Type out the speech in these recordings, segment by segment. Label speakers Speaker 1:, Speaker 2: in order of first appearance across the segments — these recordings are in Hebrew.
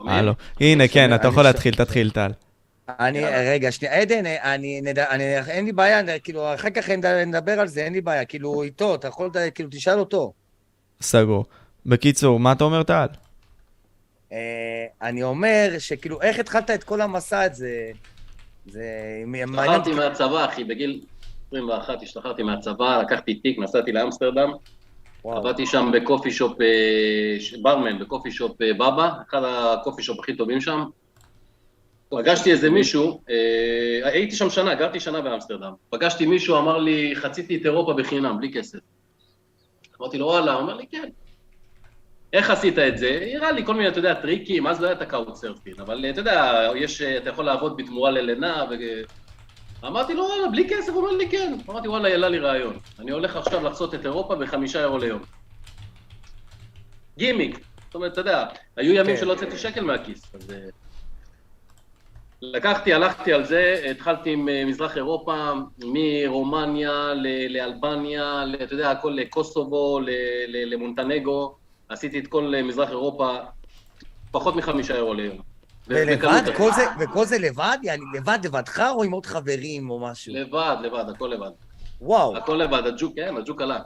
Speaker 1: מה לא? הנה, כן, אתה יכול להתחיל, תתחיל, טל.
Speaker 2: אני, רגע, שנייה, עדן, אני, נד- אני, אין לי בעיה, נ- כאילו, אחר כך נד- נדבר על זה, אין לי בעיה, כאילו, איתו, אתה יכול, אתה- כאילו, תשאל אותו.
Speaker 1: סגור. בקיצור, מה אתה אומר, טל?
Speaker 2: אה, אני אומר שכאילו, איך התחלת את כל המסע הזה? זה מעניין.
Speaker 3: השתחררתי מהצבא, אחי, בגיל 21 השתחררתי מהצבא, לקחתי תיק, נסעתי לאמסטרדם,
Speaker 2: וואו.
Speaker 3: עבדתי שם בקופי שופ, אה, ש- ברמן, בקופי שופ אה, בבא, אחד הקופי שופ הכי טובים שם. פגשתי איזה מישהו, אה, הייתי שם שנה, גרתי שנה באמסטרדם. פגשתי מישהו, אמר לי, חציתי את אירופה בחינם, בלי כסף. אמרתי לו, וואלה, הוא אומר לי, כן. איך עשית את זה? הראה לי כל מיני, אתה יודע, טריקים, אז לא היה את הקאוטסרפינג, אבל אתה יודע, יש, אתה יכול לעבוד בתמורה ללינה, ו... אמרתי לו, וואלה, בלי כסף? הוא אומר לי, כן. אמרתי, וואלה, העלה לי רעיון. אני הולך עכשיו לחצות את אירופה בחמישה אירו ליום. גימיק. זאת אומרת, אתה יודע, היו ימים
Speaker 2: כן.
Speaker 3: שלא הוצאתי שקל מהכיס, אז... אה, לקחתי, הלכתי על זה, התחלתי עם אה, מזרח אירופה, מרומניה ל- לאלבניה, ל- אתה יודע, הכל לקוסובו, ל- ל- למונטנגו, עשיתי את כל אה, מזרח אירופה, פחות מחמישה אירו ליום.
Speaker 2: ולבד?
Speaker 3: בקלות.
Speaker 2: אה, כל זה, וכל זה לבד? יעני, לבד לבדך או עם עוד חברים או משהו?
Speaker 3: לבד, לבד, הכל לבד.
Speaker 2: וואו,
Speaker 3: הכל לבד, הג'וק, כן, הג'וק עלה.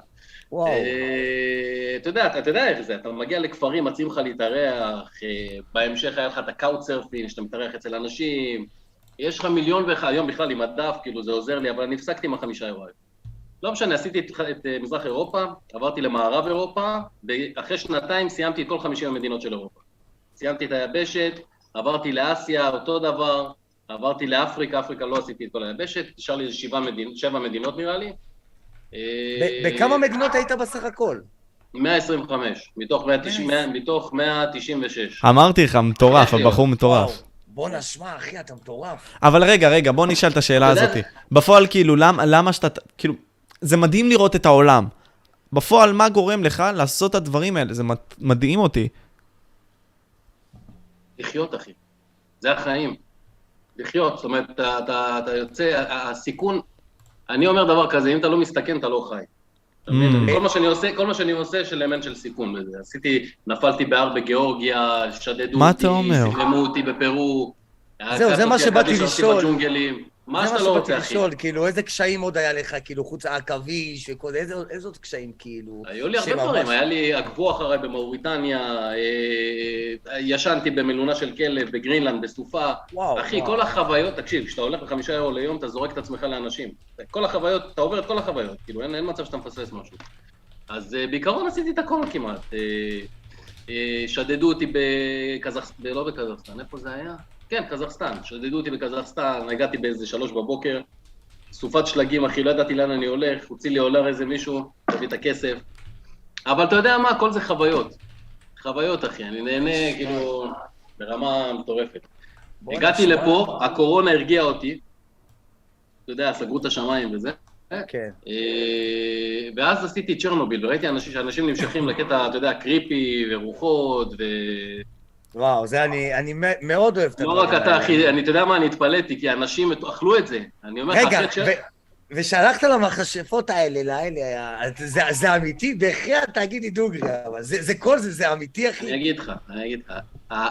Speaker 2: וואו.
Speaker 3: אה, אתה יודע, אתה- אתה יודע איך זה, אתה מגיע לכפרים, מציעים לך להתארח, אה, בהמשך היה לך את הקאוטסרפינג, שאתה מתארח אצל אנשים, יש לך מיליון ואחד, היום בכלל עם הדף, כאילו זה עוזר לי, אבל אני הפסקתי עם החמישה אירו. האלה. לא משנה, עשיתי את, את אה, מזרח אירופה, עברתי למערב אירופה, ואחרי שנתיים סיימתי את כל 50 המדינות של אירופה. סיימתי את היבשת, עברתי לאסיה, אותו דבר, עברתי לאפריקה, אפריקה לא עשיתי את כל היבשת, נשאר לי איזה שבעה מדינ- שבע מדינות נראה לי. אה,
Speaker 2: ב- בכמה מדינות היית בסך הכל?
Speaker 3: 125, מתוך, 190, 100, מתוך 196.
Speaker 1: אמרתי לך, מטורף, הבחור מטורף.
Speaker 2: וואו, בוא נשמע, אחי, אתה מטורף.
Speaker 1: אבל רגע, רגע, בוא נשאל את השאלה
Speaker 3: אתה יודע-
Speaker 1: הזאת. בפועל, כאילו, למה, למה שאתה, כאילו, זה מדהים לראות את העולם. בפועל, מה גורם לך לעשות את הדברים האלה? זה מד- מדהים אותי.
Speaker 2: לא,
Speaker 3: לחיות, אחי. זה החיים. לחיות, זאת אומרת, אתה, אתה, אתה יוצא, ה- ה- הסיכון... אני אומר דבר כזה, אם אתה לא מסתכן, אתה לא חי. אתה מבין?
Speaker 1: Mm.
Speaker 3: כל מה שאני עושה, כל מה שאני עושה, יש אלמנט של סיכון בזה. עשיתי, נפלתי בהר בגיאורגיה, שדדו
Speaker 1: מה
Speaker 3: אותי,
Speaker 1: אתה אומר?
Speaker 3: סילמו אותי בפרו.
Speaker 2: זה
Speaker 3: עקץ
Speaker 2: מה
Speaker 3: אותי
Speaker 2: שבאתי
Speaker 3: הקדיש, הלכתי
Speaker 2: לשאול.
Speaker 3: בג'ונגלים. מה
Speaker 2: זה
Speaker 3: שאתה לא
Speaker 2: שבאתי
Speaker 3: רוצה, אחי.
Speaker 2: לשאול, כאילו, איזה קשיים עוד היה לך, כאילו, חוץ העכביש וכל זה, איזה- איזה עוד קשיים, כאילו?
Speaker 3: היו לי הרבה
Speaker 2: שממש-
Speaker 3: דברים, היה לי, עקבו אחריי במאוריטניה, אה, ישנתי במלונה של כלב בגרינלנד, בסופה.
Speaker 2: וואו,
Speaker 3: אחי,
Speaker 2: וואו.
Speaker 3: כל החוויות, תקשיב, כשאתה הולך בחמישה אירו ליום, אתה זורק את עצמך לאנשים. כל החוויות, אתה עובר את כל החוויות, כאילו, אין, אין מצב שאתה מפספס משהו. אז אה, בעיקרון עשיתי את הכל כמעט. אה, אה, שדדו אותי בקזחסטן, לא בקזחסטן, איפה זה היה? כן, קזחסטן. שדדו אותי בקזחסטן, הגעתי באיזה שלוש בבוקר, סופת שלגים, אחי, לא ידעתי לאן אני הולך, הוציא לי עולר איזה מישהו, הביא את הכסף. אבל אתה יודע מה, כל זה חוויות. חוויות, אחי, אני נהנה, כאילו, ברמה מטורפת.
Speaker 2: בוא
Speaker 3: הגעתי
Speaker 2: נשמע.
Speaker 3: לפה, הקורונה הרגיעה אותי. אתה יודע, סגרו את השמיים וזה.
Speaker 2: כן.
Speaker 3: אה, ואז עשיתי צ'רנוביל, וראיתי אנשים, שאנשים נמשכים לקטע, אתה יודע, קריפי ורוחות, ו...
Speaker 2: וואו, זה אני, אני מ- מאוד אוהב את
Speaker 3: לא רק
Speaker 2: הדברים
Speaker 3: אתה,
Speaker 2: האלה.
Speaker 3: אחי, אני, אתה יודע מה, אני התפלאתי, כי אנשים אכלו את זה. אני אומר לך,
Speaker 2: אה, רגע,
Speaker 3: אחרי צ'ר-
Speaker 2: ו- ושלחת למכשפות האלה, לאלה, אז זה, זה אמיתי? בחייאת, תגיד לי דוגרי, אבל זה, זה כל זה, זה אמיתי,
Speaker 3: אני
Speaker 2: אחי?
Speaker 3: אגיד לך, אני אגיד לך. ה-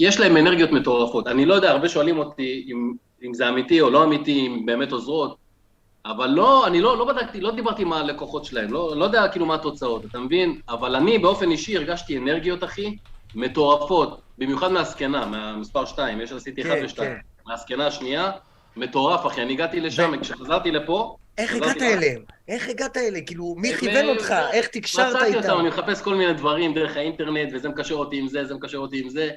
Speaker 3: יש להם אנרגיות מטורפות. אני לא יודע, הרבה שואלים אותי אם, אם זה אמיתי או לא אמיתי, אם באמת עוזרות, אבל לא, אני לא, לא בדקתי, לא דיברתי עם הלקוחות שלהם, לא, לא יודע כאילו מה התוצאות, אתה מבין? אבל אני באופן אישי הרגשתי אנרגיות, אחי, מטורפות, במיוחד מהזקנה, מהמספר 2, יש עשיתי 1
Speaker 2: כן,
Speaker 3: ו-2,
Speaker 2: כן.
Speaker 3: מהזקנה השנייה, מטורף, אחי, אני הגעתי לשם,
Speaker 2: ו-
Speaker 3: כשחזרתי לפה,
Speaker 2: איך
Speaker 3: חזרתי
Speaker 2: הגעת
Speaker 3: לארץ.
Speaker 2: אליהם? איך הגעת אליהם? כאילו, מי
Speaker 3: הם-
Speaker 2: כיוון אותך? איך תקשרת
Speaker 3: מצאתי אותם,
Speaker 2: איתם?
Speaker 3: אני מחפש כל מיני דברים דרך האינטרנט, וזה מקשר אותי עם זה, זה מקשר אותי עם זה.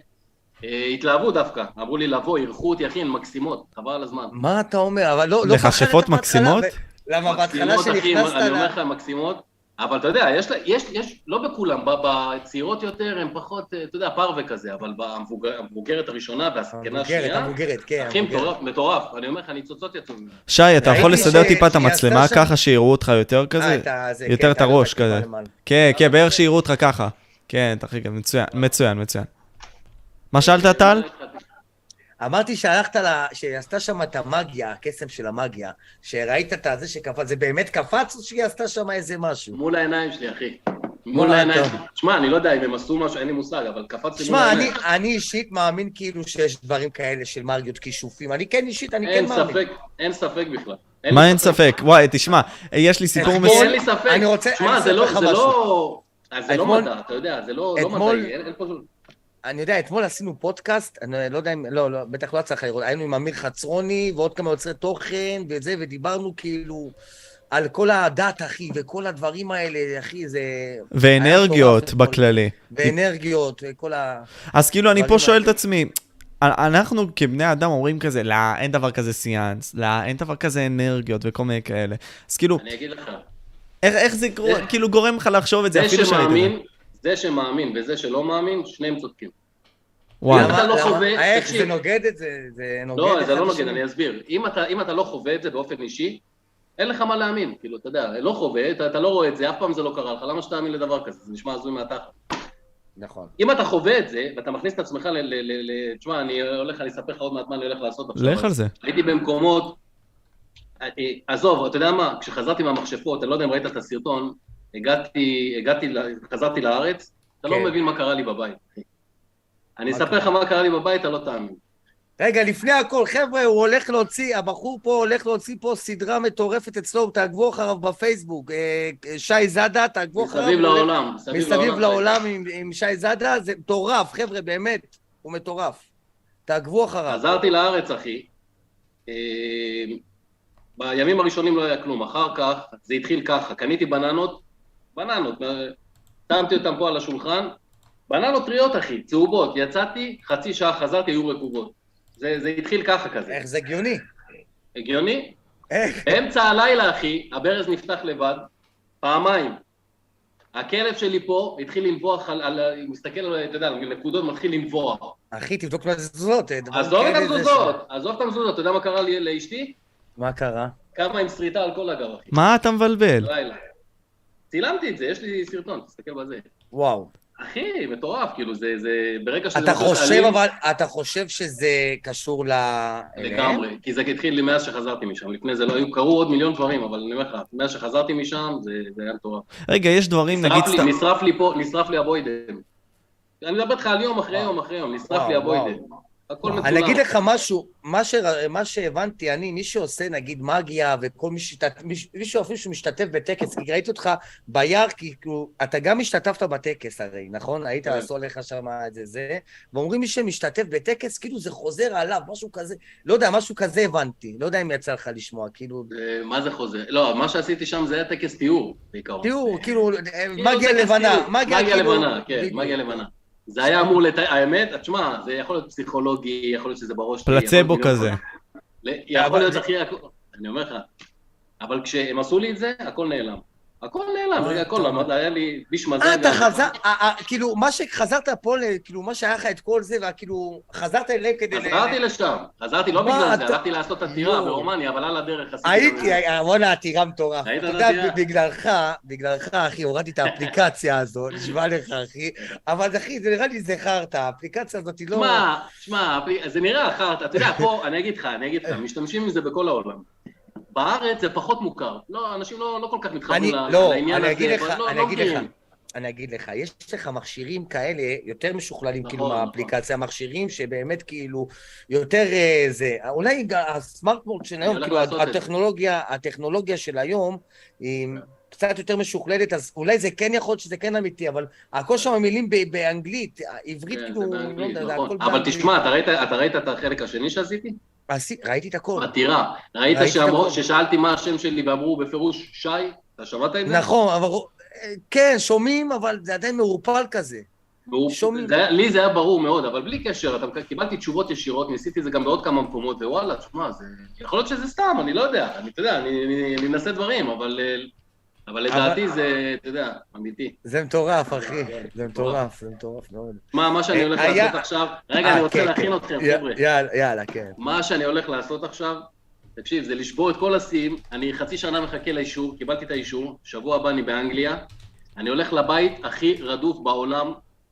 Speaker 3: אה, התלהבו דווקא, אמרו לי לבוא, אירחו אותי, אחי, הן מקסימות, חבל על הזמן.
Speaker 2: מה אתה אומר? אבל לא... לא
Speaker 1: מכשפות
Speaker 2: בחרת בהתחלה,
Speaker 1: מקסימות?
Speaker 2: ו- למה בהתחלה
Speaker 3: מקסימות, אחי,
Speaker 2: שנכנסת
Speaker 3: אני אומר
Speaker 2: ל...
Speaker 3: לך, מקסימות, אבל אתה יודע, יש, לה- יש, יש, לא בכולם, ב- בצעירות יותר, הן פחות, אה, אתה יודע, פרווה כזה, אבל במבוגר- המבוגרת הראשונה והזקנה
Speaker 2: המבוגרת,
Speaker 3: השנייה,
Speaker 2: המבוגרת, כן.
Speaker 3: אחי,
Speaker 2: המבוגרת.
Speaker 3: מטורף, מטורף, אני אומר לך, ניצוצות יצאו ממנו.
Speaker 1: שי, אתה יכול
Speaker 2: ראיתי
Speaker 1: לסדר
Speaker 2: ש-
Speaker 1: טיפה את
Speaker 2: שהיא
Speaker 1: המצלמה
Speaker 2: עשתה שם-
Speaker 1: ככה שיראו אותך יותר
Speaker 2: אה,
Speaker 1: כזה?
Speaker 2: אתה- זה-
Speaker 1: יותר
Speaker 2: כן,
Speaker 1: את הראש
Speaker 2: אתה- אתה
Speaker 1: כזה.
Speaker 2: טיפה למעלה. אה, אוקיי.
Speaker 1: כן, כן, בערך שיראו אותך ככה. כן, תחי, מצוין, מצוין, מצוין. מה שאלת, טל?
Speaker 2: אמרתי שהלכת ל... שעשתה שם את המאגיה, הקסם של המאגיה, שראית את הזה שקפץ, זה באמת קפץ או שהיא עשתה שם איזה משהו?
Speaker 3: מול העיניים שלי, אחי. מול
Speaker 2: אה,
Speaker 3: העיניים.
Speaker 2: טוב.
Speaker 3: שמע, אני לא יודע אם הם עשו משהו, אין לי מושג, אבל קפצתי מול
Speaker 2: שמע,
Speaker 3: העיניים.
Speaker 2: אני- אני אישית מאמין כאילו שיש דברים כאלה של מרגיות כישופים. אני כן אישית, אני כן
Speaker 3: אין
Speaker 2: מאמין.
Speaker 3: ספק, אין ספק בכלל.
Speaker 1: מה
Speaker 3: לי
Speaker 1: אין ספק? וואי, תשמע, יש לי סיפור
Speaker 2: אתמול-
Speaker 1: מס...
Speaker 3: אין לי ספק.
Speaker 2: אני רוצה-
Speaker 3: שמע,
Speaker 2: אני
Speaker 3: זה
Speaker 2: אספר
Speaker 3: לא,
Speaker 2: לך
Speaker 3: זה לא...
Speaker 2: משהו.
Speaker 3: אז זה לא
Speaker 2: אתמול-
Speaker 3: מדע, אתה יודע, זה לא לא
Speaker 2: אתמול-
Speaker 3: מדעי, אין אין פה...
Speaker 2: אני יודע, אתמול עשינו פודקאסט, אני לא יודע אם, לא, לא, בטח לא צריך לראות, היינו עם אמיר חצרוני ועוד כמה יוצרי תוכן וזה, ודיברנו כאילו על כל הדת, אחי, וכל הדברים האלה, אחי, זה...
Speaker 1: ואנרגיות
Speaker 2: היה מטורף,
Speaker 1: בכללי.
Speaker 2: ואנרגיות, וכל ה...
Speaker 1: אז כאילו, אני
Speaker 2: אבל
Speaker 1: פה
Speaker 2: אם
Speaker 1: שואל את
Speaker 2: אתה-
Speaker 1: עצמי, אנחנו כבני אדם אומרים כזה, לא, אין דבר כזה סיאנס, לא, אין דבר כזה אנרגיות וכל מיני כאלה. אז כאילו,
Speaker 3: אני אגיד לך.
Speaker 1: איך איך זה גור-
Speaker 3: זה-
Speaker 1: כאילו גורם לך לחשוב את זה,
Speaker 3: זה
Speaker 1: אפילו שאני...
Speaker 3: שמאמין, זה שמאמין וזה שלא מאמין, שניהם צודקים.
Speaker 1: וואלה.
Speaker 3: אם אתה לא
Speaker 2: למה-
Speaker 3: חווה-
Speaker 2: איך
Speaker 3: תקשיב.
Speaker 2: זה נוגד את זה? זה נוגד
Speaker 3: לא,
Speaker 2: אחד
Speaker 3: זה לא
Speaker 2: את
Speaker 3: נוגד,
Speaker 2: השני.
Speaker 3: אני אסביר. אם אתה- אם אתה לא חווה את זה באופן אישי, אין לך מה להאמין. כאילו, אתה יודע, לא חווה, אתה אתה לא רואה את זה, אף פעם זה לא קרה לך, למה שתאמין לדבר כזה? זה נשמע הזוי מהתחת.
Speaker 2: נכון.
Speaker 3: אם אתה חווה את זה, ואתה מכניס את עצמך ל... ל- ל- ל- תשמע, אני הולך, אני אספר לך עוד מעט מה אני הולך לעשות עכשיו.
Speaker 1: לך על זה.
Speaker 3: הייתי במקומות, אה, אה, עזוב, אתה יודע מה, כשחזרתי מהמכשפות, אני לא יודע אם ראית את הסרטון, הגעתי, הגעתי, ל- חזרתי לארץ, אתה
Speaker 2: כן.
Speaker 3: לא מבין מה קרה לי בבית. אני
Speaker 2: מה
Speaker 3: אספר
Speaker 2: קרה?
Speaker 3: לך מה קרה לי בבית, אתה לא תאמין.
Speaker 2: רגע, לפני הכל, חבר'ה, הוא הולך להוציא, הבחור פה הולך להוציא פה סדרה מטורפת אצלו, תעקבו אחריו בפייסבוק. אה, שי זאדה, תעקבו אחריו.
Speaker 3: מסביב
Speaker 2: הוא הולך-
Speaker 3: לעולם,
Speaker 2: מסביב לעולם עם, עם שי זאדה, זה מטורף, חבר'ה, באמת, הוא מטורף. תעקבו אחריו.
Speaker 3: חזרתי לארץ, אחי. אה, בימים הראשונים לא היה כלום, אחר כך זה התחיל ככה, קניתי בננות, בננות, טעמתי אותן פה על השולחן, בננות טריות, אחי, צהובות, יצאתי, חצי שעה חזרתי, היו רקובות. זה, זה התחיל ככה כזה.
Speaker 2: איך זה הגיוני?
Speaker 3: הגיוני?
Speaker 2: איך?
Speaker 3: באמצע הלילה, אחי, הברז נפתח לבד, פעמיים. הכלב שלי פה התחיל לנבוח, על, על, מסתכל, על- אתה יודע, על נקודות, מתחיל לנבוח.
Speaker 2: אחי, תבדוק מה זה תזוזות. אה, דברים
Speaker 3: עזוב את
Speaker 2: כאלה זה
Speaker 3: המזוזות,
Speaker 2: שם.
Speaker 3: עזוב את המזוזות, אתה יודע מה קרה לי לאשתי?
Speaker 2: מה קרה?
Speaker 3: קמה עם שריטה על כל הגב, אחי,
Speaker 1: מה אתה מבלבל?
Speaker 3: לילה. צילמתי את זה, יש לי סרטון, תסתכל בזה.
Speaker 2: וואו.
Speaker 3: אחי, מטורף, כאילו, זה, זה, ברגע שזה...
Speaker 2: אתה
Speaker 3: הופך
Speaker 2: חושב
Speaker 3: לאלים,
Speaker 2: אבל, אתה חושב שזה קשור ל... אליהם?
Speaker 3: לגמרי, כי זה התחיל לי מאז שחזרתי משם, לפני זה לא היו, קרו עוד מיליון דברים, אבל אני אומר לך, מאז שחזרתי משם, זה, זה היה מטורף.
Speaker 1: רגע, יש דברים, נגיד...
Speaker 3: נשרף לי,
Speaker 1: סתם-
Speaker 3: נשרף לי פה, נשרף לי הבוידם. אני מדבר איתך על יום אחרי
Speaker 2: וואו.
Speaker 3: יום אחרי יום, נשרף
Speaker 2: וואו,
Speaker 3: לי הבוידם.
Speaker 2: וואו.
Speaker 3: הכל מצולם.
Speaker 2: אני אגיד לך משהו, מה, ש... מה שהבנתי, אני, מי שעושה נגיד מגיה וכל מי ששת... מיש- מישהו אפילו שמשתתף בטקס, כי ראיתי אותך ביער, כי כאילו, אתה גם השתתפת בטקס הרי, נכון? היית
Speaker 3: כן.
Speaker 2: עשו לך שם את זה, זה, ואומרים מי שמשתתף בטקס, כאילו זה חוזר עליו, משהו כזה, לא יודע, משהו כזה הבנתי, לא יודע אם יצא לך לשמוע, כאילו,
Speaker 3: אה, מה זה חוזר? לא, מה שעשיתי שם זה היה טקס תיאור, בעיקרון.
Speaker 2: תיאור, כאילו,
Speaker 3: כאילו,
Speaker 2: מגיה
Speaker 3: טקס
Speaker 2: לבנה,
Speaker 3: תיאור.
Speaker 2: מגיה
Speaker 3: מגיה
Speaker 2: כאילו...
Speaker 3: לבנה, כן,
Speaker 2: בדיוק.
Speaker 3: מגיה לבנה. זה היה אמור לת... האמת, תשמע, זה יכול להיות פסיכולוגי, יכול להיות שזה בראש שלי.
Speaker 1: פלצבו
Speaker 3: לא יכול להיות-
Speaker 1: כזה.
Speaker 3: ל- יכול להיות
Speaker 2: זה-
Speaker 3: הכי... הכ- אני אומר לך. אבל כשהם עשו לי את זה, הכל נעלם. הכל נעלם,
Speaker 2: מה
Speaker 3: רגע,
Speaker 2: אתה
Speaker 3: הכל,
Speaker 2: אומר?
Speaker 3: למד, היה לי ביש מזל.
Speaker 2: אה, אתה
Speaker 3: גם.
Speaker 2: חזר, אה, אה, כאילו, מה שחזרת פה, ל- כאילו, מה שהיה לך את כל זה, וכאילו, חזרת אליהם כדי... ל-
Speaker 3: חזרתי לשם, חזרתי לא
Speaker 2: מה,
Speaker 3: בגלל זה,
Speaker 2: אתה-
Speaker 3: הלכתי לעשות עתירה
Speaker 2: יואו.
Speaker 3: ברומניה, אבל על הדרך עשיתי...
Speaker 2: הייתי,
Speaker 3: גם-
Speaker 2: אה, וואלה, עתירה מטורפת.
Speaker 3: ראית
Speaker 2: אתה
Speaker 3: את
Speaker 2: יודע,
Speaker 3: העתירה?
Speaker 2: בגללך, בגללך, אחי, הורדתי את האפליקציה הזו, נשבע לך, אחי. אבל אחי, זה נראה לי זה חרטא, האפליקציה הזאת היא לא...
Speaker 3: שמע, שמע, זה נראה אחרת, אתה יודע, פה, אני אגיד לך, אני אגיד לך, משתמשים בזה בכל העולם. בארץ זה פחות מוכר. לא, אנשים לא, לא כל כך
Speaker 2: אני-
Speaker 3: מתחברים ל-
Speaker 2: לא,
Speaker 3: לעניין
Speaker 2: אני
Speaker 3: הזה.
Speaker 2: אגיד לך,
Speaker 3: אבל לא,
Speaker 2: אני
Speaker 3: לא
Speaker 2: אגיד
Speaker 3: מכירים.
Speaker 2: לך. אני אגיד לך, יש לך מכשירים כאלה יותר משוכללים
Speaker 3: נכון,
Speaker 2: כאילו
Speaker 3: נכון.
Speaker 2: מהאפליקציה, מכשירים שבאמת כאילו יותר אה, זה, אולי גם הסמארטבורט של היום,
Speaker 3: הולך
Speaker 2: כאילו
Speaker 3: לעשות את זה. כן.
Speaker 2: הטכנולוגיה, הטכנולוגיה של היום היא קצת יותר משוכללת, אז אולי זה כן יכול להיות שזה כן אמיתי, אבל הכל שם המילים ב- באנגלית, עברית
Speaker 3: כן,
Speaker 2: כאילו,
Speaker 3: זה
Speaker 2: לא
Speaker 3: באנגלית,
Speaker 2: יודע, זה
Speaker 3: נכון.
Speaker 2: הכל
Speaker 3: אבל
Speaker 2: באנגלית.
Speaker 3: תשמע, אתה ראית- אתה ראית את החלק השני שעשיתי?
Speaker 2: עשי- ראיתי את הכל.
Speaker 3: עתירה. ראית
Speaker 2: נכון. ראיתי את
Speaker 3: שאמרו-
Speaker 2: הכל.
Speaker 3: ששאלתי מה השם שלי ואמרו בפירוש שי? אתה שמעת את זה?
Speaker 2: נכון, אבל אה, כן, שומעים, אבל זה עדיין מעורפל כזה.
Speaker 3: והוא-
Speaker 2: שומעים.
Speaker 3: זה היה- לי זה היה ברור מאוד, אבל בלי קשר, אתה מקבל- קיבלתי תשובות ישירות, ניסיתי את זה גם בעוד כמה מקומות, ווואלה, תשמע, זה... יכול להיות שזה סתם, אני לא יודע, אני, אתה יודע, אני- אני אני אנסה דברים, אבל... אה, אבל לדעתי זה, אתה יודע, אמיתי.
Speaker 2: זה מטורף, אחי. זה מטורף,
Speaker 3: אה, כן, מטורף.
Speaker 2: זה מטורף מאוד.
Speaker 3: מה, מה שאני
Speaker 2: אה,
Speaker 3: הולך
Speaker 2: היה-
Speaker 3: לעשות עכשיו, רגע,
Speaker 2: אה,
Speaker 3: אני רוצה
Speaker 2: כן,
Speaker 3: להכין
Speaker 2: כן.
Speaker 3: אתכם,
Speaker 2: יא-
Speaker 3: חבר'ה.
Speaker 2: יאללה, יאללה, כן.
Speaker 3: מה שאני הולך לעשות עכשיו, תקשיב, זה לשבור את כל השיאים, אני חצי שנה מחכה לאישור, קיבלתי את האישור, שבוע הבא אני באנגליה, אני הולך לבית הכי רדוף בעולם,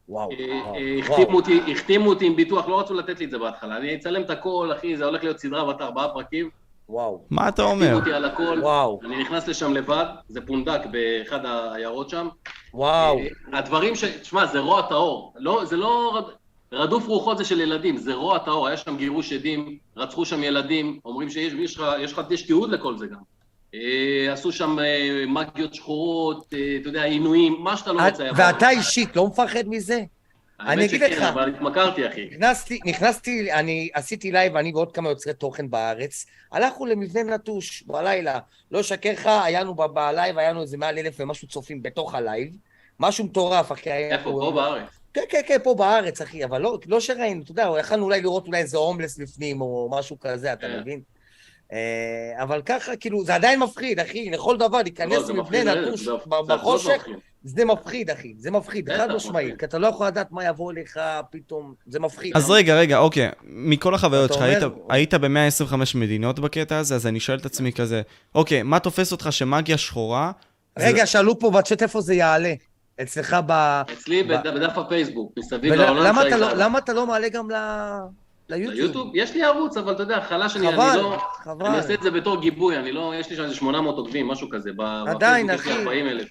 Speaker 2: וואו,
Speaker 3: אה,
Speaker 2: וואו,
Speaker 3: אה, החתימו
Speaker 2: וואו.
Speaker 3: אותי, החתימו אותי עם ביטוח, לא רצו לתת לי את זה בהתחלה. אני אצלם את הכל, אחי, זה הולך להיות סדרה בת ארבעה פרקים.
Speaker 2: וואו,
Speaker 1: מה אתה
Speaker 3: החתימו
Speaker 1: אומר?
Speaker 3: אותי על הכל.
Speaker 2: וואו.
Speaker 3: אני נכנס לשם לבד, זה פונדק באחד העיירות שם.
Speaker 2: וואו.
Speaker 3: אה, הדברים ש... תשמע, זה רוע טהור. לא, זה לא... רד- רדוף רוחות זה של ילדים, זה רוע טהור. היה שם גירוש עדים, רצחו שם ילדים, אומרים שיש יש לך- יש לך יש תיעוד לכל זה גם. אה, עשו שם אה, מגיות שחורות, אה, אתה יודע, עינויים, מה שאתה לא
Speaker 2: את-
Speaker 3: רוצה. היה
Speaker 2: ואתה
Speaker 3: פה.
Speaker 2: אישית לא מפחד מזה?
Speaker 3: האמת
Speaker 2: אני אגיד
Speaker 3: שכן,
Speaker 2: לך.
Speaker 3: אבל התמכרתי, אחי.
Speaker 2: נכנסתי, נכנסתי, אני עשיתי לייב, אני ועוד כמה יוצרי תוכן בארץ, הלכנו למבנה נטוש בלילה, לא אשקר לך, היה לנו ב- בלייב, היה לנו איזה מעל אלף ומשהו צופים בתוך הלייב, משהו מטורף, אחי, היה...
Speaker 3: איפה? פה בארץ.
Speaker 2: כן, כן, כן, פה בארץ, אחי, אבל לא, לא שראינו, אתה יודע, יכלנו אולי לראות אולי איזה הומלס לפנים, או משהו כזה, אתה
Speaker 3: כן.
Speaker 2: מבין? אה, אבל ככה, כאילו, זה עדיין מפחיד, אחי, לכל דבר,
Speaker 3: לא,
Speaker 2: להיכנס
Speaker 3: זה מפחיד,
Speaker 2: למבנה
Speaker 3: זה-
Speaker 2: נטוש
Speaker 3: זה- זה עצוב
Speaker 2: בחושך,
Speaker 3: מפחיד.
Speaker 2: זה מפחיד, אחי, זה מפחיד,
Speaker 3: בטח,
Speaker 2: חד משמעית,
Speaker 3: מפחיד.
Speaker 2: כי אתה לא יכול לדעת מה יבוא אליך פתאום, זה מפחיד.
Speaker 1: אז רגע, רגע, אוקיי. מכל החוויות
Speaker 2: כאילו- אתה
Speaker 1: שלך,
Speaker 2: אומר-
Speaker 1: היית, היית ב-125 מדינות בקטע הזה, אז אני שואל את עצמי כזה, אוקיי, מה תופס אותך שמאגיה שחורה? זה-
Speaker 2: רגע, שאלו פה בצ'אט איפה זה יעלה, אצלך ב...
Speaker 3: אצלי
Speaker 2: ב-
Speaker 3: בד- בדף הפייסבוק, מסביב לעולם
Speaker 2: ולמה אתה
Speaker 3: שהייתה.
Speaker 2: לא- למה אתה לא מעלה גם ל- ליוטיוב?
Speaker 3: ליוטיוב? יש לי ערוץ, אבל אתה יודע, חלש אני אני
Speaker 2: חבל,
Speaker 3: לא... אני
Speaker 2: חבל.
Speaker 3: עושה את זה בתור גיבוי, אני לא... יש לי שם איזה 800 עוקבים, משהו כזה. ב-
Speaker 2: עדיין,
Speaker 3: בפייסבוק יש
Speaker 2: אחי.
Speaker 3: לי 40 אלף.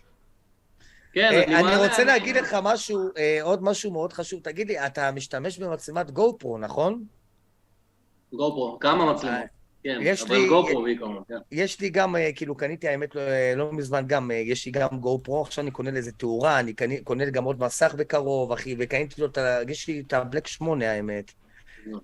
Speaker 3: כן,
Speaker 2: אה,
Speaker 3: מעלה,
Speaker 2: אני רוצה
Speaker 3: אני-
Speaker 2: להגיד לך משהו, אה, עוד משהו מאוד חשוב. תגיד לי, אתה משתמש במצלמת גו פרו, נכון?
Speaker 3: גופרו, כמה
Speaker 2: אה,
Speaker 3: מצלמות. כן,
Speaker 2: יש
Speaker 3: אבל
Speaker 2: לי-
Speaker 3: גופרו בעיקרון, כן.
Speaker 2: יש לי גם, אה, כאילו, קניתי, האמת, לא- לא מזמן גם, אה, יש לי גם גו פרו, עכשיו אני קונה לזה תאורה, אני קני- קונה גם עוד מסך בקרוב, אחי, וקניתי לו את ה... יש לי את הבלק 8, האמת.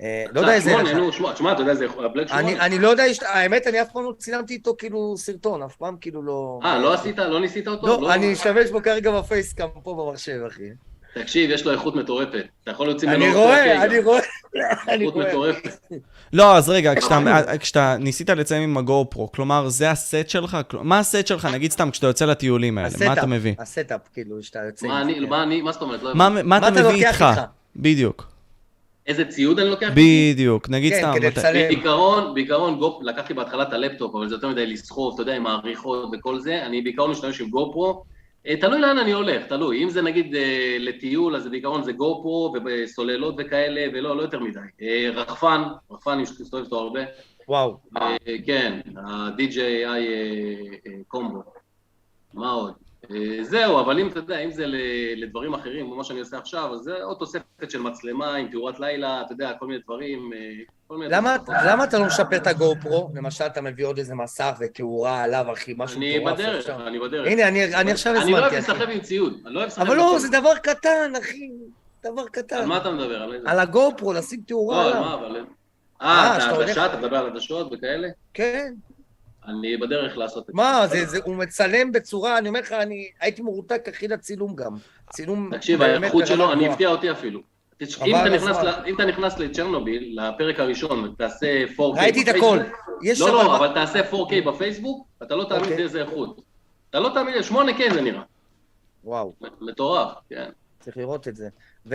Speaker 2: אה, לא יודע איזה...
Speaker 3: שמונה, נו, שמע, תשמע, אתה יודע, זה הבלק
Speaker 2: אני,
Speaker 3: שמונה.
Speaker 2: אני לא יודע, יש- האמת, אני אף פעם לא צילמתי איתו כאילו סרטון, אף פעם כאילו לא...
Speaker 3: אה, לא עשית? לא ניסית אותו?
Speaker 2: לא, אני אשתמש בו כרגע בפייסקאם פה במחשב, אחי.
Speaker 3: תקשיב, יש לו איכות מטורפת. אתה יכול להוציא ממנו... אוקיי,
Speaker 2: אני רואה, אני רואה, אני
Speaker 3: איכות
Speaker 2: רואה.
Speaker 3: מטורפת.
Speaker 1: לא, אז רגע, כשאתה, כשאתה ניסית לציין עם הגו פרו, כלומר, זה הסט שלך? כל- מה הסט שלך? נגיד סתם, כשאתה יוצא לטיולים האלה, מה אתה
Speaker 2: הסטאפ,
Speaker 1: מביא?
Speaker 2: הסטאפ, כאילו, שאתה יוצא...
Speaker 3: מה
Speaker 2: עם זה,
Speaker 3: אני,
Speaker 2: כן.
Speaker 3: מה אני, מה זאת אומרת? לא
Speaker 1: מה
Speaker 3: הבנתי.
Speaker 1: מה אתה
Speaker 2: אתה
Speaker 1: מביא
Speaker 2: לוקח
Speaker 1: איתך?
Speaker 2: איתך?
Speaker 1: בדיוק.
Speaker 3: איזה ציוד אני לוקח?
Speaker 1: בדיוק, נגיד
Speaker 2: כן,
Speaker 1: סתם.
Speaker 2: כדי
Speaker 1: אתה-
Speaker 2: לצלם. שלם.
Speaker 3: בעיקרון, בעיקרון גופ, לקחתי בהתחלה את הלפטופ, אבל זה יותר מדי לסחוב, אתה יודע, עם העריכות וכל זה, אני בעיקרון משתמש עם גופרו. אה, תלוי לאן אני הולך, תלוי. אם זה נגיד אה, לטיול, אז בעיקרון זה גופרו וסוללות וכאלה, ולא, לא יותר מדי. אה, רחפן, רחפן, אני מסתובב איתו הרבה.
Speaker 2: וואו.
Speaker 3: אה, כן, ה-DJI אה, אה, קומבו. מה עוד? אה, זהו, אבל אם אתה יודע, אם זה ל- לדברים אחרים, כמו מה שאני עושה עכשיו, אז זה עוד תוספת של מצלמה עם תאורת לילה, אתה יודע, כל מיני דברים. אה, כל מיני
Speaker 2: למה
Speaker 3: תוספות.
Speaker 2: למה אתה לא משפר את הגו פרו? למשל, אתה מביא עוד איזה מסך ותאורה עליו, אחי, משהו
Speaker 3: אני
Speaker 2: מטורף.
Speaker 3: בדרך,
Speaker 2: אפשר.
Speaker 3: אני בדרך.
Speaker 2: הנה, אני- אני עכשיו
Speaker 3: אני לא אוהב
Speaker 2: הזמנתי,
Speaker 3: לשחק
Speaker 2: אחי.
Speaker 3: עם ציוד, אני לא אוהב לשחק
Speaker 2: אבל לא,
Speaker 3: בציוד.
Speaker 2: זה דבר קטן, אחי. דבר קטן.
Speaker 3: על מה אתה מדבר? על איזה?
Speaker 2: על הגו פרו, לשים
Speaker 3: לא,
Speaker 2: תאורה
Speaker 3: על
Speaker 2: עליו.
Speaker 3: מה, אבל...
Speaker 2: אה,
Speaker 3: אה,
Speaker 2: שאתה
Speaker 3: אתה
Speaker 2: הולך-
Speaker 3: עדשה, אתה מדבר על עדשות וכאלה?
Speaker 2: כן.
Speaker 3: אני בדרך לעשות את זה.
Speaker 2: מה, זה, זה, הוא מצלם בצורה, אני אומר לך, אני הייתי מרותק הכי לצילום גם. צילום...
Speaker 3: תקשיב,
Speaker 2: באמת
Speaker 3: האיכות
Speaker 2: ברמה
Speaker 3: שלו, אני
Speaker 2: גבוהה.
Speaker 3: הפתיע אותי אפילו.
Speaker 2: חבל
Speaker 3: אם אתה
Speaker 2: על
Speaker 3: נכנס
Speaker 2: הזמן.
Speaker 3: ל- אם אתה נכנס לצ'רנוביל, לפרק הראשון, תעשה 4K
Speaker 2: ראיתי את
Speaker 3: כן, בפייסבוק-
Speaker 2: הכל. יש
Speaker 3: לא,
Speaker 2: שם-
Speaker 3: לא, אבל תעשה 4K בפייסבוק, אתה לא תאמין
Speaker 2: אוקיי.
Speaker 3: באיזה איכות. אתה לא תאמין, 8K זה נראה.
Speaker 2: וואו,
Speaker 3: מטורף, כן.
Speaker 2: צריך לראות את זה. ו...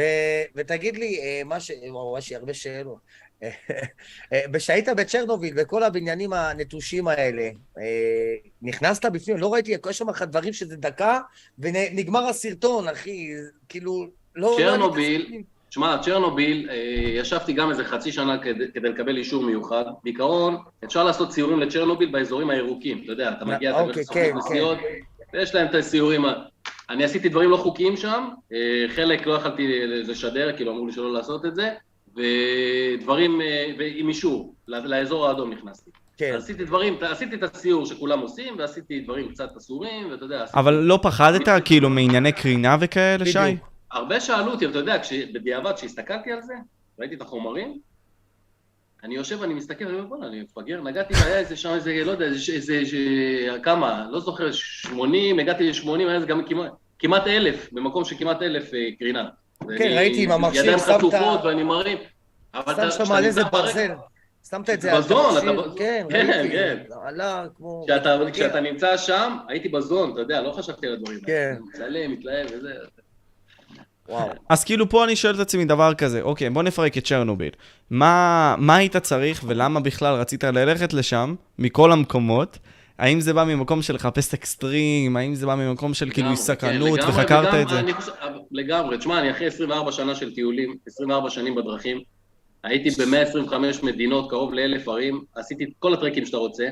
Speaker 2: ותגיד לי, אה, מה ש... וואו, יש לי הרבה שאלות. אה, כשהיית בצ'רנוביל, בכל הבניינים הנטושים האלה, אה, נכנסת בפנים, לא ראיתי, יש שם לך דברים שזה דקה, ונגמר הסרטון, אחי, כאילו, לא... לא
Speaker 3: צ'רנוביל,
Speaker 2: ראיתי את הסרטונים.
Speaker 3: שמע, צ'רנוביל, אה, ישבתי גם איזה חצי שנה כדי, כדי לקבל אישור מיוחד. בעיקרון, אפשר לעשות סיורים לצ'רנוביל באזורים הירוקים. אתה יודע, אתה
Speaker 2: מה,
Speaker 3: מגיע, אתה
Speaker 2: אוקיי,
Speaker 3: בסוכנות
Speaker 2: כן,
Speaker 3: נסיעות, ויש להם את הסיורים. ה- אני עשיתי דברים לא חוקיים שם, אה, חלק לא יכלתי לשדר, כאילו אמרו לי שלא לעשות את זה, ודברים, אה, ועם אישור, לא- לאזור האדום נכנסתי.
Speaker 2: כן.
Speaker 3: עשיתי דברים, עשיתי את הסיור שכולם עושים, ועשיתי דברים קצת אסורים, ואתה יודע, עשיתי...
Speaker 1: אבל לא פחדת, כאילו, מענייני קרינה וכאלה, שי?
Speaker 2: בדיוק.
Speaker 3: הרבה שאלו אותי, אתה יודע, כש- בדיעבד, כשהסתכלתי על זה, ראיתי את החומרים, אני יושב, אני מסתכל, אני אומר, בוא'נה, אני מפגר, נגעתי, היה איזה שם, איזה, לא יודע, איזה, איזה, איזה כמה, לא זוכר, 80, הגעתי ל-80, היה איזה גם כמעט, כמעט אלף, במקום שכמעט אלף אה, קרינה. ואני-
Speaker 2: כן, ראיתי עם המכשיר,
Speaker 3: ידיים
Speaker 2: שמת-
Speaker 3: חטופות ואני מרים. אבל
Speaker 2: שם
Speaker 3: אתה-
Speaker 2: שאתה
Speaker 3: כשאתה
Speaker 2: מעלה
Speaker 3: נמצא
Speaker 2: איזה
Speaker 3: ברקע-
Speaker 2: ברזל. שמת את זה
Speaker 3: בזון, אתה
Speaker 2: המכשיר,
Speaker 3: ב-
Speaker 2: כן,
Speaker 3: כן,
Speaker 2: ראיתי.
Speaker 3: כן.
Speaker 2: עלה כמו...
Speaker 3: כשאתה, כשאתה נמצא שם, הייתי בזון, אתה יודע, לא חשבתי על הדברים האלה.
Speaker 2: כן.
Speaker 3: מצלם, מתלהב וזה.
Speaker 2: וואו.
Speaker 1: אז כאילו פה אני שואל את עצמי דבר כזה, אוקיי, בוא נפרק את צ'רנוביל. מה, מה היית צריך ולמה בכלל רצית ללכת לשם, מכל המקומות? האם זה בא ממקום של לחפש אקסטרים? האם זה בא ממקום של כאילו
Speaker 3: לגמרי, כן,
Speaker 1: סקרנות
Speaker 3: לגמרי,
Speaker 1: וחקרת
Speaker 3: וגם
Speaker 1: את זה?
Speaker 3: אני חושב- לגמרי, תשמע, אני אחרי 24 שנה של טיולים, 24 שנים בדרכים, הייתי ב-125 מדינות, קרוב לאלף ערים, עשיתי את כל הטרקים שאתה רוצה,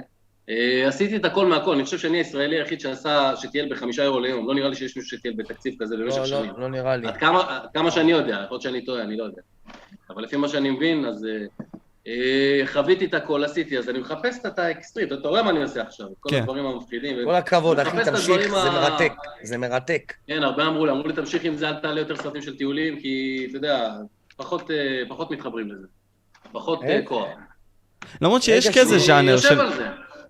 Speaker 3: אה, עשיתי את הכל מהכל, אני חושב שאני הישראלי היחיד שעשה, שטייל בחמישה אירו ליום, לא נראה לי שיש מישהו שטייל בתקציב כזה במשך
Speaker 2: לא,
Speaker 3: שנים.
Speaker 2: לא, לא נראה לי.
Speaker 3: עד כמה, עד כמה שאני יודע, יכול להיות שאני טועה, אני לא יודע. אבל לפי מה שאני מבין, אז אה, אה, חוויתי את הכל, עשיתי, אז אני מחפש את האקסטריט, אתה רואה מה אני עושה עכשיו, כל
Speaker 1: כן.
Speaker 3: הדברים המפחידים.
Speaker 2: כל הכבוד, אחי,
Speaker 3: מחפש את
Speaker 2: תמשיך,
Speaker 3: הדברים
Speaker 2: זה
Speaker 3: ה-
Speaker 2: מרתק, זה מרתק.
Speaker 3: כן, הרבה אמרו לי, אמרו לי, תמשיך עם זה, אל תעלה יותר סרטים של טיולים, כי, אתה יודע, פחות, אה, פחות מתחברים לזה. פחות אה,
Speaker 2: אה,
Speaker 3: כוח.
Speaker 1: למרות שיש
Speaker 2: רגע,
Speaker 1: כזה
Speaker 3: אני
Speaker 2: שהוא
Speaker 1: ז'אנר
Speaker 3: יושב
Speaker 1: של...
Speaker 3: על זה.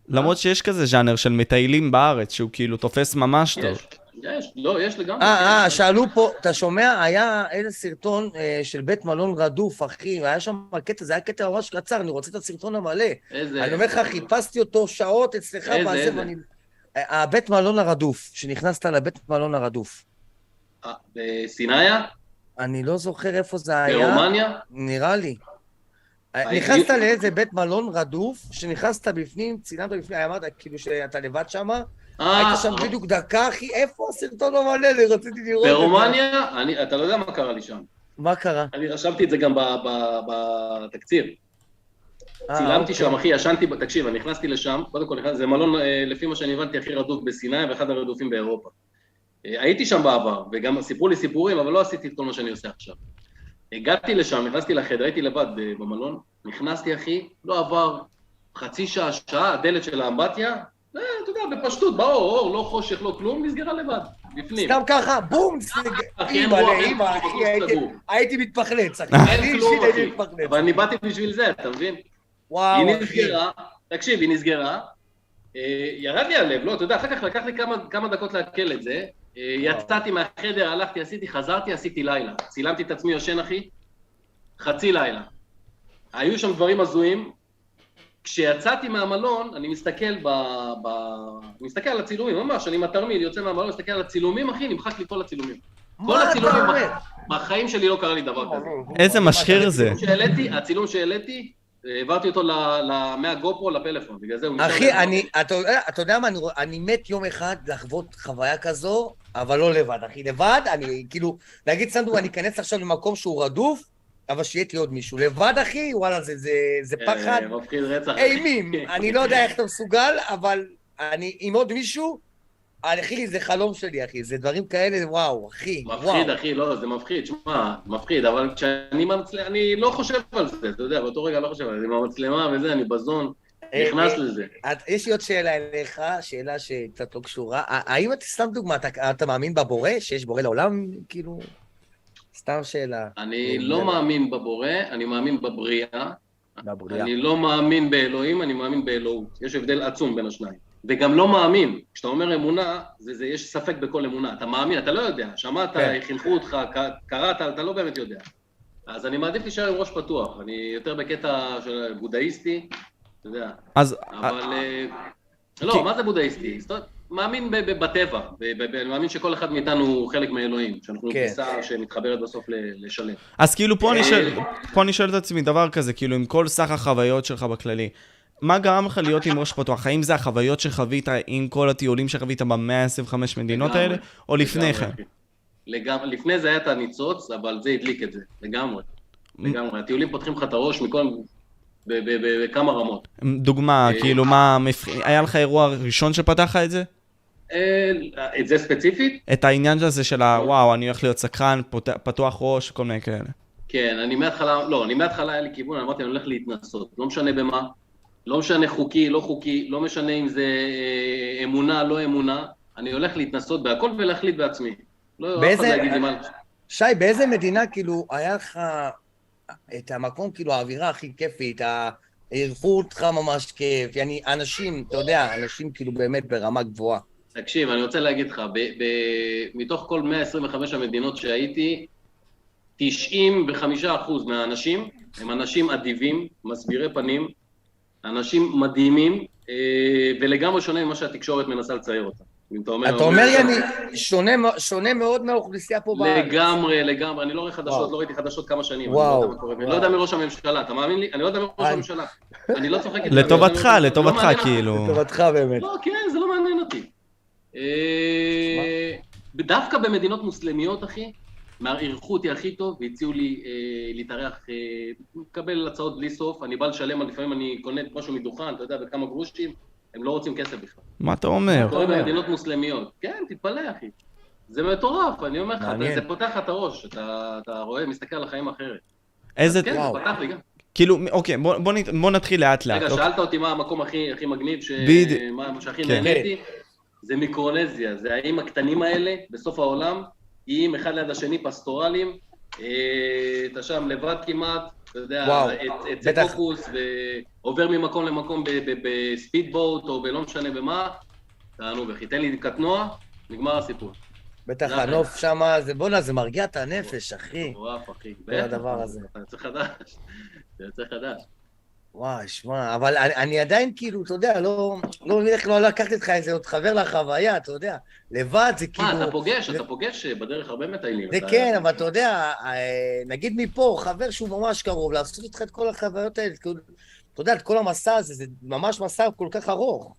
Speaker 1: למרות שיש כזה ז'אנר של מטיילים בארץ, שהוא כאילו תופס ממש טוב.
Speaker 3: יש, יש, לא, יש לגמרי.
Speaker 2: אה, אה, שאלו פה, אתה שומע? היה איזה סרטון אה, של בית מלון רדוף, אחי, היה שם קטע, זה היה קטע ממש קצר, אני רוצה את הסרטון המלא.
Speaker 3: איזה...
Speaker 2: אני אומר לך, חיפשתי אותו שעות אצלך,
Speaker 3: איזה,
Speaker 2: ואז
Speaker 3: איזה?
Speaker 2: אני... אה, הבית מלון הרדוף, שנכנסת לבית מלון הרדוף.
Speaker 3: אה, בסיניה?
Speaker 2: אני לא זוכר איפה זה היה.
Speaker 3: ברומניה?
Speaker 2: נראה לי. אה,
Speaker 3: היי,
Speaker 2: נכנסת
Speaker 3: אני-
Speaker 2: לאיזה בית מלון רדוף, שנכנסת בפנים, צילמת בפנים, אמרת כאילו שאתה לבד שם,
Speaker 3: אה,
Speaker 2: היית שם בדיוק דקה, אחי, איפה הסרטון המלא? אני רציתי לראות את זה.
Speaker 3: ברומניה? אני- אתה לא יודע מה קרה לי שם.
Speaker 2: מה קרה?
Speaker 3: אני רשמתי את זה גם ב- ב- בתקציר.
Speaker 2: אה,
Speaker 3: צילמתי
Speaker 2: אוקיי.
Speaker 3: שם, אחי, ישנתי, ב- תקשיב, אני נכנסתי לשם, קודם כל, נכנס- זה מלון, אה, לפי מה שאני הבנתי, הכי רדוף בסיני ואחד הרדופים באירופה. אה, הייתי שם בעבר, וגם סיפרו לי סיפורים, אבל לא עשיתי את כל מה שאני עושה עכשיו. הגעתי לשם, נכנסתי לחדר, הייתי לבד אה, במלון, נכנסתי, אחי, לא עבר חצי שעה, שעה, הדלת של האמבטיה, אה, אתה יודע, בפשטות, באור, אור, לא חושך, לא כלום, נסגרה לבד, בפנים.
Speaker 2: סתם ככה, בום!
Speaker 3: אחי, לא אין
Speaker 2: אימא
Speaker 3: רוח, אין
Speaker 2: לאימא,
Speaker 3: כלום,
Speaker 2: אחי, הייתי-
Speaker 3: סגור.
Speaker 2: הייתי מתפחלץ, אחי.
Speaker 1: אה.
Speaker 2: אני לא
Speaker 3: אין כלום,
Speaker 2: אישית הייתי
Speaker 3: אחי. אבל
Speaker 2: מתפחלץ.
Speaker 3: אני באתי בשביל זה, אתה מבין?
Speaker 2: וואו,
Speaker 3: היא
Speaker 2: אחי.
Speaker 3: נסגרה, תקשיב, היא נסגרה, אה, ירד לי הלב, לא, אתה יודע, אחר כך לקח לי כמה- כמה דקות לעכל את זה, אה,
Speaker 2: וואו.
Speaker 3: יצאתי מהחדר, הלכתי, עשיתי, חזרתי, עשיתי לילה. צילמתי את עצמי יושן, אחי, חצי לילה. היו שם דברים הזויים. כשיצאתי מהמלון, אני מסתכל ב... ב... אני מסתכל על הצילומים, ממש, אני עם התרמיל, יוצא מהמלון, מסתכל על הצילומים, אחי, נמחק לי כל הצילומים. כל
Speaker 2: מה אתה
Speaker 3: הצילומים,
Speaker 2: אומר?
Speaker 3: בחיים שלי לא קרה לי דבר כזה.
Speaker 1: איזה
Speaker 2: לא,
Speaker 1: משחיר זה.
Speaker 3: הצילום שהעליתי, הצילום שהעליתי, העברתי אותו ל- ל- מהגופרו לפלאפון, בגלל זה הוא נשאר.
Speaker 2: אחי,
Speaker 3: לבד.
Speaker 2: אני, אתה יודע- אתה יודע מה, אני רוא- אני מת יום אחד לחוות חוויה כזו, אבל לא לבד, אחי. לבד, אני כאילו, נגיד, סנדו, אני אכנס עכשיו למקום שהוא רדוף, אבל שיהיה לי עוד מישהו. לבד, אחי, וואלה, זה- זה זה
Speaker 3: אה,
Speaker 2: פחד
Speaker 3: מפחיד רצח.
Speaker 2: אימים.
Speaker 3: כן.
Speaker 2: אני לא יודע איך אתה מסוגל, אבל אני עם עוד מישהו, אחי, זה חלום שלי, אחי. זה דברים כאלה, וואו, אחי, וואו.
Speaker 3: מפחיד, אחי, לא, זה מפחיד, שמע, מפחיד, אבל כשאני מצלם, אני לא חושב על זה, אתה יודע, באותו רגע לא חושב על זה, עם המצלמה וזה, אני בזון,
Speaker 2: אה,
Speaker 3: נכנס
Speaker 2: אה,
Speaker 3: לזה.
Speaker 2: את- יש לי עוד שאלה אליך, שאלה שקצת לא קשורה. ה- האם אתה, סתם דוגמא, אתה, אתה מאמין בבורא, שיש בורא לעולם, כאילו? סתם שאלה.
Speaker 3: אני
Speaker 2: אה,
Speaker 3: לא
Speaker 2: אה,
Speaker 3: מאמין בבורא, אני מאמין בבריאה,
Speaker 2: בבריאה.
Speaker 3: אני לא מאמין באלוהים, אני מאמין באלוהות. יש הבדל עצום בין השניים. וגם לא מאמין. כשאתה אומר אמונה, זה, זה, יש ספק בכל אמונה. אתה מאמין, אתה לא יודע. שמעת,
Speaker 2: כן.
Speaker 3: חינכו אותך, ק- קראת, אתה לא באמת יודע. אז אני מעדיף להישאר עם ראש פתוח. אני יותר בקטע של בודהיסטי, אתה יודע.
Speaker 1: אז
Speaker 3: אבל... אה,
Speaker 1: כי-
Speaker 3: לא, מה זה בודהיסטי? זאת אומרת, מאמין ב- ב- בטבע. ב- ב- ב- אני מאמין שכל אחד מאיתנו הוא חלק מאלוהים. שאנחנו
Speaker 2: כן.
Speaker 3: תפיסה שמתחברת בסוף ל- לשלם.
Speaker 1: אז כאילו פה אני,
Speaker 3: אה,
Speaker 1: שואל, פה אני שואל את עצמי דבר כזה, כאילו עם כל סך החוויות שלך בכללי, מה גרם לך להיות עם ראש פתוח? האם זה החוויות שחווית עם כל הטיולים שחווית ב-125 מדינות
Speaker 3: לגמרי,
Speaker 1: האלה, או לפני
Speaker 3: לגמרי,
Speaker 1: כן?
Speaker 3: אחי. לגמרי, לפני זה היה את הניצוץ, אבל זה הדליק את זה, לגמרי. לגמרי. הטיולים פותחים לך את הראש מכל... ב- ב- ב- בכמה רמות.
Speaker 1: דוגמה,
Speaker 3: אה,
Speaker 1: כאילו מה, מפח- היה לך אירוע ראשון שפתח לך את זה?
Speaker 3: אה, את זה ספציפית?
Speaker 1: את העניין הזה של ה- וואו, אני הולך להיות סקרן, פות- פתוח ראש, כל מיני כאלה.
Speaker 3: כן, אני מההתחלה, לא, אני מההתחלה היה לי כיוון, אמרתי, אני הולך להתנסות, לא משנה במה, לא משנה חוקי, לא חוקי, לא משנה אם זה אה, אמונה, לא אמונה, אני הולך להתנסות בהכל ולהחליט בעצמי. לא, אף אחד
Speaker 2: באיזה-
Speaker 3: לא יגיד לי מה...
Speaker 2: שי, באיזה מדינה, כאילו, היה לך את המקום, כאילו, האווירה הכי כיפית, ה- אירחו אותך ממש כיף, יעני, אנשים, אתה יודע, אנשים כאילו באמת ברמה גבוהה.
Speaker 3: תקשיב, אני רוצה להגיד לך, ב- ב- מתוך כל 125 המדינות שהייתי, 95% מהאנשים הם אנשים אדיבים, מסבירי פנים, אנשים מדהימים, אה, ולגמרי שונה ממה שהתקשורת מנסה לצייר אותם. אם אתה אומר... לא
Speaker 2: אתה אומר, יעני, שונה מ- שונה מאוד מהאוכלוסייה פה בארץ.
Speaker 3: לגמרי, לגמרי, אני לא רואה חדשות,
Speaker 2: וואו.
Speaker 3: לא ראיתי חדשות כמה שנים, אני
Speaker 2: וואו,
Speaker 3: לא יודע מה קורה, ואני לא
Speaker 2: וואו.
Speaker 3: יודע מראש הממשלה, אתה מאמין לי? אני לא יודע מראש
Speaker 2: אני-
Speaker 3: הממשלה, אני לא צוחק איתך. אני לא יודע מראש
Speaker 1: לטובתך,
Speaker 3: הממשלה. לא
Speaker 1: לטובתך,
Speaker 3: מעניין אף
Speaker 1: כאילו.
Speaker 2: לטובתך באמת.
Speaker 3: לא, כן, זה לא מעניין אותי. אה, דווקא במדינות מוסלמיות, אחי, מה- אירחו אותי הכי טוב והציעו לי אה, להתארח, אה, מקבל הצעות בלי סוף, אני בא לשלם, לפעמים אני קונה משהו מדוכן, אתה יודע, בכמה גרושים, הם לא רוצים כסף בכלל.
Speaker 1: מה אתה אומר?
Speaker 2: נכון.
Speaker 3: קוראים למדינות מוסלמיות. כן, תתפלא, אחי. זה מטורף, אני אומר לך, אתה-
Speaker 2: מעניין.
Speaker 3: זה פותח לך את הראש, אתה אתה רואה, מסתכל על החיים אחרת.
Speaker 1: איזה...
Speaker 3: כן,
Speaker 2: וואו.
Speaker 3: זה פתח לי גם.
Speaker 1: כאילו, אוקיי, בוא- בוא נת- בוא נתחיל לאט לאט.
Speaker 3: רגע,
Speaker 1: אוקיי.
Speaker 3: שאלת אותי מה המקום הכי הכי מגניב, ש-
Speaker 1: בדיוק.
Speaker 3: מה מה שהכי
Speaker 1: כן.
Speaker 3: נהניתי, זה מיקרונזיה, זה האיים הקטנים האלה, בסוף העולם, איים אחד ליד השני, פסטורליים, אה, אתה שם לבד כמעט, אתה יודע,
Speaker 2: וואו,
Speaker 3: עץ- עצי
Speaker 2: בטח.
Speaker 3: קוקוס, ועובר ממקום למקום בספיד בוט או בלא משנה במה, תענוג, אחי, תן לי קטנוע, נגמר הסיפור.
Speaker 2: בטח
Speaker 3: למה?
Speaker 2: הנוף שמה, זה בואנה, זה מרגיע את הנפש, אחי.
Speaker 3: מטורף, אחי.
Speaker 2: כן. כל הדבר הזה.
Speaker 3: אתה יוצא חדש, אתה יוצא חדש.
Speaker 2: וואי, שמע, אבל אני, אני עדיין כאילו, אתה יודע, לא, לא נלך, לא לקחתי אותך איזה עוד חבר לחוויה, אתה יודע. לבד זה כאילו...
Speaker 3: מה, אה, אתה פוגש, אה. אתה פוגש אה, בדרך הרבה מטיילים.
Speaker 2: זה
Speaker 3: אתה-
Speaker 2: כן, אבל אתה יודע, אה, נגיד מפה, חבר שהוא ממש קרוב, לעשות איתך את כל החוויות האלה, כאילו, אתה יודע, את כל המסע הזה, זה ממש מסע כל כך ארוך.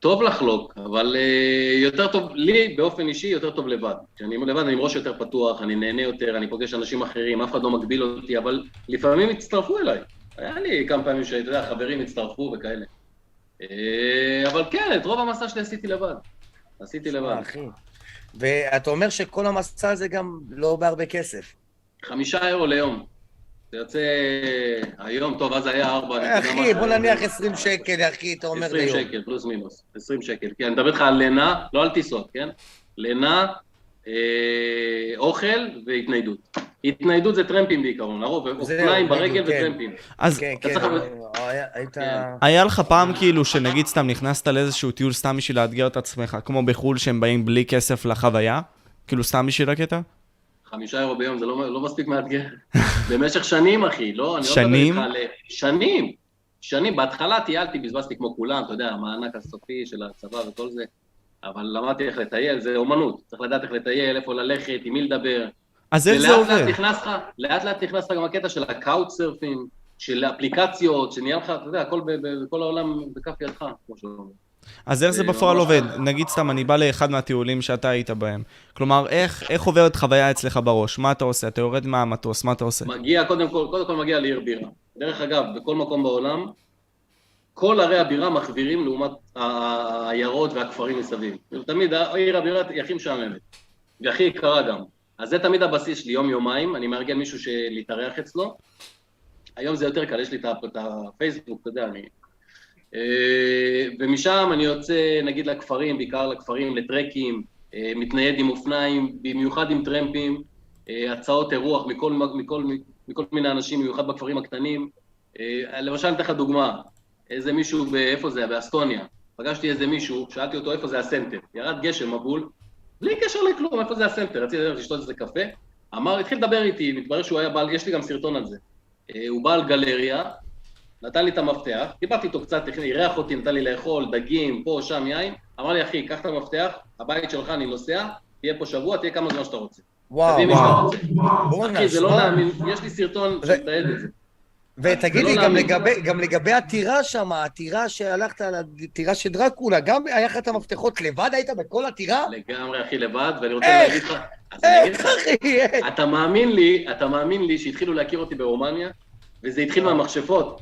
Speaker 3: טוב לחלוק, אבל אה, יותר טוב, לי באופן אישי יותר טוב לבד. כשאני לבד אני עם ראש יותר פתוח, אני נהנה יותר, אני פוגש אנשים אחרים, אף אחד לא מגביל אותי, אבל לפעמים הצטרפו אליי. היה לי כמה פעמים שאתה יודע, חברים הצטרפו וכאלה. אה, אבל כן, את רוב המסע שלי עשיתי לבד. עשיתי לבד.
Speaker 2: אה, אחי. ואתה אומר שכל המסע הזה גם לא בהרבה כסף.
Speaker 3: חמישה אירו ליום. זה יוצא היום, טוב, אז היה ארבע. אני יודע
Speaker 2: אחי,
Speaker 3: מה,
Speaker 2: בוא
Speaker 3: אה,
Speaker 2: נניח 20 שקל, אחי, אתה אומר
Speaker 3: 20
Speaker 2: ליום.
Speaker 3: שקל, פלוס מינוס, 20 שקל. כן, אני מדבר איתך על לינה, לא על טיסות, כן? לינה, אה, אוכל והתניידות. התניידות זה טרמפים בעיקרון, הרוב,
Speaker 2: זהו,
Speaker 3: אופניים ברגל
Speaker 2: בדיוק, כן.
Speaker 3: וטרמפים.
Speaker 1: אז
Speaker 2: כן,
Speaker 3: אתה
Speaker 2: כן,
Speaker 3: צריך-
Speaker 2: אה, היה- היית...
Speaker 3: כן.
Speaker 1: היה לך פעם כאילו שנגיד סתם נכנסת לאיזשהו טיול סתם בשביל לאתגר את עצמך, כמו בחו"ל שהם באים בלי כסף לחוויה? כאילו סתם בשביל הקטע?
Speaker 3: חמישה אירו ביום, זה לא, לא מספיק מאתגר. במשך שנים, אחי, לא, אני
Speaker 1: שנים?
Speaker 3: לא מדבר איתך על... שנים, שנים. בהתחלה טיילתי, בזבזתי כמו כולם, אתה יודע, המענק הסופי של הצבא וכל זה, אבל למדתי איך לטייל, זה אומנות. צריך לדעת איך לטייל, איפה ללכת, עם מי לדבר.
Speaker 1: אז איך זה
Speaker 3: ולאט
Speaker 1: עובד?
Speaker 3: לאט נכנס לך, לאט לאט נכנס לך גם הקטע של הקאוט סרפים, של אפליקציות, שנהיה לך, אתה יודע, הכל ב- ב- בכל העולם בכף ידך, כמו שאומרים.
Speaker 1: אז איך זה
Speaker 3: אה,
Speaker 1: בפועל
Speaker 3: ממש
Speaker 1: עובד?
Speaker 3: ככה.
Speaker 1: נגיד סתם, אני בא לאחד מהטיולים שאתה היית בהם. כלומר, איך איך עוברת חוויה אצלך בראש? מה אתה עושה? אתה יורד מהמטוס, מה אתה עושה?
Speaker 3: מגיע, קודם כל, קודם כל מגיע לעיר בירה. דרך אגב, בכל מקום בעולם, כל ערי הבירה מחווירים לעומת ה- ה- העיירות והכפרים מסביב. כאילו, תמיד העיר הבירה היא הכי משעממת, והכי יקרה גם. אז זה תמיד הבסיס שלי, יום-יומיים, אני מארגן מישהו להתארח אצלו. היום זה יותר קל, יש לי את ה- את הפייסבוק, אתה יודע, אני... אה, ומשם אני יוצא, נגיד, לכפרים, בעיקר לכפרים, לטרקים, אה, מתנייד עם אופניים, במיוחד עם טרמפים, אה, הצעות אירוח מכל, מכל, מכל מיני אנשים, במיוחד בכפרים הקטנים. אה, למשל, אני אתן לך דוגמה, איזה מישהו, ב- איפה זה, באסטוניה. פגשתי איזה מישהו, שאלתי אותו איפה זה הסנטר. ירד גשם מבול, בלי קשר לכלום, איפה זה הסנטר? רציתי ללכת לשתות איזה קפה. אמר, התחיל לדבר איתי, מתברר שהוא היה בעל, יש לי גם סרטון על זה. אה, הוא בעל גלריה, נתן לי את המפתח, דיברתי איתו קצת, אירח אותי, נתן לי לאכול, דגים, פה, שם, יין. אמר לי, אחי, קח את המפתח, הבית שלך, אני נוסע, תהיה פה שבוע, תהיה כמה זמן שאתה רוצה.
Speaker 2: וואו,
Speaker 3: תביא מי שאתה רוצה.
Speaker 2: בואנה,
Speaker 3: אחי, זה לא
Speaker 2: שמע.
Speaker 3: להאמין, יש לי סרטון
Speaker 2: זה-
Speaker 3: שמתעד את זה.
Speaker 2: ותגיד
Speaker 3: זה
Speaker 2: לי,
Speaker 3: לא
Speaker 2: גם
Speaker 3: להאמין.
Speaker 2: לגבי, גם לגבי עתירה שם, העתירה שהלכת על העתירה של דרקולה, גם היה לך את המפתחות לבד? היית בכל עתירה?
Speaker 3: לגמרי, אחי, לבד, ואני רוצה
Speaker 2: איך?
Speaker 3: להגיד לך... אז אני אגיד
Speaker 2: איך,
Speaker 3: לך,
Speaker 2: אה, אחי? איך?
Speaker 3: אתה מאמין לי, אתה מאמין לי שהתחילו להכיר אותי ברומניה, וזה התחיל
Speaker 2: אה.
Speaker 3: מהמכשפות.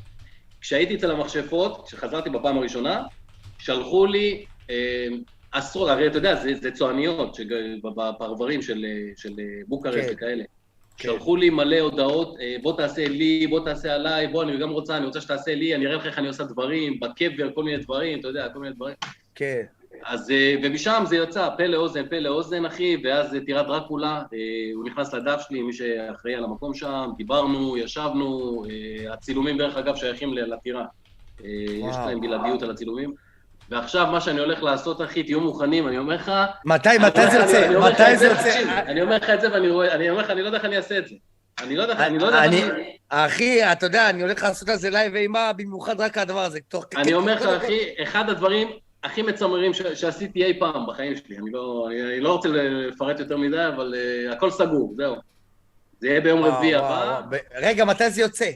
Speaker 3: כשהייתי אצל המכשפות, כשחזרתי בפעם הראשונה, שלחו לי אה, עשרות, הרי אתה יודע, זה, זה צועניות שג- בפרברים של, אה, של אה, בוקרשט
Speaker 2: כן.
Speaker 3: וכאלה.
Speaker 2: כן.
Speaker 3: שלחו לי מלא הודעות, אה, בוא תעשה לי, בוא תעשה עליי, בוא, אני גם רוצה, אני רוצה שתעשה לי, אני אראה לך איך אני עושה דברים, בקבר, כל מיני דברים, אתה יודע, כל מיני דברים.
Speaker 2: כן.
Speaker 3: אז, אה, ומשם זה יצא, פה לאוזן, פה לאוזן, אחי, ואז אה, טירת דרקולה, אה, הוא נכנס לדף שלי, מי שאחראי על המקום שם, דיברנו, ישבנו, אה, הצילומים דרך אגב שייכים ל- לטירה. אה, יש
Speaker 2: וואו.
Speaker 3: להם בלעדיות על הצילומים. ועכשיו מה שאני הולך לעשות, אחי, תהיו מוכנים, אני אומר לך...
Speaker 2: מתי,
Speaker 3: אני-
Speaker 2: מתי זה יוצא?
Speaker 3: אני אומר לך את
Speaker 2: מתי זה
Speaker 3: תקשיב,
Speaker 2: יוצא?
Speaker 3: אני אומר לך את זה ואני רואה, אני אומר לך, אני לא יודע איך אני אעשה את זה. אני לא יודע איך, אני לא יודע איך
Speaker 2: אני-
Speaker 3: אני...
Speaker 2: אחי, אתה יודע, אני הולך לעשות על זה לייב אימה, במיוחד רק הדבר הזה. תוך-
Speaker 3: אני אומר לך,
Speaker 2: קודם כל-
Speaker 3: אחי, אחד הדברים הכי מצמררים ש- שעשיתי אי פעם בחיים שלי. אני לא, אני- אני לא רוצה לפרט יותר מדי, אבל uh, הכל סגור, זהו. זה יהיה ביום
Speaker 2: וואו,
Speaker 3: רביעי
Speaker 2: וואו,
Speaker 3: הבא.
Speaker 2: וואו. ב- רגע, מתי זה יוצא?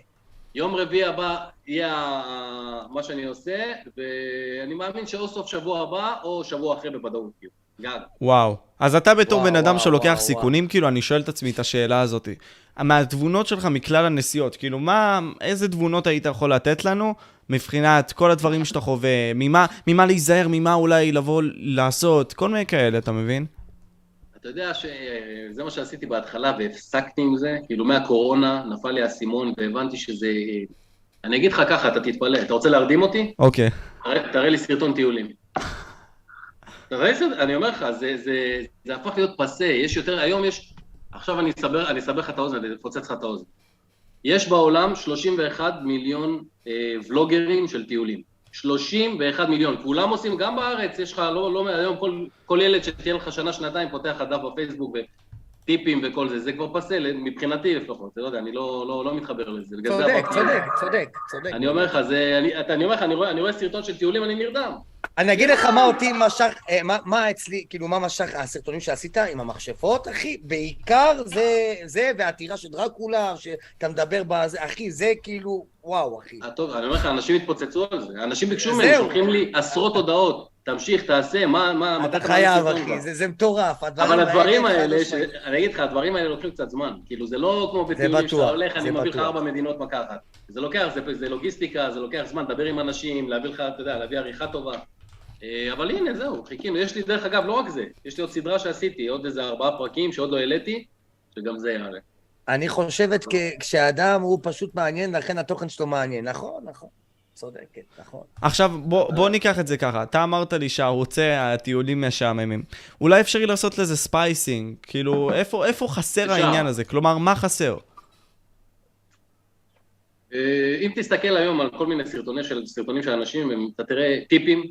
Speaker 3: יום רביעי הבא יהיה ה- מה שאני עושה, ואני מאמין שאו סוף שבוע הבא, או שבוע אחרי בוודאות. כאילו. גג.
Speaker 1: וואו. אז אתה בתור
Speaker 2: וואו,
Speaker 1: בן אדם
Speaker 2: וואו,
Speaker 1: שלוקח
Speaker 2: וואו,
Speaker 1: סיכונים, כאילו, אני שואל את עצמי את השאלה הזאת. מהתבונות שלך מכלל הנסיעות. כאילו, מה, איזה תבונות היית יכול לתת לנו מבחינת כל הדברים שאתה חווה, ממה, ממה להיזהר, ממה אולי לבוא לעשות, כל מיני כאלה, אתה מבין?
Speaker 3: אתה יודע שזה מה שעשיתי בהתחלה והפסקתי עם זה, כאילו מהקורונה נפל לי האסימון והבנתי שזה... אה, אני אגיד לך ככה, אתה תתפלא, אתה רוצה להרדים אותי?
Speaker 1: אוקיי.
Speaker 3: תראה, תראה לי סרטון טיולים. תראה לי סרטון, אני אומר לך, זה, זה, זה הפך להיות פסה, יש יותר, היום יש... עכשיו אני אסבר, אני אסבר לך את האוזן, אני אפוצץ לך את האוזן. יש בעולם 31 מיליון אה, ולוגרים של טיולים. 31 מיליון. כולם עושים, גם בארץ, יש לך, לא, לא, היום כל, כל ילד שתהיה לך שנה, שנתיים, פותח לך דף בפייסבוק וטיפים וכל זה, זה כבר פסל, מבחינתי לפחות, אתה לא יודע, אני לא, לא, לא מתחבר לזה. בגלל זה
Speaker 2: צודק,
Speaker 3: הפך-
Speaker 2: צודק, צודק, צודק.
Speaker 3: אני אומר לך, זה, אני, אתה, אני אומר לך, אני רואה, אני רואה סרטון של טיולים, אני נרדם.
Speaker 2: אני אגיד לך מה אותי משך, אה, מה- מה אצלי, כאילו, מה משך הסרטונים שעשית עם המכשפות, אחי? בעיקר זה, זה והעתירה של דרקולה, שאתה מדבר בזה, אחי, זה כאילו, וואו, אחי.
Speaker 3: הטוב, אה, אני אומר לך, אנשים התפוצצו על זה. אנשים ביקשו ממני,
Speaker 2: זהו.
Speaker 3: שולחים לי עשרות הודעות. תמשיך, תעשה, מה, מה, מתי
Speaker 2: אתה
Speaker 3: מעלה
Speaker 2: חייב,
Speaker 3: סרטון כבר?
Speaker 2: אחי, זה- זה מטורף.
Speaker 3: אבל הדברים
Speaker 2: חד
Speaker 3: האלה, ש-
Speaker 2: משמעית.
Speaker 3: אני אגיד לך, הדברים האלה לוקחים קצת זמן. כאילו, זה לא כמו בטיולים
Speaker 2: בטוח,
Speaker 3: שאתה הולך, אני
Speaker 2: זה
Speaker 3: מביא לך
Speaker 2: בטוח.
Speaker 3: ארבע מדינות מכה אחת. זה לוקח, זה- זה לוגיסטיקה, זה לוקח זמן, לדבר עם אנשים, להביא לך, אתה יודע, להביא עריכה טובה. אה, אבל הנה, זהו, חיכינו. יש לי, דרך אגב, לא רק זה, יש לי עוד סדרה שעשיתי, עוד איזה ארבעה פרקים שעוד לא העליתי, שגם זה יעלה.
Speaker 2: אני חושבת כ- כשהאדם הוא פשוט מעניין, לכן התוכן שלו מעניין. נכון, נכון. צודקת, נכון.
Speaker 1: עכשיו, בוא, בוא ניקח את זה ככה. אתה אמרת לי שהערוצי הטיולים משעממים. אולי אפשרי לעשות לזה ספייסינג. כאילו, איפה, איפה חסר
Speaker 3: אפשר.
Speaker 1: העניין הזה? כלומר, מה חסר?
Speaker 3: אה, אם תסתכל היום על כל מיני סרטונים של, סרטונים של אנשים, הם- אתה תראה טיפים,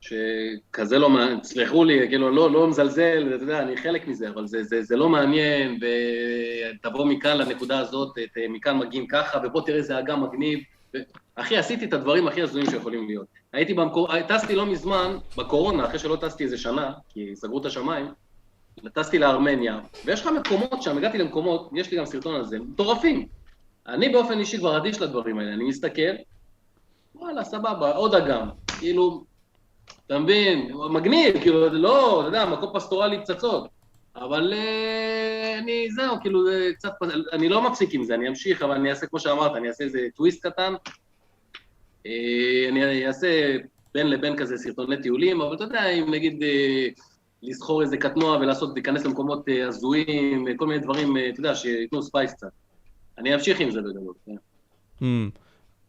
Speaker 3: שכזה לא מעניין, תסלחו לי, כאילו, לא, לא מזלזל, אתה יודע, אני חלק מזה, אבל זה, זה, זה לא מעניין, ותבוא מכאן לנקודה הזאת, ת- מכאן מגיעים ככה, ובוא תראה איזה אגם מגניב. ו- אחי, עשיתי את הדברים הכי הזויים שיכולים להיות. הייתי במקור... טסתי לא מזמן, בקורונה, אחרי שלא טסתי איזה שנה, כי סגרו את השמיים, טסתי לארמניה, ויש לך מקומות שם, הגעתי למקומות, יש לי גם סרטון על זה, מטורפים. אני באופן אישי כבר אדיש לדברים האלה, אני מסתכל, וואלה, סבבה, עוד אגם. כאילו, אתה מבין? מגניב, כאילו, זה לא, אתה יודע, מקום פסטורלי פצצות. אבל אה, אני, זהו, כאילו, זה קצת, פס- אני לא מפסיק עם זה, אני אמשיך, אבל אני אעשה, כמו שאמרת, אני אעשה איזה טוויסט קטן. אה, אני אעשה בין לבין כזה סרטוני טיולים, אבל אתה יודע, אם נגיד אה, לסחור איזה קטנוע ולעשות, להיכנס למקומות אה, הזויים, אה, כל מיני דברים, אה, אתה יודע, שייתנו ספייס קצת. אני אמשיך עם זה בגדול, כן.
Speaker 1: Hmm.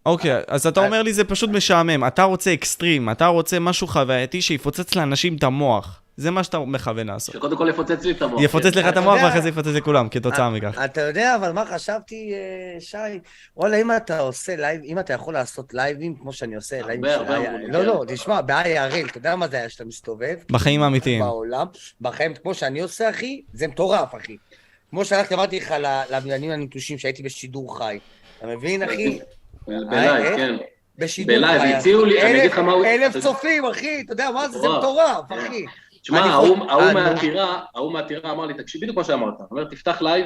Speaker 1: אוקיי, אז אתה אומר לי זה פשוט משעמם. אתה רוצה אקסטרים, אתה רוצה משהו חווייתי שיפוצץ לאנשים את המוח. זה מה שאתה מכוון לעשות.
Speaker 3: שקודם כל יפוצץ לי את המוח.
Speaker 1: יפוצץ
Speaker 3: כן. אה,
Speaker 1: לך את
Speaker 2: אתה
Speaker 1: המוח
Speaker 2: יודע-
Speaker 1: ואחרי זה יפוצץ לכולם, כתוצאה מכך.
Speaker 2: אתה יודע, אבל מה חשבתי, אה, שי? וואלה, אם אתה עושה לייב, אם אתה יכול לעשות לייבים כמו שאני עושה,
Speaker 3: הרבה,
Speaker 2: לייבים של
Speaker 3: הרבה
Speaker 2: ה-
Speaker 3: אמרו לי,
Speaker 2: לא,
Speaker 3: כן.
Speaker 2: לא, תשמע, ב-IRL, אתה יודע מה זה היה שאתה מסתובב?
Speaker 3: אה,
Speaker 1: בחיים האמיתיים.
Speaker 2: בעולם, בחיים, כמו שאני עושה, אחי, זה מטורף, אחי. כמו שהלכתי, אמרתי לך, ל- לבניינים הנטושים שהייתי בשידור חי. אתה מבין, אחי?
Speaker 3: בלייב,
Speaker 2: אה,
Speaker 3: כן.
Speaker 2: בשידור
Speaker 3: בלייב,
Speaker 2: חי.
Speaker 3: הציעו לי, אני
Speaker 2: אלף-
Speaker 3: אגיד לך מה הוא-
Speaker 2: אלף
Speaker 3: אתה-
Speaker 2: צופים, אחי, אתה יודע מה זה? זה
Speaker 3: מטורף.
Speaker 2: מטורף, אחי.
Speaker 3: תשמע,
Speaker 2: אני
Speaker 3: ההוא
Speaker 2: חושב-
Speaker 3: ההוא
Speaker 2: אה, נו.
Speaker 3: מהעתירה, ההוא מהעתירה אמר לי, תקשיב, בדיוק מה שאמרת. הוא אומר, תפתח לייב,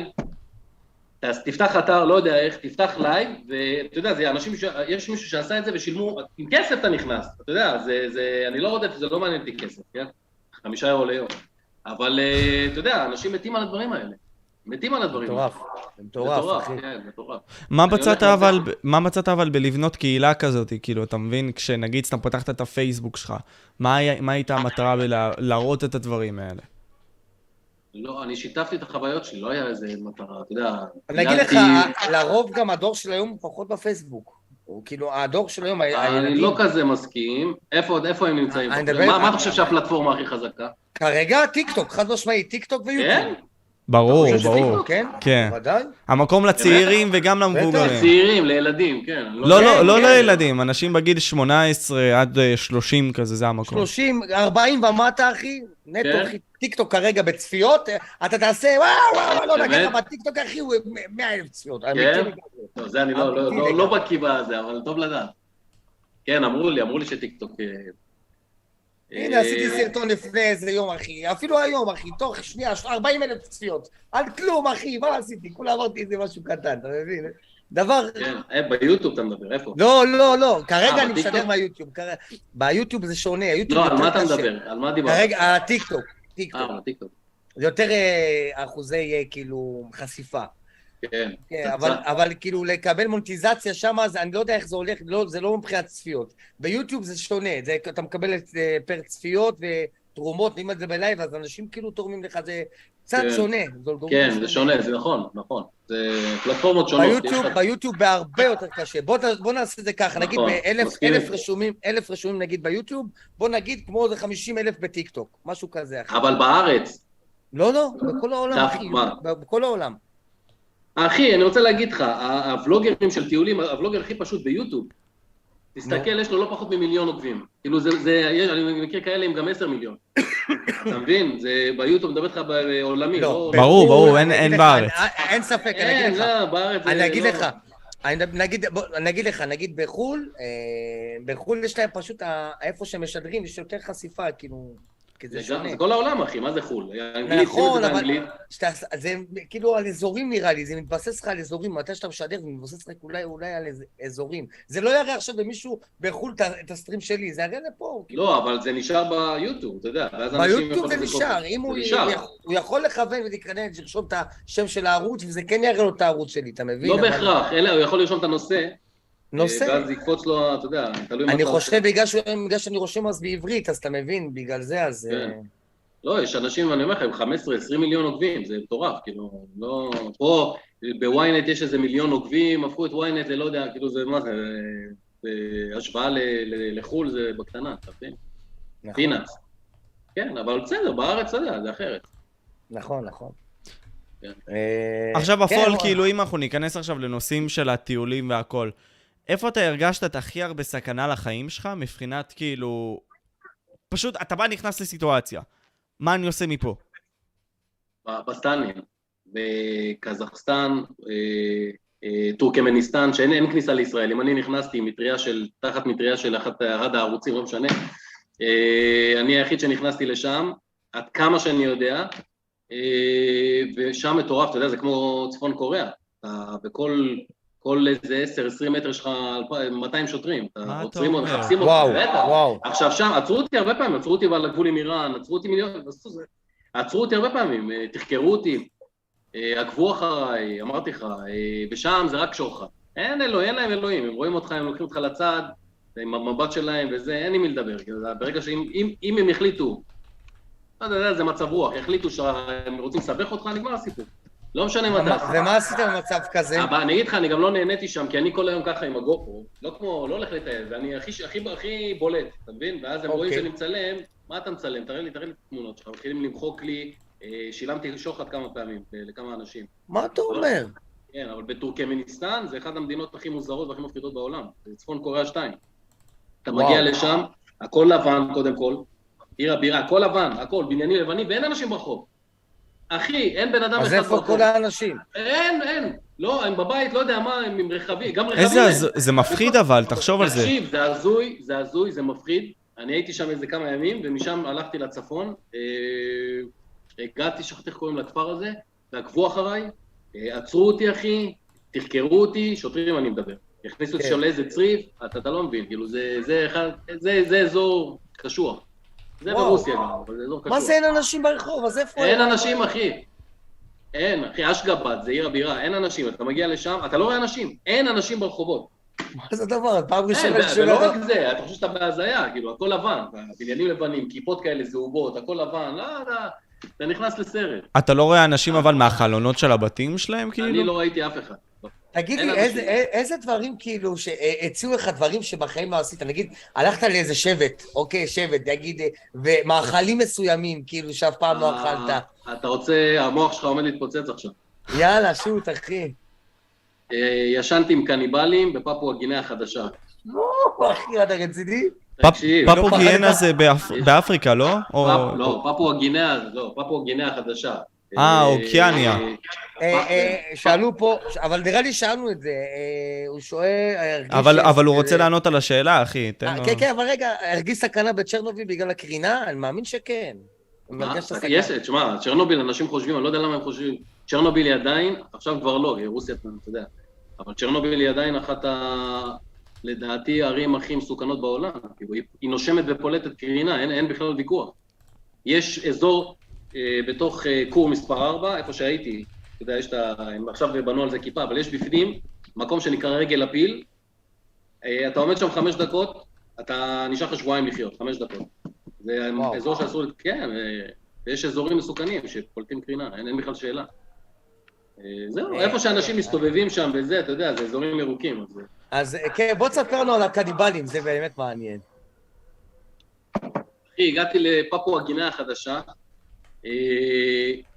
Speaker 3: אז תפתח אתר, לא יודע איך, תפתח לייב, ואתה יודע, זה אנשים, ש... יש מישהו שעשה את זה ושילמו, עם כסף אתה נכנס, אתה יודע, זה, זה, אני לא רודף, זה לא מעניין אותי כסף, כן? חמישה אירו ליום. אבל אה, אתה יודע, אנשים מתים על הדברים האלה. מתים על הדברים האלה.
Speaker 2: מטורף, זה מטורף, אחי.
Speaker 3: כן, מטורף.
Speaker 1: מה
Speaker 3: אני
Speaker 1: מצאת
Speaker 3: הולך
Speaker 1: אבל,
Speaker 3: לזה.
Speaker 1: מה מצאת אבל בלבנות קהילה כזאת, כאילו, אתה מבין? כשנגיד סתם פתחת את הפייסבוק שלך, מה, היה, מה הייתה המטרה בלהראות את הדברים האלה?
Speaker 3: לא, אני שיתפתי את החוויות שלי, לא היה איזה מטרה, אתה יודע.
Speaker 2: אני אגיד לך,
Speaker 3: ניהלתי-
Speaker 2: לרוב גם הדור של היום הוא פחות בפייסבוק. הוא כאילו, הדור של היום, ה-
Speaker 3: אני
Speaker 2: הילדים,
Speaker 3: לא כזה מסכים. איפה עוד- איפה הם נמצאים?
Speaker 2: אני
Speaker 3: מה-
Speaker 2: מדבר-
Speaker 3: מה אתה חושב שהפלטפורמה הכי חזקה?
Speaker 2: כרגע טיקטוק, חד משמעית, טיקטוק
Speaker 3: כן?
Speaker 2: ויוטיוב.
Speaker 1: ברור,
Speaker 3: אתה חושב שזה
Speaker 1: ברור.
Speaker 3: טיקטוק?
Speaker 2: כן?
Speaker 1: כן.
Speaker 2: בוודאי.
Speaker 1: המקום לצעירים וגם למבוגרים.
Speaker 3: לצעירים, לילדים, כן. אני
Speaker 1: לא,
Speaker 3: יודע.
Speaker 1: לא, לא
Speaker 2: כן.
Speaker 1: לילדים, אנשים בגיל 18 עד אה, 30 כזה, זה המקום.
Speaker 2: 30, 40 ומטה, אחי, נטו,
Speaker 3: כן.
Speaker 2: אחי, טיקטוק כרגע בצפיות, אתה תעשה, וואו, וואו, לא, נגיד לך,
Speaker 3: באמת?
Speaker 2: בטיקטוק, אחי, הוא 100 אלף צפיות. אמיתי
Speaker 3: כן?
Speaker 2: לגמרי.
Speaker 3: לא, זה אני לא- לא- לא- לא בקיא בזה, אבל טוב לדעת. כן, אמרו לי, אמרו לי שטיקטוק... אה,
Speaker 2: הנה,
Speaker 3: אה,
Speaker 2: עשיתי סרטון לפני איזה יום, אחי, אפילו היום, אחי, תוך שנייה, 40 אלף צפיות. על כלום, אחי, מה עשיתי? כולה אמרתי איזה משהו קטן, אתה מבין? דבר...
Speaker 3: כן, אה, ביוטיוב אתה מדבר, איפה?
Speaker 2: לא, לא, לא,
Speaker 3: אה,
Speaker 2: כרגע אני
Speaker 3: בטיקטוק?
Speaker 2: משדר מהיוטיוב. כרגע- ביוטיוב זה שונה, היוטיוב
Speaker 3: לא, על
Speaker 2: יותר
Speaker 3: מה אתה
Speaker 2: קשה.
Speaker 3: מדבר? אה. על מה דיברת?
Speaker 2: כרגע, הטיקטוק, טיקטוק.
Speaker 3: אה, על הטיקטוק.
Speaker 2: זה יותר אה, אחוזי, אה, כאילו, חשיפה.
Speaker 3: כן.
Speaker 2: כן, אבל, אבל כאילו לקבל מונטיזציה שם, אז אני לא יודע איך זה הולך, לא, זה לא מבחינת צפיות. ביוטיוב זה שונה, זה, אתה מקבל את זה פר צפיות ותרומות, ואם את זה בלייב, אז אנשים כאילו תורמים לך, זה קצת
Speaker 3: כן.
Speaker 2: שונה. זה אלגוריתם
Speaker 3: כן, זה שונה, זה נכון, נכון. זה פלטפורמות שונות. יש
Speaker 2: ביוטיוב,
Speaker 3: לך-
Speaker 2: ביוטיוב בהרבה יותר קשה. בוא, נ- בוא נעשה את זה ככה, נגיד
Speaker 3: נכון,
Speaker 2: באלף
Speaker 3: מסכים.
Speaker 2: אלף רשומים, אלף רשומים נגיד ביוטיוב, בוא נגיד כמו איזה חמישים אלף בטיקטוק, משהו כזה, אחי.
Speaker 3: אבל בארץ,
Speaker 2: לא, לא, בכל העולם,
Speaker 3: דף
Speaker 2: אחי,
Speaker 3: מה?
Speaker 2: בכל העולם.
Speaker 3: אחי, אני רוצה להגיד לך, ה- הוולוגרים של טיולים, הוולוגר הכי פשוט ביוטיוב, תסתכל, יש לו לא פחות ממיליון עוקבים. כאילו זה, זה, יש, אני מכיר כאלה עם גם עשר מיליון. אתה מבין? זה ביוטיוב, מדבר איתך בעולמי,
Speaker 2: לא,
Speaker 3: לא...
Speaker 1: ברור, ברור, אין-
Speaker 2: אני
Speaker 1: אין
Speaker 2: אגיד לך,
Speaker 1: בארץ.
Speaker 2: אין- אין ספק, כן, אני
Speaker 3: אין,
Speaker 2: אגיד לך.
Speaker 3: לא, בארץ... זה
Speaker 2: אני אגיד
Speaker 3: לא-
Speaker 2: לך, אני נגיד, בוא, אני אגיד לך, נגיד בחו"ל, אה, בחו"ל יש להם פשוט, ה- איפה שהם משדרים, יש יותר חשיפה, כאילו, כי זה
Speaker 3: זה
Speaker 2: שונה.
Speaker 3: גם- זה כל העולם, אחי, מה זה חו"ל? אנגלית,
Speaker 2: נכון,
Speaker 3: שים את זה
Speaker 2: אבל-
Speaker 3: באנגלית.
Speaker 2: שאתה, זה כאילו על אזורים נראה לי, זה מתבסס לך על אזורים, מתי שאתה משדר זה מתבסס לך אולי, אולי על איז- אזורים. זה לא יראה עכשיו למישהו בחו"ל את ה- את הסטרים שלי, זה יראה לפה. כאילו.
Speaker 3: לא, אבל זה נשאר ביוטיוב, אתה יודע. ואז אנשים
Speaker 2: ביוטיוב
Speaker 3: יכולים
Speaker 2: זה
Speaker 3: לקרוא-
Speaker 2: נשאר, אם הוא,
Speaker 3: זה נשאר.
Speaker 2: הוא יכול- הוא יכול לכוון ולהיכנס, לרשום את השם של הערוץ, וזה כן יראה לו את הערוץ שלי, אתה מבין?
Speaker 3: לא
Speaker 2: אבל-
Speaker 3: בהכרח, אלא הוא יכול לרשום את הנושא,
Speaker 2: נושא.
Speaker 3: ואז יקפוץ לו, אתה יודע, תלוי מה
Speaker 2: אני
Speaker 3: אתה עושה.
Speaker 2: חושב בגלל, ש... בגלל שאני רושם אז בעברית, אז אתה מבין, בגלל זה, אז...
Speaker 3: כן.
Speaker 2: אה,
Speaker 3: לא, יש אנשים, אני אומר לך, עם 15-20 מיליון עוקבים, זה מטורף, כאילו, לא... פה, בוויינט יש איזה מיליון עוקבים, הפכו את וויינט ללא יודע, כאילו, זה מה זה... זה השוואה ל- ל- לחו"ל זה בקטנה, אתה מבין?
Speaker 2: נכון,
Speaker 3: פינאץ. כן, אבל בסדר, בארץ, אתה יודע, זה אחרת.
Speaker 2: נכון, נכון.
Speaker 3: כן.
Speaker 2: אה,
Speaker 1: עכשיו
Speaker 2: כן,
Speaker 1: בפועל,
Speaker 2: אבל-
Speaker 1: כאילו, אם אנחנו ניכנס עכשיו לנושאים של הטיולים והכל, איפה אתה הרגשת את הכי הרבה סכנה לחיים שלך, מבחינת כאילו... פשוט, אתה בא, נכנס לסיטואציה. מה אני עושה מפה?
Speaker 3: ב- בסטנים, בקזחסטן, אה, אה, טורקמניסטן, שאין אין כניסה לישראל. אם אני נכנסתי עם מטריה של, תחת מטריה של אחת, אחד הערוצים, לא משנה, אה, אני היחיד שנכנסתי לשם, עד כמה שאני יודע, אה, ושם מטורף, אתה יודע, זה כמו צפון קוריאה. אתה בכל... כל איזה 10-20 מטר שלך, אלפיים- 200 שוטרים,
Speaker 1: מה
Speaker 3: אתה
Speaker 1: אתה
Speaker 3: עוצרים אותך,
Speaker 1: אומר?
Speaker 3: מחפשים אותך,
Speaker 2: וואו,
Speaker 3: בטח.
Speaker 2: וואו.
Speaker 3: עכשיו שם, עצרו אותי הרבה פעמים, עצרו אותי על הגבול עם איראן, עצרו אותי מיליון, עשו זה. עצרו אותי הרבה פעמים, אה, תחקרו אותי, אה, עקבו אחריי, אמרתי לך, אה, ושם זה רק שוחד. אין אלוהים, אין להם אלוהים, הם רואים אותך, הם לוקחים אותך לצד, עם המבט שלהם וזה, אין עם מי לדבר, כאילו, זה ברגע שאם אם, אם הם החליטו, לא יודע, זה מצב רוח, החליטו שהם רוצים לסבך אותך, נגמר הסיפור. לא משנה מה אתה
Speaker 2: ומה-
Speaker 3: עושה.
Speaker 2: ומה עשית במצב כזה?
Speaker 3: אה, אבל אני אגיד לך, אני גם לא נהניתי שם, כי אני כל היום ככה עם הגופו, לא כמו, לא הולך לטייל, ואני הכי, הכי, הכי בולט, אתה מבין? ואז הם רואים
Speaker 2: אוקיי.
Speaker 3: שאני מצלם, מה אתה מצלם? תראה לי, תראה לי את התמונות שלך, מתחילים למחוק לי, אה, שילמתי שוחד כמה פעמים אה, לכמה אנשים.
Speaker 2: מה
Speaker 3: לא,
Speaker 2: אתה אומר?
Speaker 3: כן, אבל בטורקמניסטן זה אחת המדינות הכי מוזרות והכי מפחידות בעולם, זה צפון קוריאה 2. אתה
Speaker 2: וואו.
Speaker 3: מגיע לשם, הכל לבן קודם כל, עיר הבירה, הכל לבן, הכל, בניינים לבנים, ואין אנשים ברחוב. אחי, אין בן אדם
Speaker 2: אז
Speaker 3: אחד
Speaker 2: איפה
Speaker 3: ברחוב.
Speaker 2: כל האנשים?
Speaker 3: אין, אין. לא, הם בבית, לא יודע מה, הם עם רכבים, גם רכבים.
Speaker 1: איזה...
Speaker 3: אין.
Speaker 1: הז- זה מפחיד אבל, תחשוב על זה.
Speaker 3: תקשיב, זה הזוי, זה הזוי, זה מפחיד. אני הייתי שם איזה כמה ימים, ומשם הלכתי לצפון. אה, הגעתי, שכחתי איך קוראים לכפר הזה, ועקבו אחריי, אה, עצרו אותי, אחי, תחקרו אותי, שוטרים אני מדבר. הכניסו אותי
Speaker 2: כן.
Speaker 3: שם לאיזה צריף, אתה אתה לא מבין, כאילו, זה- זה אחד- זה זה אזור קשוח. זה
Speaker 2: וואו.
Speaker 3: ברוסיה גם, אבל זה אזור קשוח.
Speaker 2: מה זה אין אנשים ברחוב? אז איפה...
Speaker 3: אין אנשים, אחי. אין, אחי, אשגבד, זה עיר הבירה, אין אנשים. אתה מגיע לשם, אתה לא רואה אנשים. אין אנשים ברחובות.
Speaker 2: מה זה הדבר? הזה? פעם
Speaker 3: אין,
Speaker 2: ראשונה
Speaker 3: ו-
Speaker 2: אני שומע
Speaker 3: ולא
Speaker 2: את זה.
Speaker 3: רק זה, אתה חושב שאתה בהזיה, כאילו, הכל לבן. בניינים לבנים, כיפות כאלה זהובות, הכל לבן. לא, אתה- אתה נכנס לסרט.
Speaker 1: אתה לא רואה אנשים אבל מהחלונות של הבתים שלהם,
Speaker 3: אני
Speaker 1: כאילו?
Speaker 3: לא ראיתי אף אחד.
Speaker 2: תגיד
Speaker 3: אין
Speaker 2: לי,
Speaker 3: אנשים.
Speaker 2: איזה- אה, איזה דברים כאילו, שהציעו לך דברים שבחיים לא עשית? נגיד, הלכת לאיזה שבט, אוקיי, שבט, נגיד, אה, ומאכלים מסוימים, כאילו, שאף פעם לא אכלת.
Speaker 3: אה, אתה רוצה, המוח שלך עומד להתפוצץ עכשיו.
Speaker 2: יאללה, שוט, אחי.
Speaker 3: אה, ישנתי עם קניבלים בפפואה גינאה החדשה.
Speaker 2: נו, אחי, אתה רציני?
Speaker 1: פפ-
Speaker 3: תקשיב, לא
Speaker 1: פפוגיאנה זה באפ- באפריקה, לא? או-
Speaker 3: פפ- לא, פפואה גינאה, לא, פפואה גינאה החדשה.
Speaker 1: אה, אוקיאניה.
Speaker 2: אה, אה, שאלו פה, אבל נראה לי שאלנו את זה, אה, הוא שואל, הרגיש...
Speaker 1: אבל אבל הוא
Speaker 2: אה,
Speaker 1: רוצה לענות על השאלה, אחי, תן לו...
Speaker 2: אה, כן, כן, אבל רגע, הרגיש סכנה בצ'רנוביל בגלל הקרינה? אני מאמין שכן. אני
Speaker 3: מה? אה,
Speaker 2: הרגשת סכנה.
Speaker 3: יש, תשמע, צ'רנוביל, אנשים חושבים, אני לא יודע למה הם חושבים, צ'רנוביל היא עדיין, עכשיו כבר לא, היא רוסיה, אתה יודע, אבל צ'רנוביל היא עדיין אחת ה... לדעתי הערים הכי מסוכנות בעולם, כאילו, היא, היא נושמת ופולטת קרינה, אין, אין בכלל ויכוח. יש אזור אה, בתוך אה, כור מספר 4, איפה שהייתי, אתה יודע, יש את ה... הם עכשיו בנו על זה כיפה, אבל יש בפנים מקום שנקרא רגל הפיל. אה, אתה עומד שם חמש דקות, אתה נשאר לך שבועיים לחיות, חמש דקות. זה
Speaker 2: וואו.
Speaker 3: אזור שאסור... כן, אה, ויש אזורים מסוכנים שקולטים קרינה, אין, אין בכלל שאלה. אה, זהו,
Speaker 2: אה,
Speaker 3: איפה שאנשים
Speaker 2: אה.
Speaker 3: מסתובבים שם וזה, אתה יודע, זה אזורים ירוקים. אז...
Speaker 2: אז אה, כן, בוא תספר לנו על הקניבלים, זה באמת מעניין.
Speaker 3: אחי, הגעתי לפפואה גינאה החדשה. אה,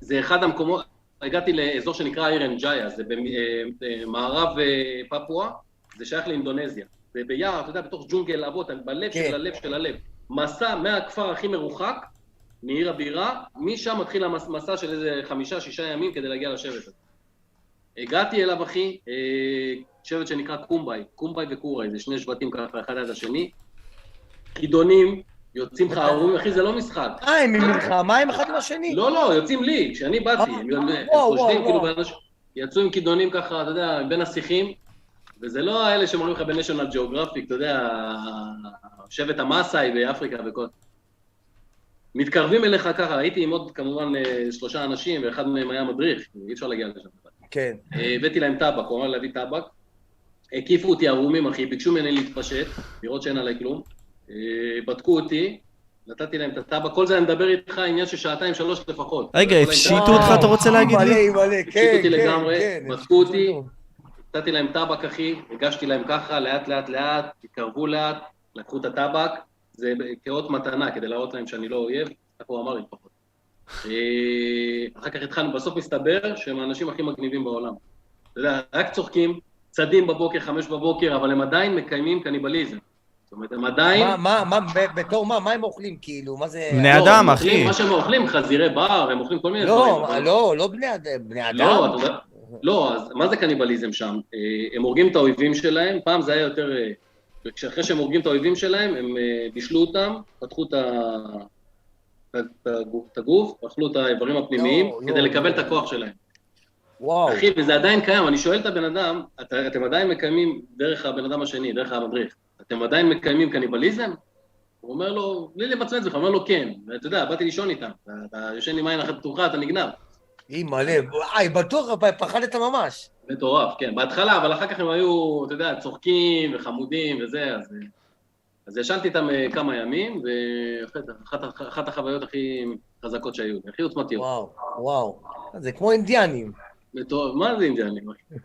Speaker 3: זה אחד המקומות, הגעתי לאזור שנקרא איירן ג'איה, זה אה, במערב אה, פפואה, זה שייך לאינדונזיה. זה ביער, אתה יודע, בתוך ג'ונגל אבות, בלב
Speaker 2: כן.
Speaker 3: של הלב של הלב. מסע מהכפר הכי מרוחק, מעיר הבירה, משם מתחיל המסע של איזה חמישה, שישה ימים כדי להגיע לשבט הזה. הגעתי אליו, אחי, אה, שבט שנקרא קומביי, קומביי וקוראי, זה שני שבטים ככה, אחד ליד השני. כידונים, יוצאים לך ערומים, אחי, זה לא משחק.
Speaker 2: אה, הם ממלחמה הם אחד עם השני.
Speaker 3: לא, לא, יוצאים לי, כשאני באתי,
Speaker 2: אה,
Speaker 3: הם
Speaker 2: וואו,
Speaker 3: הם
Speaker 2: וואו,
Speaker 3: חושדים כאילו,
Speaker 2: וואו.
Speaker 3: באנשים- יצאו עם כידונים ככה, אתה יודע, בין השיחים, וזה לא האלה שאומרים לך בניישונל ג'אוגרפיק, אתה יודע, שבט המאסאי באפריקה וכל... מתקרבים אליך ככה, הייתי עם עוד כמובן אה, שלושה אנשים, ואחד מהם היה מדריך, אי אפשר להגיע לשם.
Speaker 2: כן.
Speaker 3: אה, הבאתי להם טבק, הוא אמר לי להביא טבק. הקיפו אותי ערומים, אחי, ביקשו ממני להתפשט, לראות שאין עליי כלום. אה, בדקו אותי, נתתי להם את הטבק, כל זה אני מדבר איתך עניין של שעתיים, שלוש לפחות.
Speaker 1: רגע,
Speaker 3: כל
Speaker 1: הפשיטו
Speaker 3: העניין-
Speaker 1: אותך, אתה רוצה להגיד לי?
Speaker 2: מלא, מלא, כן,
Speaker 3: אותי
Speaker 2: כן,
Speaker 3: לגמרי,
Speaker 2: כן.
Speaker 3: בדקו אותי. נתתי להם טבק, אחי, הגשתי להם ככה, לאט לאט לאט, התקרבו לאט, לקחו את הטבק, זה כאות מתנה, כדי להראות להם שאני לא אויב, ככה הוא אמר לי לפחות. אה, אחר כך התחלנו, בסוף מסתבר שהם האנשים הכי מגניבים בעולם. אתה יודע, רק צוחקים, צדים בבוקר, חמש בבוקר, אבל הם עדיין מקיימים קניבליזם. זאת אומרת, הם עדיין...
Speaker 2: מה, מה, מה, ב- בתור מה, מה הם אוכלים, כאילו? מה זה...
Speaker 1: בני
Speaker 3: לא,
Speaker 1: אדם,
Speaker 3: הם אוכלים-
Speaker 1: אחי.
Speaker 3: מה שהם אוכלים, חזירי בר, הם אוכלים כל מיני
Speaker 2: לא,
Speaker 3: אבל-
Speaker 2: לא, לא בני אדם. בני אדם?
Speaker 3: לא, אתה יודע, לא, אז מה זה קניבליזם שם? אה, הם הורגים את האויבים שלהם, פעם זה היה יותר... אה, כשאחרי שהם הורגים את האויבים שלהם, הם אה, בישלו אותם, פתחו את ה- את ה- את הגוף- את הגוף, אכלו את האיברים הפנימיים,
Speaker 2: לא,
Speaker 3: כדי
Speaker 2: לא.
Speaker 3: לקבל את הכוח שלהם.
Speaker 2: וואו.
Speaker 3: אחי, וזה עדיין קיים, אני שואל את הבן אדם, "את- אתם עדיין מקיימים דרך הבן אדם השני, דרך המדריך, אתם עדיין מקיימים קניבליזם? הוא אומר לו, בלי למצמץ בכלל, הוא אומר לו כן, ואתה יודע, באתי לישון איתם, אתה- אתה יושן עם עין אחת פתוחה, אתה נגנב.
Speaker 2: היא מלא. איי, בטוח, אבל פחדת ממש.
Speaker 3: מטורף, כן. בהתחלה, אבל אחר כך הם היו, אתה יודע, צוחקים וחמודים וזה, אז... אז ישנתי איתם אה, כמה ימים, ואחת אחת- אחת החוויות הכי חזקות שהיו, לי, הכי עוצמתיות.
Speaker 2: וואו, וואו. זה כמו אינדיאנים.
Speaker 3: מטורף, מה זה אינדיאנים? אחי?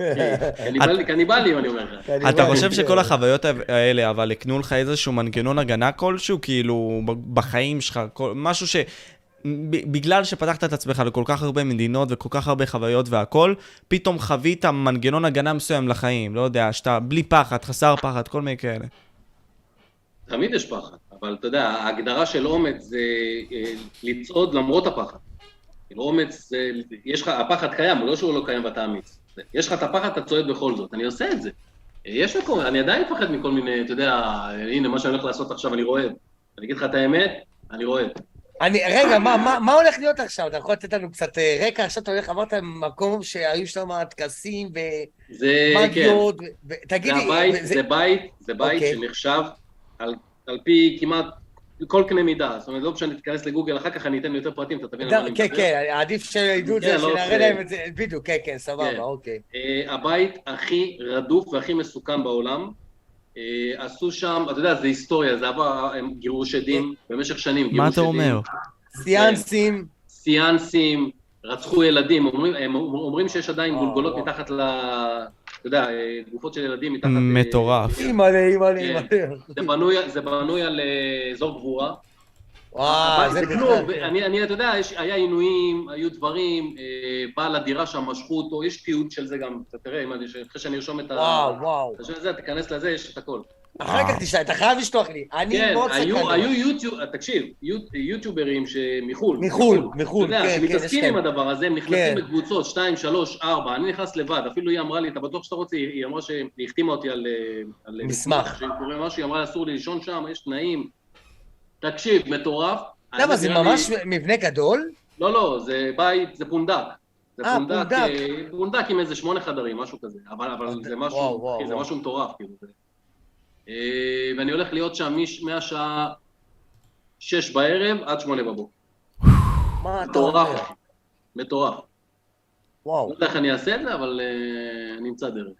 Speaker 3: קניבלים- קניבלים, אני אומר לך.
Speaker 1: אתה
Speaker 2: כנראה,
Speaker 1: חושב
Speaker 2: כן.
Speaker 1: שכל החוויות האלה, אבל הקנו לך איזשהו מנגנון הגנה כלשהו, כאילו, ב- בחיים שלך, כל- משהו ש... ב- בגלל שפתחת את עצמך לכל כך הרבה מדינות וכל כך הרבה חוויות והכול, פתאום חווית מנגנון הגנה מסוים לחיים, לא יודע, שאתה בלי פחד, חסר פחד, כל מיני כאלה.
Speaker 3: תמיד יש פחד, אבל אתה יודע, ההגדרה של אומץ זה אה, לצעוד למרות הפחד. כאילו אומץ, זה- יש לך, הפחד קיים, הוא לא שהוא לא קיים ואתה אמיץ. יש לך את הפחד, אתה צועד בכל זאת, אני עושה את זה. אה, יש מקום, אני עדיין מפחד מכל מיני, אתה יודע, הנה, מה שאני הולך לעשות עכשיו, אני רועד. אני אגיד לך את האמת, אני רועד.
Speaker 2: אני, רגע, מה, מה, מה הולך להיות עכשיו? אתה יכול לתת לנו קצת אה, רקע? עכשיו אתה הולך, אמרת מקום שהיו שם טקסים
Speaker 3: זה, כן,
Speaker 2: ומגיות, ו- ו-
Speaker 3: זה
Speaker 2: תגיד לי,
Speaker 3: הבית,
Speaker 2: זה-
Speaker 3: זה בית, זה בית
Speaker 2: אוקיי.
Speaker 3: שנחשב על- על פי כמעט כל קנה מידה. זאת אומרת, לא משנה, תיכנס לגוגל, אחר כך אני אתן יותר פרטים, אתה תבין על מה אני
Speaker 2: כן,
Speaker 3: מדבר.
Speaker 2: כן, עדיף שידעו את זה,
Speaker 3: כן, לא
Speaker 2: שנראה
Speaker 3: עושה-
Speaker 2: להם את זה, בדיוק, כן, כן,
Speaker 3: כן.
Speaker 2: סבבה, אוקיי.
Speaker 3: אה, הבית הכי רדוף והכי מסוכן בעולם. אה, עשו שם, אתה יודע, זה היסטוריה, זה עבר הם גירוש עדים במשך שנים.
Speaker 1: מה
Speaker 3: גירוש
Speaker 1: אתה
Speaker 3: עדים,
Speaker 1: אומר?
Speaker 2: סיאנסים,
Speaker 3: סיאנסים, רצחו ילדים, אומרים, הם אומרים שיש עדיין
Speaker 2: וואו,
Speaker 3: גולגולות
Speaker 2: אה, וואו.
Speaker 3: מתחת ל... אתה יודע, אה, גופות של ילדים מתחת... אה,
Speaker 1: מטורף.
Speaker 2: אימא'לה, אימא'לה,
Speaker 3: כן.
Speaker 2: אימא'לה.
Speaker 3: זה בנוי, זה בנוי על אה, אזור גבורה.
Speaker 2: וואו,
Speaker 3: הבית
Speaker 2: אה, זה
Speaker 3: זה כלום,
Speaker 2: בכלל-
Speaker 3: אני, אני, אתה יודע, יש, היה עינויים, היו דברים, אה, בעל הדירה שם משכו אותו, יש תיעוד של זה גם, אתה תראה, אם אני- אחרי שאני ארשום את ה...
Speaker 2: וואו, וואו.
Speaker 3: אתה שואל את זה, תיכנס לזה, יש את הכל.
Speaker 2: אחר כך תשאל, אתה חייב לשלוח לי. אני
Speaker 3: אה. כן,
Speaker 2: מאוד
Speaker 3: היו, היו
Speaker 2: סקרן.
Speaker 3: יוטיוב, אה, תקשיב, יו- יוטיוברים שמחו"ל,
Speaker 2: מחו"ל, מחו"ל,
Speaker 3: אתה יודע,
Speaker 2: כן, כן, יש
Speaker 3: שמתעסקים עם
Speaker 2: כאלה.
Speaker 3: הדבר הזה, הם נכנסים
Speaker 2: כן.
Speaker 3: בקבוצות, 2, 3, 4, אני נכנס לבד, אפילו היא אמרה לי, אתה בטוח שאתה רוצה, היא היא אמרה שהיא החתימה אותי על... אה, על-
Speaker 2: מסמך.
Speaker 3: שהיא קוראת משהו, היא אמרה, אסור לי לישון שם, יש תנאים. תקשיב, מטורף.
Speaker 2: למה,
Speaker 3: אני-
Speaker 2: זה
Speaker 3: נראה לי-
Speaker 2: ממש מבנה גדול?
Speaker 3: לא, לא, זה בית, זה פונדק. זה
Speaker 2: אה,
Speaker 3: פונדק.
Speaker 2: פונדק.
Speaker 3: אה, פונדק עם איזה שמונה חדרים, משהו כזה. אבל, אבל
Speaker 2: אוקיי.
Speaker 3: זה משהו,
Speaker 2: וואו, וואו,
Speaker 3: כי זה
Speaker 2: וואו.
Speaker 3: משהו מטורף, כאילו. זה. אה, ואני הולך להיות שם מש- מהשעה שש בערב עד שמונה בבוקר.
Speaker 2: מה אתה
Speaker 3: מטורף,
Speaker 2: אומר?
Speaker 3: אחי. מטורף.
Speaker 2: וואו.
Speaker 3: לא יודע איך אני אעשה את זה, אבל אה, אני אמצא דרך.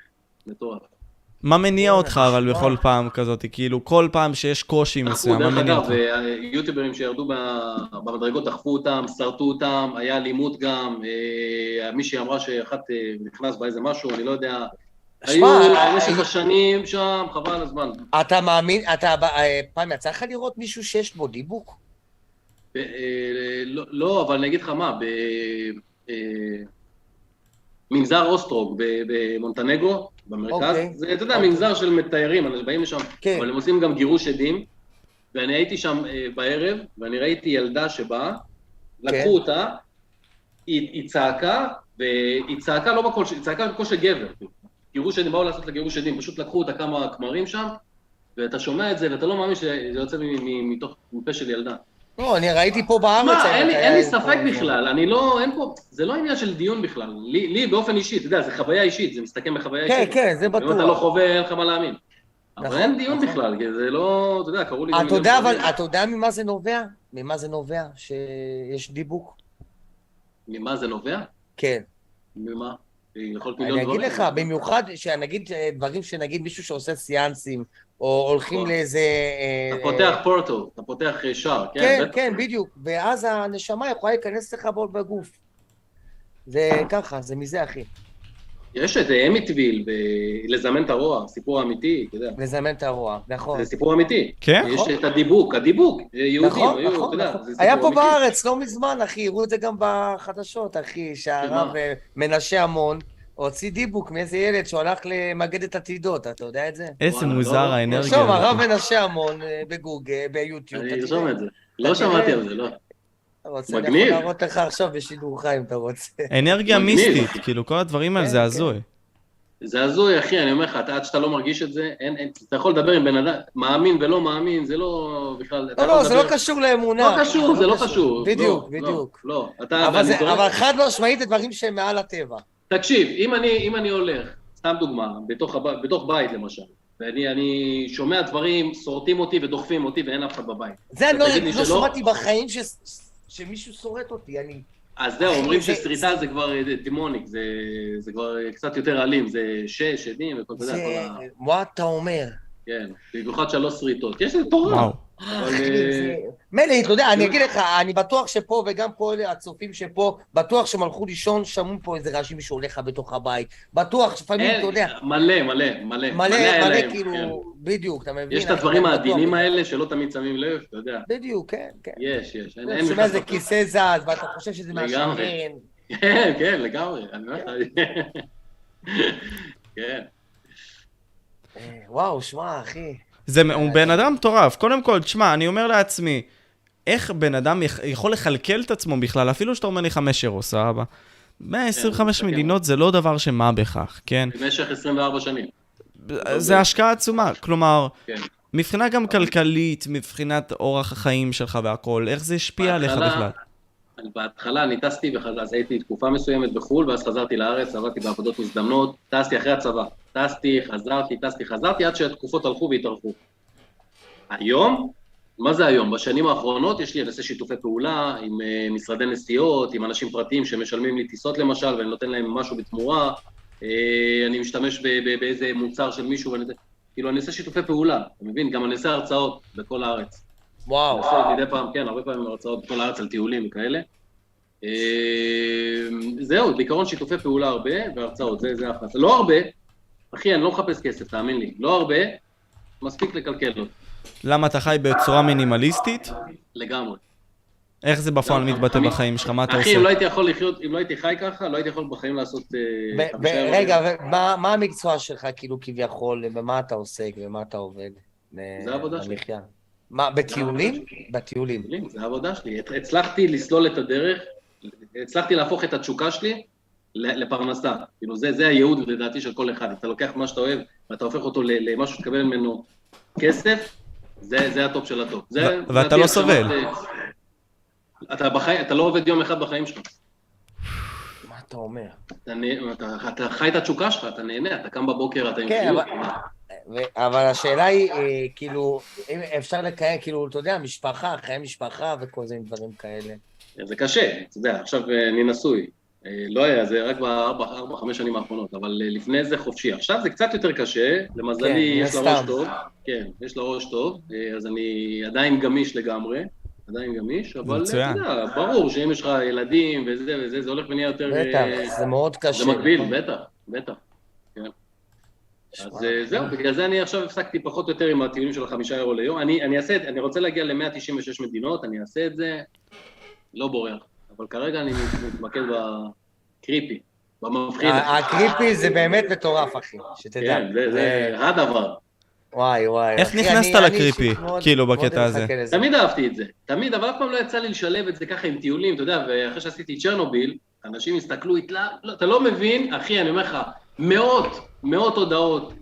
Speaker 3: מטורף.
Speaker 1: מה
Speaker 3: לא,
Speaker 1: מניע
Speaker 2: וואלה,
Speaker 1: אותך אבל
Speaker 2: נשמע.
Speaker 1: בכל פעם כזאת? כאילו, כל פעם שיש קושי
Speaker 3: אנחנו,
Speaker 1: מסוים, מה
Speaker 3: דרך
Speaker 1: מניע
Speaker 3: אגב,
Speaker 1: אותך?
Speaker 3: אה, יוטיוברים שירדו ב- במדרגות, דחפו אותם, שרטו אותם, היה אלימות גם, אה, מישהי אמרה שאחת אה, נכנס בה איזה משהו, אני לא יודע. היו
Speaker 2: שמע,
Speaker 3: במשך
Speaker 2: אה,
Speaker 3: השנים שם, חבל על הזמן.
Speaker 2: אתה מאמין, אתה, אה, פעם יצא לך לראות מישהו שיש בו דיבוק?
Speaker 3: ב- אה, לא- לא, אבל אני אגיד לך מה, במנזר אוסטרוג ב- במונטנגו, במרכז,
Speaker 2: אוקיי.
Speaker 3: זה, אתה יודע,
Speaker 2: אוקיי.
Speaker 3: מנזר של מתיירים, אנשים באים לשם,
Speaker 2: כן.
Speaker 3: אבל הם עושים גם גירוש עדים, ואני הייתי שם אה, בערב, ואני ראיתי ילדה שבאה,
Speaker 2: כן.
Speaker 3: לקחו אותה, היא היא צעקה, והיא צעקה לא בקול, ש- היא צעקה בקול של גבר. גירוש עדים, באו לעשות לה גירוש עדים, פשוט לקחו אותה כמה כמרים שם, ואתה שומע את זה, ואתה לא מאמין שזה יוצא מ- מ- מתוך מפה של ילדה.
Speaker 2: לא, אני ראיתי פה בארץ.
Speaker 3: מה, אין לי-
Speaker 2: היה-
Speaker 3: אין לי
Speaker 2: היה-
Speaker 3: ספק בכלל, אני לא, אין פה, זה לא עניין של דיון בכלל, לי לי באופן אישי, אתה יודע, זה חוויה אישית, זה מסתכם בחוויה
Speaker 2: כן,
Speaker 3: אישית.
Speaker 2: כן, זה
Speaker 3: אם אתה לא
Speaker 2: בטוח.
Speaker 3: חווה, אין לך מה להאמין. אבל
Speaker 2: נכון,
Speaker 3: אין דיון
Speaker 2: נכון.
Speaker 3: בכלל, כי זה לא, אתה יודע, קראו לי...
Speaker 2: אתה יודע, אבל,
Speaker 3: מיליון
Speaker 2: אתה יודע ממה זה נובע? ממה זה נובע שיש דיבוק?
Speaker 3: דברים. ממה זה נובע?
Speaker 2: כן.
Speaker 3: ממה? יכול להיות מיליון
Speaker 2: אני
Speaker 3: לא דברים.
Speaker 2: אגיד לך, במיוחד, שנגיד אה, דברים שנגיד מישהו שעושה סיאנסים, או הולכים
Speaker 3: נכון.
Speaker 2: לאיזה... אה,
Speaker 3: אתה
Speaker 2: אה,
Speaker 3: פותח פורטו, אתה פותח אה, שער, כן?
Speaker 2: כן,
Speaker 3: בטח.
Speaker 2: כן, בדיוק. ואז הנשמה יכולה להיכנס לך בעוד בגוף. זה ככה, זה מזה, אחי.
Speaker 3: יש את אה, אמיטוויל, ב- לזמן את הרוע, סיפור אמיתי, אתה יודע.
Speaker 2: לזמן את הרוע, נכון.
Speaker 3: זה סיפור אמיתי.
Speaker 1: כן?
Speaker 3: יש
Speaker 2: נכון.
Speaker 3: את הדיבוק, הדיבוק, אה, יהודים,
Speaker 2: נכון,
Speaker 3: היו, אתה
Speaker 2: נכון,
Speaker 3: יודע,
Speaker 2: נכון.
Speaker 3: זה סיפור
Speaker 2: היה פה
Speaker 3: אמיתי.
Speaker 2: בארץ לא מזמן, אחי, הראו את זה גם בחדשות, אחי, שהרב
Speaker 3: שמה?
Speaker 2: אה, מנשה המון הוציא דיבוק מאיזה ילד שהלך למגדת עתידות, אתה יודע את זה?
Speaker 1: איזה
Speaker 3: וואלה,
Speaker 1: מוזר
Speaker 3: לא,
Speaker 1: האנרגיה.
Speaker 2: תרשום,
Speaker 1: הזאת.
Speaker 2: הרב מנשה המון אה, בגוגל, ביוטיוב.
Speaker 3: אני
Speaker 2: אתה
Speaker 3: ארשום
Speaker 2: תראה.
Speaker 3: את זה. לא שמעתי על זה, לא.
Speaker 2: רוצה, אני
Speaker 3: מגניב.
Speaker 2: יכול להראות לך עכשיו בשידור חי אם אתה רוצה.
Speaker 1: אנרגיה
Speaker 3: מגניב,
Speaker 1: מיסטית,
Speaker 3: אחי.
Speaker 1: כאילו, כל הדברים האלה
Speaker 2: כן,
Speaker 1: זה
Speaker 2: כן.
Speaker 1: הזוי.
Speaker 3: זה הזוי, אחי, אני אומר לך, אתה- עד שאתה לא מרגיש את זה, אין, אין, אתה יכול לדבר עם בן אדם, מאמין ולא מאמין, זה לא בכלל... אתה
Speaker 2: לא,
Speaker 3: יכול
Speaker 2: לא, זה לא
Speaker 3: לדבר-
Speaker 2: קשור לאמונה.
Speaker 3: לא קשור, זה לא קשור.
Speaker 2: בדיוק,
Speaker 3: לא,
Speaker 2: בדיוק.
Speaker 3: לא, לא, אתה...
Speaker 2: אבל
Speaker 3: ואני
Speaker 2: זה-
Speaker 3: זורק-
Speaker 2: אבל חד משמעית זה דברים שהם מעל הטבע.
Speaker 3: תקשיב, אם אני, אם אני הולך, סתם דוגמה, בתוך, הב... בתוך בית למשל, ואני אני שומע דברים, שורטים אותי ודוחפים אותי ואין אף אחד בבית.
Speaker 2: זה אני לא-
Speaker 3: תגיד לי
Speaker 2: לא
Speaker 3: שלא?
Speaker 2: שמעתי בחיים ש- שמישהו שורט אותי, אני...
Speaker 3: אז זהו, אומרים
Speaker 2: זה-
Speaker 3: ששריטה זה כבר אה, דימוניק, זה, זה כבר אה, קצת יותר אלים, זה שש, עדים וכל זה,
Speaker 2: זה...
Speaker 3: כל ה...
Speaker 2: מה אתה אומר?
Speaker 3: כן, במיוחד שלוש שריטות. יש לזה תורה.
Speaker 1: וואו.
Speaker 3: אבל,
Speaker 2: אחי,
Speaker 3: אה,
Speaker 2: זה- מילא, אתה יודע, אני אגיד לך, אני בטוח שפה, וגם פה אלה הצופים שפה, בטוח שהם הלכו לישון, שמעו פה איזה רעשים מישהו הולך לך בתוך הבית. בטוח, לפעמים,
Speaker 3: אין,
Speaker 2: אתה יודע,
Speaker 3: מלא, מלא, מלא.
Speaker 2: מלא,
Speaker 3: היה
Speaker 2: מלא
Speaker 3: להם,
Speaker 2: כאילו,
Speaker 3: כן.
Speaker 2: בדיוק, אתה מבין?
Speaker 3: יש את
Speaker 2: אני
Speaker 3: הדברים
Speaker 2: בטוח.
Speaker 3: העדינים האלה שלא תמיד שמים לב, אתה יודע.
Speaker 2: בדיוק, כן, כן.
Speaker 3: יש, יש. אין
Speaker 2: אתה
Speaker 3: אין
Speaker 2: שומע
Speaker 3: בכלל
Speaker 2: איזה
Speaker 3: ספק.
Speaker 2: כיסא זז, ואתה חושב שזה
Speaker 3: לגמרי.
Speaker 2: מהשכן.
Speaker 3: כן, כן, לגמרי. אני אומר לך. כן.
Speaker 2: אה, וואו, שמע, אחי.
Speaker 1: זה,
Speaker 3: אה,
Speaker 1: הוא בן אדם מטורף. קודם כל, תשמע, אני אומר לעצמי, איך בן אדם יכ- יכול לכלכל את עצמו בכלל, אפילו שאתה אומר לי חמש אירו, סבבה. 125
Speaker 3: כן, מסתכל.
Speaker 1: מדינות זה לא דבר שמה בכך, כן?
Speaker 3: במשך 24 שנים. לא,
Speaker 1: זה השקעה עצומה, כלומר,
Speaker 3: כן.
Speaker 1: מבחינה גם כלכלית, מבחינת אורח החיים שלך והכול, איך זה השפיע עליך
Speaker 3: בהתחלה-
Speaker 1: בכלל?
Speaker 3: אני- בהתחלה אני טסתי וחזר, אז הייתי תקופה מסוימת בחו"ל, ואז חזרתי לארץ, עבדתי בעבודות מזדמנות, טסתי אחרי הצבא. טסתי, חזרתי, טסתי, חזרתי, עד שהתקופות הלכו והתארכו. היום, מה זה היום? בשנים האחרונות יש לי אני עושה שיתופי פעולה עם אה, משרדי נסיעות, עם אנשים פרטיים שמשלמים לי טיסות למשל, ואני נותן להם משהו בתמורה, אה, אני משתמש ב- ב- באיזה מוצר של מישהו, ואני... כאילו, אני עושה שיתופי פעולה, אתה מבין? גם אני עושה הרצאות בכל הארץ.
Speaker 2: וואו.
Speaker 3: לעשות מדי פעם, כן, הרבה פעמים הרצאות בכל הארץ על טיולים וכאלה. אה, זהו, בעיקרון שיתופי פעולה הרבה, והרצאות, זה, זה אחת. לא הרבה, אחי, אני לא מחפש כסף, תאמין לי. לא הרבה, מספיק לקלקל לו,
Speaker 1: למה אתה חי בצורה מינימליסטית?
Speaker 3: לגמרי.
Speaker 1: איך זה בפועל
Speaker 3: גם-
Speaker 1: מתבטא
Speaker 3: אני-
Speaker 1: בחיים שלך? מה אתה
Speaker 3: אחי,
Speaker 1: עושה?
Speaker 3: אם לא הייתי יכול לחיות, אם לא הייתי חי ככה, לא הייתי יכול בחיים לעשות... אה,
Speaker 2: ב-
Speaker 3: חמישה
Speaker 2: ב-
Speaker 3: אירועים.
Speaker 2: רגע, ומה- מה המקצוע שלך, כאילו, כביכול, במה אתה עוסק, במה אתה עובד?
Speaker 3: זה העבודה שלי.
Speaker 2: המחיה. מה, בטיולים? בטיולים.
Speaker 3: טיולים, זה העבודה שלי. הצ- הצלחתי לסלול את הדרך, הצלחתי להפוך את התשוקה שלי ל- לפרנסה. כאילו, זה, זה הייעוד לדעתי של כל אחד. אתה לוקח מה שאתה אוהב ואתה הופך אותו ל- למשהו שתקבל ממנו כסף, זה, זה הטופ של הטופ. זה,
Speaker 1: ו- ואתה
Speaker 3: לדעתי,
Speaker 1: לא
Speaker 3: עכשיו,
Speaker 1: סובל.
Speaker 3: אה, אתה, בחי, אתה לא עובד יום אחד בחיים שלך.
Speaker 2: מה אתה אומר?
Speaker 3: אתה, נה- אתה, אתה חי את התשוקה שלך, אתה נהנה, אתה קם בבוקר, אתה עם
Speaker 2: כן,
Speaker 3: חיוך.
Speaker 2: אבל- ו- אבל השאלה היא, אה, כאילו, אם אפשר לקיים, כאילו, אתה יודע, משפחה, חיי משפחה וכל זה עם דברים כאלה.
Speaker 3: זה קשה, אתה יודע, עכשיו אה, אני נשוי. אה, לא היה, זה רק בארבע-חמש שנים האחרונות, אבל אה, לפני זה חופשי. עכשיו זה קצת יותר קשה, למזלי
Speaker 2: כן,
Speaker 3: יש
Speaker 2: מן
Speaker 3: לה ראש
Speaker 2: הסתם.
Speaker 3: טוב. כן, יש לה ראש טוב, אה, אז אני עדיין גמיש לגמרי, עדיין גמיש, אבל
Speaker 1: מצוין.
Speaker 3: אתה יודע, ברור שאם יש לך ילדים וזה וזה, זה הולך ונהיה יותר... אה,
Speaker 2: בטח, זה מאוד קשה.
Speaker 3: זה מגביל,
Speaker 2: נכון?
Speaker 3: בטח, בטח.
Speaker 2: שמע,
Speaker 3: אז אה, זהו, בגלל זה אני עכשיו הפסקתי פחות או יותר עם הטיולים של החמישה אירו ליום. אני, אני אעשה את אני רוצה להגיע ל-196 מדינות, אני אעשה את זה, לא בורח. אבל כרגע אני מתמקד בקריפי, במפחיד.
Speaker 2: ה- הקריפי זה באמת מטורף, אחי, שתדע. אה,
Speaker 3: כן, זה, זה הדבר.
Speaker 2: וואי, וואי.
Speaker 1: איך
Speaker 2: אחי,
Speaker 1: נכנסת
Speaker 2: אני- אני
Speaker 1: לקריפי,
Speaker 2: אישית מאוד-
Speaker 1: כאילו,
Speaker 2: מאוד
Speaker 1: בקטע הזה?
Speaker 2: מחכה לזה.
Speaker 3: תמיד אהבתי את זה, תמיד, אבל אף פעם לא יצא לי לשלב את זה ככה עם טיולים, אתה יודע, ואחרי שעשיתי את צ'רנוביל, אנשים הסתכלו, התלה... לא, אתה לא מבין, אחי, אני אומר לך, מאות, מאות הודעות.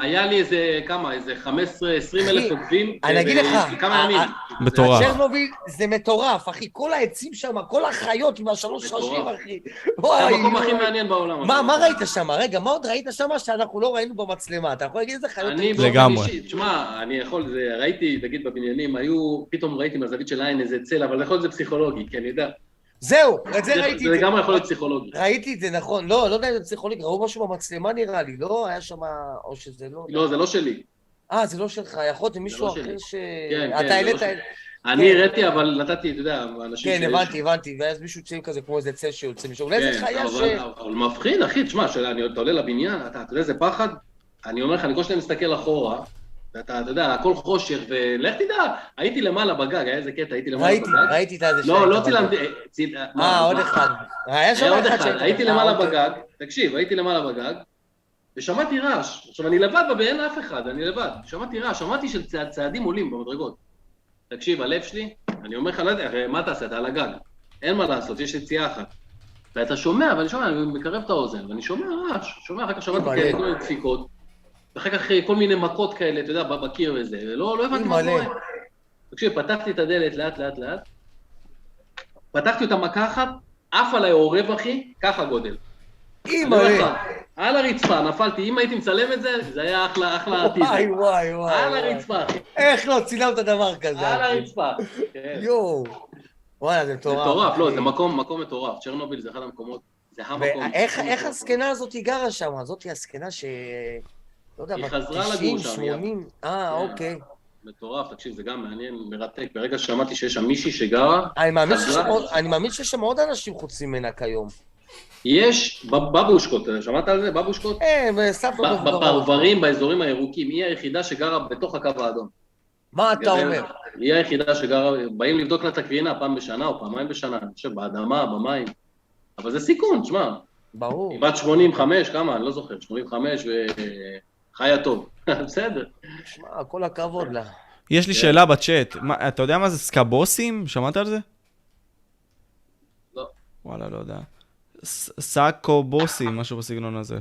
Speaker 3: היה לי איזה, כמה, איזה 15-20
Speaker 2: אחי,
Speaker 3: אלף עוקבים.
Speaker 2: אני
Speaker 3: ב-
Speaker 2: אגיד לך, אה,
Speaker 3: כמה
Speaker 2: ה-
Speaker 3: ימים.
Speaker 2: ה-
Speaker 1: מטורף.
Speaker 2: צ'רנוביל זה מטורף, אחי, כל העצים שם, כל החיות עם השלוש
Speaker 3: מטורף.
Speaker 2: ראשים, אחי.
Speaker 3: זה
Speaker 2: וואי,
Speaker 3: המקום הכי
Speaker 2: וואי.
Speaker 3: מעניין בעולם.
Speaker 2: כאילו- מה,
Speaker 3: אתה
Speaker 2: מה
Speaker 3: יודע.
Speaker 2: ראית שם? רגע, מה עוד ראית שם שאנחנו לא ראינו במצלמה? אתה יכול להגיד איזה חיות?
Speaker 3: אני לא.
Speaker 2: היו?
Speaker 1: בוא-
Speaker 3: באופן
Speaker 1: לגמרי.
Speaker 3: אישי, תשמע, אני יכול, זה, ראיתי, נגיד בבניינים, היו, פתאום ראיתי מהזווית של העין איזה צל, אבל יכול להיות זה פסיכולוגי, כי אני יודע.
Speaker 2: זהו, את זה ראיתי.
Speaker 3: זה
Speaker 2: את
Speaker 3: לגמרי יכול להיות פסיכולוגי.
Speaker 2: ראיתי את זה, נכון. לא, לא יודע אם זה פסיכולוג, ראו משהו במצלמה נראה לי, לא? היה שם... או שזה לא...
Speaker 3: לא, זה לא שלי.
Speaker 2: אה, זה לא שלך, יכול להיות זה מישהו
Speaker 3: לא
Speaker 2: אחר
Speaker 3: שלי.
Speaker 2: ש...
Speaker 3: כן, כן,
Speaker 2: אתה
Speaker 3: זה
Speaker 2: העלית...
Speaker 3: לא שלי. אני הראתי, אבל נתתי, אתה יודע, אנשים
Speaker 2: כן,
Speaker 3: שיש-
Speaker 2: הבנתי, הבנתי. ואז מישהו צילם כזה כמו איזה צל שיוצא משם. אולי זה
Speaker 3: כן,
Speaker 2: חיה ש...
Speaker 3: אבל אבל מפחיד, אחי, תשמע, שאני- אתה עולה לבניין, אתה אתה יודע איזה פחד? אני אומר לך, אני כל שניה מסתכל אחורה, ואתה, אתה יודע, הכל חושך, ולך תדע, הייתי למעלה בגג, היה איזה קטע, הייתי למעלה
Speaker 2: ראיתי,
Speaker 3: בגג.
Speaker 2: ראיתי את הזה
Speaker 3: לא,
Speaker 2: שהיית
Speaker 3: לא
Speaker 2: בגג.
Speaker 3: צילמתי, אה, ציל-
Speaker 2: אה,
Speaker 3: מה,
Speaker 2: עוד
Speaker 3: מה?
Speaker 2: אחד. היה שם
Speaker 3: היה עוד
Speaker 2: אחד
Speaker 3: אחד,
Speaker 2: שהיית-
Speaker 3: הייתי
Speaker 2: אה,
Speaker 3: למעלה
Speaker 2: אוקיי.
Speaker 3: בגג, תקשיב, הייתי למעלה בגג, ושמעתי רעש. עכשיו, אני לבד ואין אף אחד, אני לבד. שמעתי רעש, שמעתי של צע- צעדים עולים במדרגות. תקשיב, הלב שלי, אני אומר לך, לא יודע, הרי מה תעשה, אתה על הגג. אין מה לעשות, יש יציאה אחת. ואתה שומע, ואני שומע, אני מקרב את האוזן, ואני שומע רעש, שומע, אחר כך שמעתי
Speaker 2: מלא.
Speaker 3: כאלה כל מיני דפיקות, ואחר כך אה, כל מיני מכות כאלה, אתה יודע, ב- בקיר וזה, ולא לא הבנתי מה
Speaker 2: מלא.
Speaker 3: קורה. תקשיב, פתחתי את הדלת לאט לאט לאט, פתחתי אותה מכה אחת, עף עליי עורב, אחי, ככה גודל. אני אומר
Speaker 2: אימא'לה.
Speaker 3: לך, על הרצפה, נפלתי, אם הייתי מצלם את זה, זה היה אחלה, אחלה טיזר.
Speaker 2: וואי, וואי, וואי.
Speaker 3: אה, על
Speaker 2: וואי.
Speaker 3: הרצפה, אחי,
Speaker 2: איך לא צילמת דבר כזה?
Speaker 3: על
Speaker 2: אחי?
Speaker 3: הרצפה. כן.
Speaker 2: יואו. וואלה, זה
Speaker 3: זה
Speaker 2: מטורף.
Speaker 3: מטורף, לא,
Speaker 2: אחי.
Speaker 3: זה מקום, מקום מטורף. צ'רנוביל זה אחד המקומות, זה המקום.
Speaker 2: ואיך
Speaker 3: המקום.
Speaker 2: איך הזקנה הזאת היא גרה שם? זאתי הזקנה ש... לא יודע,
Speaker 3: היא
Speaker 2: בת
Speaker 3: חזרה לגור
Speaker 2: 90,
Speaker 3: שם,
Speaker 2: 80, אה,
Speaker 3: כן.
Speaker 2: אוקיי.
Speaker 3: מטורף, תקשיב, זה גם מעניין, מרתק. ברגע ששמעתי שיש שם מישהי שגרה,
Speaker 2: אני מאמין שיש
Speaker 3: חזרה.
Speaker 2: שם עוד- אני מאמין שיש שם עוד אנשים חוץ ממנה כיום.
Speaker 3: יש בב- בבושקות, אתה שמעת על זה? בבושקות?
Speaker 2: אה,
Speaker 3: ב-
Speaker 2: סבתא דוברות.
Speaker 3: בפרברים, באזורים הירוקים, היא היחידה שגרה בתוך הקו האדום.
Speaker 2: מה אתה
Speaker 3: כן,
Speaker 2: אומר?
Speaker 3: היא היחידה שגרה, באים לבדוק לה את הקרינה פעם בשנה או פעמיים בשנה, אני חושב, באדמה, במים. אבל זה סיכון, שמע,
Speaker 2: ברור.
Speaker 3: היא בת 85, כמה? אני לא זוכר, 85 וחיה טוב. בסדר.
Speaker 2: שמע, כל הכבוד לה.
Speaker 1: יש לי
Speaker 3: כן.
Speaker 1: שאלה בצ'אט, מה- אתה יודע מה זה סקאבוסים? שמעת על זה?
Speaker 3: לא.
Speaker 1: וואלה, לא יודע. ס-
Speaker 3: אה.
Speaker 1: סאקובוסים, משהו בסגנון הזה.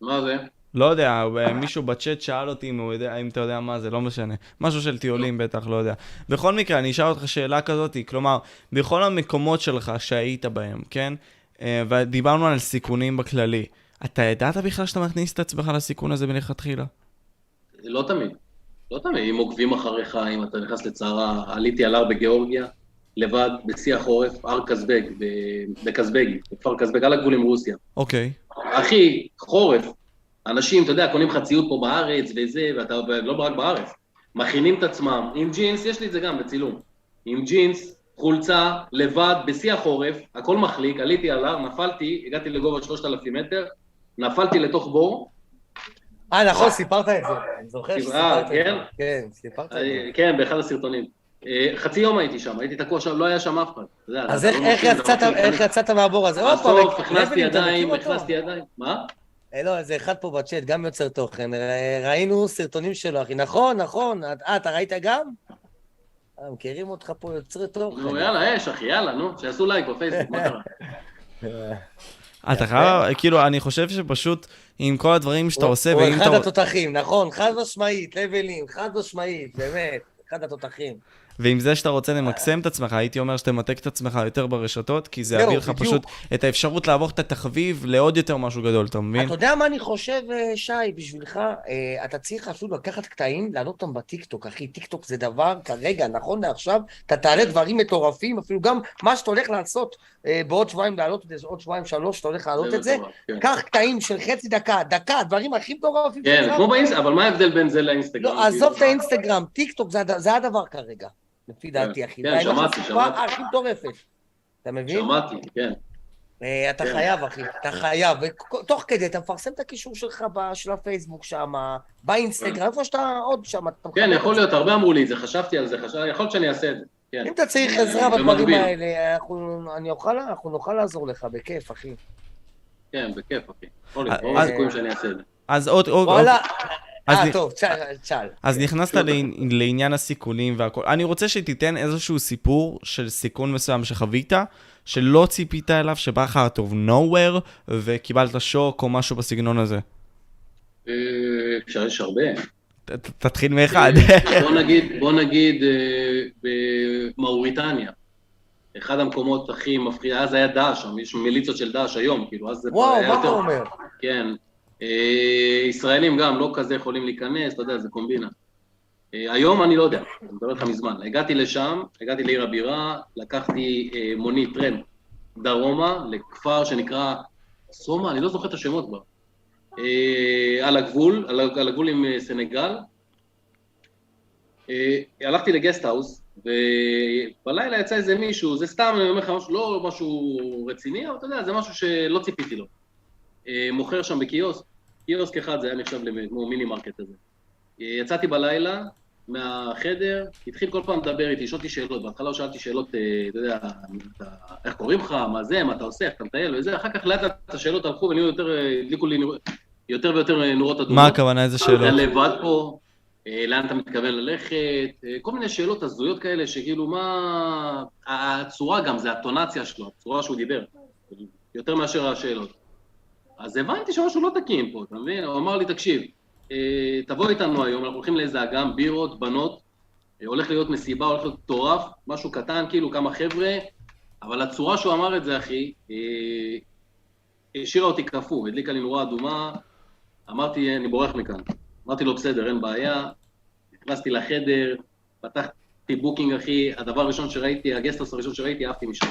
Speaker 3: מה זה?
Speaker 1: לא יודע, מישהו בצ'אט שאל אותי אם, הוא יודע, אם אתה יודע מה זה, לא משנה. משהו של טיולים בטח, לא יודע. בכל מקרה, אני אשאל אותך שאלה כזאת, כלומר, בכל המקומות שלך שהיית בהם, כן? אה, ודיברנו על סיכונים בכללי. אתה ידעת בכלל שאתה מכניס את עצמך לסיכון הזה מלכתחילה?
Speaker 3: לא תמיד. לא תמיד. אם עוקבים אחריך, אם אתה נכנס לצרה, עליתי על הר בגיאורגיה, לבד, בשיא החורף, הר קזבג, ב- בקזבגי, בכפר קזבג, על הגבול עם רוסיה.
Speaker 1: אוקיי.
Speaker 3: אחי, חורף, אנשים, אתה יודע, קונים לך ציוד פה בארץ וזה, ואתה, ולא רק בארץ, מכינים את עצמם עם ג'ינס, יש לי את זה גם בצילום, עם ג'ינס, חולצה, לבד, בשיא החורף, הכל מחליק, עליתי על הר, נפלתי, הגעתי לגובה 3,000 מטר, נפלתי לתוך בור,
Speaker 2: אה, נכון, סיפרת את זה. אני זוכר
Speaker 3: אה,
Speaker 2: שסיפרת את
Speaker 3: כן?
Speaker 2: זה. כן, סיפרת את זה.
Speaker 3: אה, כן, באחד הסרטונים. אה, חצי יום הייתי שם, הייתי תקוע שם, לא היה שם אף אחד. אתה יודע,
Speaker 2: אז
Speaker 3: אתה
Speaker 2: איך
Speaker 3: לא
Speaker 2: איך
Speaker 3: מוצא, אתה
Speaker 2: יצאת-
Speaker 3: לא מוצא
Speaker 2: איך
Speaker 3: להיכנס.
Speaker 2: יצאת מהבור הזה? עוד פעם,
Speaker 3: בסוף
Speaker 2: רבלין,
Speaker 3: הכנסתי
Speaker 2: אתה מכיר
Speaker 3: ידיים,
Speaker 2: אותו?
Speaker 3: הכנסתי ידיים. מה?
Speaker 2: אה, לא, איזה אחד פה בצ'אט, גם יוצר תוכן. ר- ראינו סרטונים שלו, אחי. נכון, נכון. את- אה, אתה ראית גם? אה, מכירים אותך פה יוצרי תוכן.
Speaker 3: נו, לא, יאללה, אש, אחי, יאללה, נו, שיעשו לייק בפייסבוק, מה קרה?
Speaker 1: אתה חייב, כאילו, אני חושב שפשוט עם כל הדברים שאתה
Speaker 2: הוא-
Speaker 1: עושה,
Speaker 2: הוא
Speaker 1: ואם
Speaker 2: אחד
Speaker 1: אתה...
Speaker 2: התותחים, נכון, חד משמעית, לבלים, חד משמעית, באמת, אחד התותחים.
Speaker 1: ועם זה שאתה רוצה למקסם את עצמך, הייתי אומר שתמתק את עצמך יותר ברשתות, כי זה
Speaker 2: זהו,
Speaker 1: יביא לך
Speaker 2: כן, בדיוק.
Speaker 1: פשוט את האפשרות להפוך את התחביב לעוד יותר משהו גדול, אתה מבין?
Speaker 2: אתה יודע מה אני חושב, אה, שי, בשבילך? אה, אתה צריך אפילו לקחת קטעים, להעלות אותם בטיקטוק, אחי. טיקטוק זה דבר, כרגע, נכון לעכשיו, אתה תעלה דברים מטורפים, אפילו גם מה שאתה הולך לעשות אה, בעוד שבועיים, להעלות את זה, עוד שבועיים, שלוש, שאתה הולך להעלות לא את זה,
Speaker 3: כן.
Speaker 2: קח קטעים של חצי דקה, דקה, הדברים הכי מטורפים.
Speaker 3: כן,
Speaker 2: שאפשר.
Speaker 3: כמו באינסטגרם, אבל מה ההבדל בין זה לאינסטגרם?
Speaker 2: לא, עזוב את
Speaker 3: כאילו?
Speaker 2: האינסטגרם, טיקטוק זה הד- זה הדבר כרגע, לפי דעתי, אחי.
Speaker 3: כן,
Speaker 2: זה האמת
Speaker 3: שמעתי,
Speaker 2: החשיפה
Speaker 3: שמעתי.
Speaker 2: הכי מטורפת. אתה מבין?
Speaker 3: שמעתי, כן.
Speaker 2: אה, אתה
Speaker 3: כן.
Speaker 2: חייב, אחי, אתה חייב. ותוך כדי, אתה מפרסם את הקישור שלך ב- של הפייסבוק שם, באינסטגרם, איפה שאתה עוד שם. אתה
Speaker 3: כן,
Speaker 2: מחבר
Speaker 3: יכול
Speaker 2: את זה.
Speaker 3: להיות, הרבה אמרו לי את זה, חשבתי על זה, חשב- יכול להיות שאני אעשה את זה. כן.
Speaker 2: אם אתה צריך
Speaker 3: אה,
Speaker 2: עזרה בדברים
Speaker 3: במקביל.
Speaker 2: האלה, אנחנו- אני אוכל- אנחנו נוכל לעזור לך, בכיף, אחי.
Speaker 3: כן, בכיף, אחי. יכול
Speaker 1: אה,
Speaker 3: להיות, ברור
Speaker 1: אה,
Speaker 3: הסיכויים שאני אעשה את זה.
Speaker 1: אז עוד, עוד, עוד,
Speaker 2: וואלה.
Speaker 1: אז
Speaker 2: אה,
Speaker 1: נ-
Speaker 2: טוב, כאילו- צה"ל, צה"ל.
Speaker 1: אז נכנסת
Speaker 3: שוב.
Speaker 1: לעני- לעניין הסיכונים והכל. אני רוצה שתיתן איזשהו סיפור של סיכון מסוים שחווית, שלא ציפית אליו, שבא לך out of nowhere, וקיבלת שוק או משהו בסגנון הזה.
Speaker 3: אה, אפשר, יש הרבה.
Speaker 1: ת- ת- תתחיל מאחד.
Speaker 3: בוא נגיד, בוא נגיד, אה, במאוריטניה. אחד המקומות הכי מפחיד, אז היה דאעש, שם יש מיליציות של דאעש היום, כאילו, אז זה כבר
Speaker 2: וואו,
Speaker 3: היה
Speaker 2: מה אתה
Speaker 3: יותר-
Speaker 2: אומר?
Speaker 3: כן. אה, ישראלים גם לא כזה יכולים להיכנס, אתה יודע, זה קומבינה. אה, היום אני לא יודע, אני מדבר איתך מזמן. הגעתי לשם, הגעתי לעיר הבירה, לקחתי אה, מונית טרמפ דרומה לכפר שנקרא סומה, אני לא זוכר את השמות כבר. אה, על הגבול, על, ה- על הגבול עם אה, סנגל. אה, הלכתי לגסטהאוס, ובלילה יצא איזה מישהו, זה סתם, אני אומר לך משהו, לא משהו רציני, אבל אתה יודע, זה משהו שלא ציפיתי לו. אה, מוכר שם בקיוסק, קיוסק אחד זה היה נחשב כמו מיני מרקט כזה. אה, יצאתי בלילה מהחדר, התחיל כל פעם לדבר איתי, לשאול אותי שאלות, בהתחלה הוא שאלתי שאלות, אה, אתה יודע, אתה, איך קוראים לך, מה זה, מה אתה עושה, איך אתה מטייל וזה, אחר כך לאט לאט השאלות הלכו ונהיו יותר, אה, הדליקו לי נור- יותר ויותר אה, נורות אדומות.
Speaker 1: מה הכוונה איזה
Speaker 3: אתה
Speaker 1: שאלות?
Speaker 3: לבד פה, אה, לאן אתה מתכוון ללכת, אה, כל מיני שאלות הזויות כאלה, שכאילו מה... הצורה גם, זה הטונציה שלו, הצורה שהוא דיבר, יותר מאשר השאלות. אז הבנתי שמשהו לא תקין פה, אתה מבין? הוא אמר לי, תקשיב, אה, תבוא איתנו היום, אנחנו הולכים לאיזה אגם, בירות, בנות, אה, הולך להיות מסיבה, הולך להיות מטורף, משהו קטן, כאילו כמה חבר'ה, אבל הצורה שהוא אמר את זה, אחי, אה, השאירה אותי קפוא, הדליקה לי נורה אדומה, אמרתי, אני בורח מכאן. אמרתי לו, בסדר, אין בעיה. נכנסתי לחדר, פתחתי בוקינג, אחי, הדבר הראשון שראיתי, הגסטוס הראשון שראיתי, עפתי משם.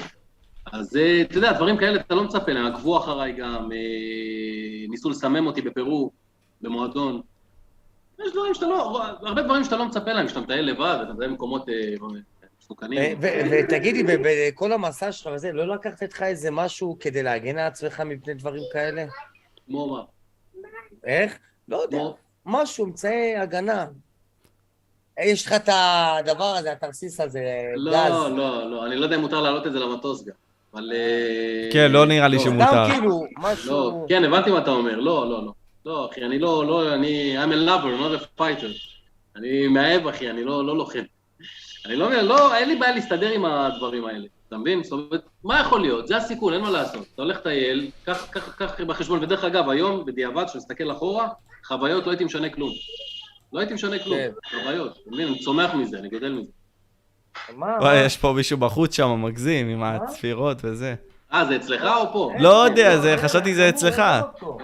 Speaker 3: אז אה, אתה יודע, דברים כאלה אתה לא מצפה להם, עקבו אחריי גם, אה, ניסו לסמם אותי בפרו, במועדון. יש דברים שאתה לא, הרבה דברים שאתה לא מצפה להם, כשאתה מטייל לבד, אתה מטייל במקומות אה, מסוכנים.
Speaker 2: ו- אה, ו- ותגידי, ב- בכל המסע שלך וזה, לא לקחת איתך איזה משהו כדי להגן על עצמך מפני דברים כאלה?
Speaker 3: כמו מה?
Speaker 2: איך? לא יודע.
Speaker 3: כמו-
Speaker 2: משהו, אמצעי הגנה. יש לך את הדבר הזה, התרסיס הזה, גז.
Speaker 3: לא, לא, לא, אני לא יודע אם מותר להעלות את זה למטוס גם, אבל... אה,
Speaker 1: כן, לא נראה לי שמותר.
Speaker 2: סתם כאילו,
Speaker 3: לא,
Speaker 2: משהו...
Speaker 3: כן, הבנתי מה אתה אומר, לא, לא, לא. לא, אחי, אני לא, לא, אני, I'm a lover, not a fighter. אני מאהב, אחי, אני לא, לא לוחם. אני לא, לא, אין לי בעיה להסתדר עם הדברים האלה, אתה מבין? זאת אומרת, מה יכול להיות? זה הסיכון, אין מה לעשות. אתה הולך לטייל, קח, קח, קח בחשבון, ודרך אגב, היום, בדיעבד, כשאתה מסתכל אחורה, חוויות לא הייתי משנה כלום. לא הייתי משנה כלום,
Speaker 2: כן.
Speaker 3: חוויות. אתה מבין? אני צומח מזה, אני גודל מזה.
Speaker 2: מה?
Speaker 1: וואי,
Speaker 2: מה?
Speaker 1: יש פה מישהו בחוץ שם, מגזים, עם הצפירות וזה.
Speaker 3: אה, זה אצלך או פה?
Speaker 1: לא יודע, זה- חשבתי זה אצלך.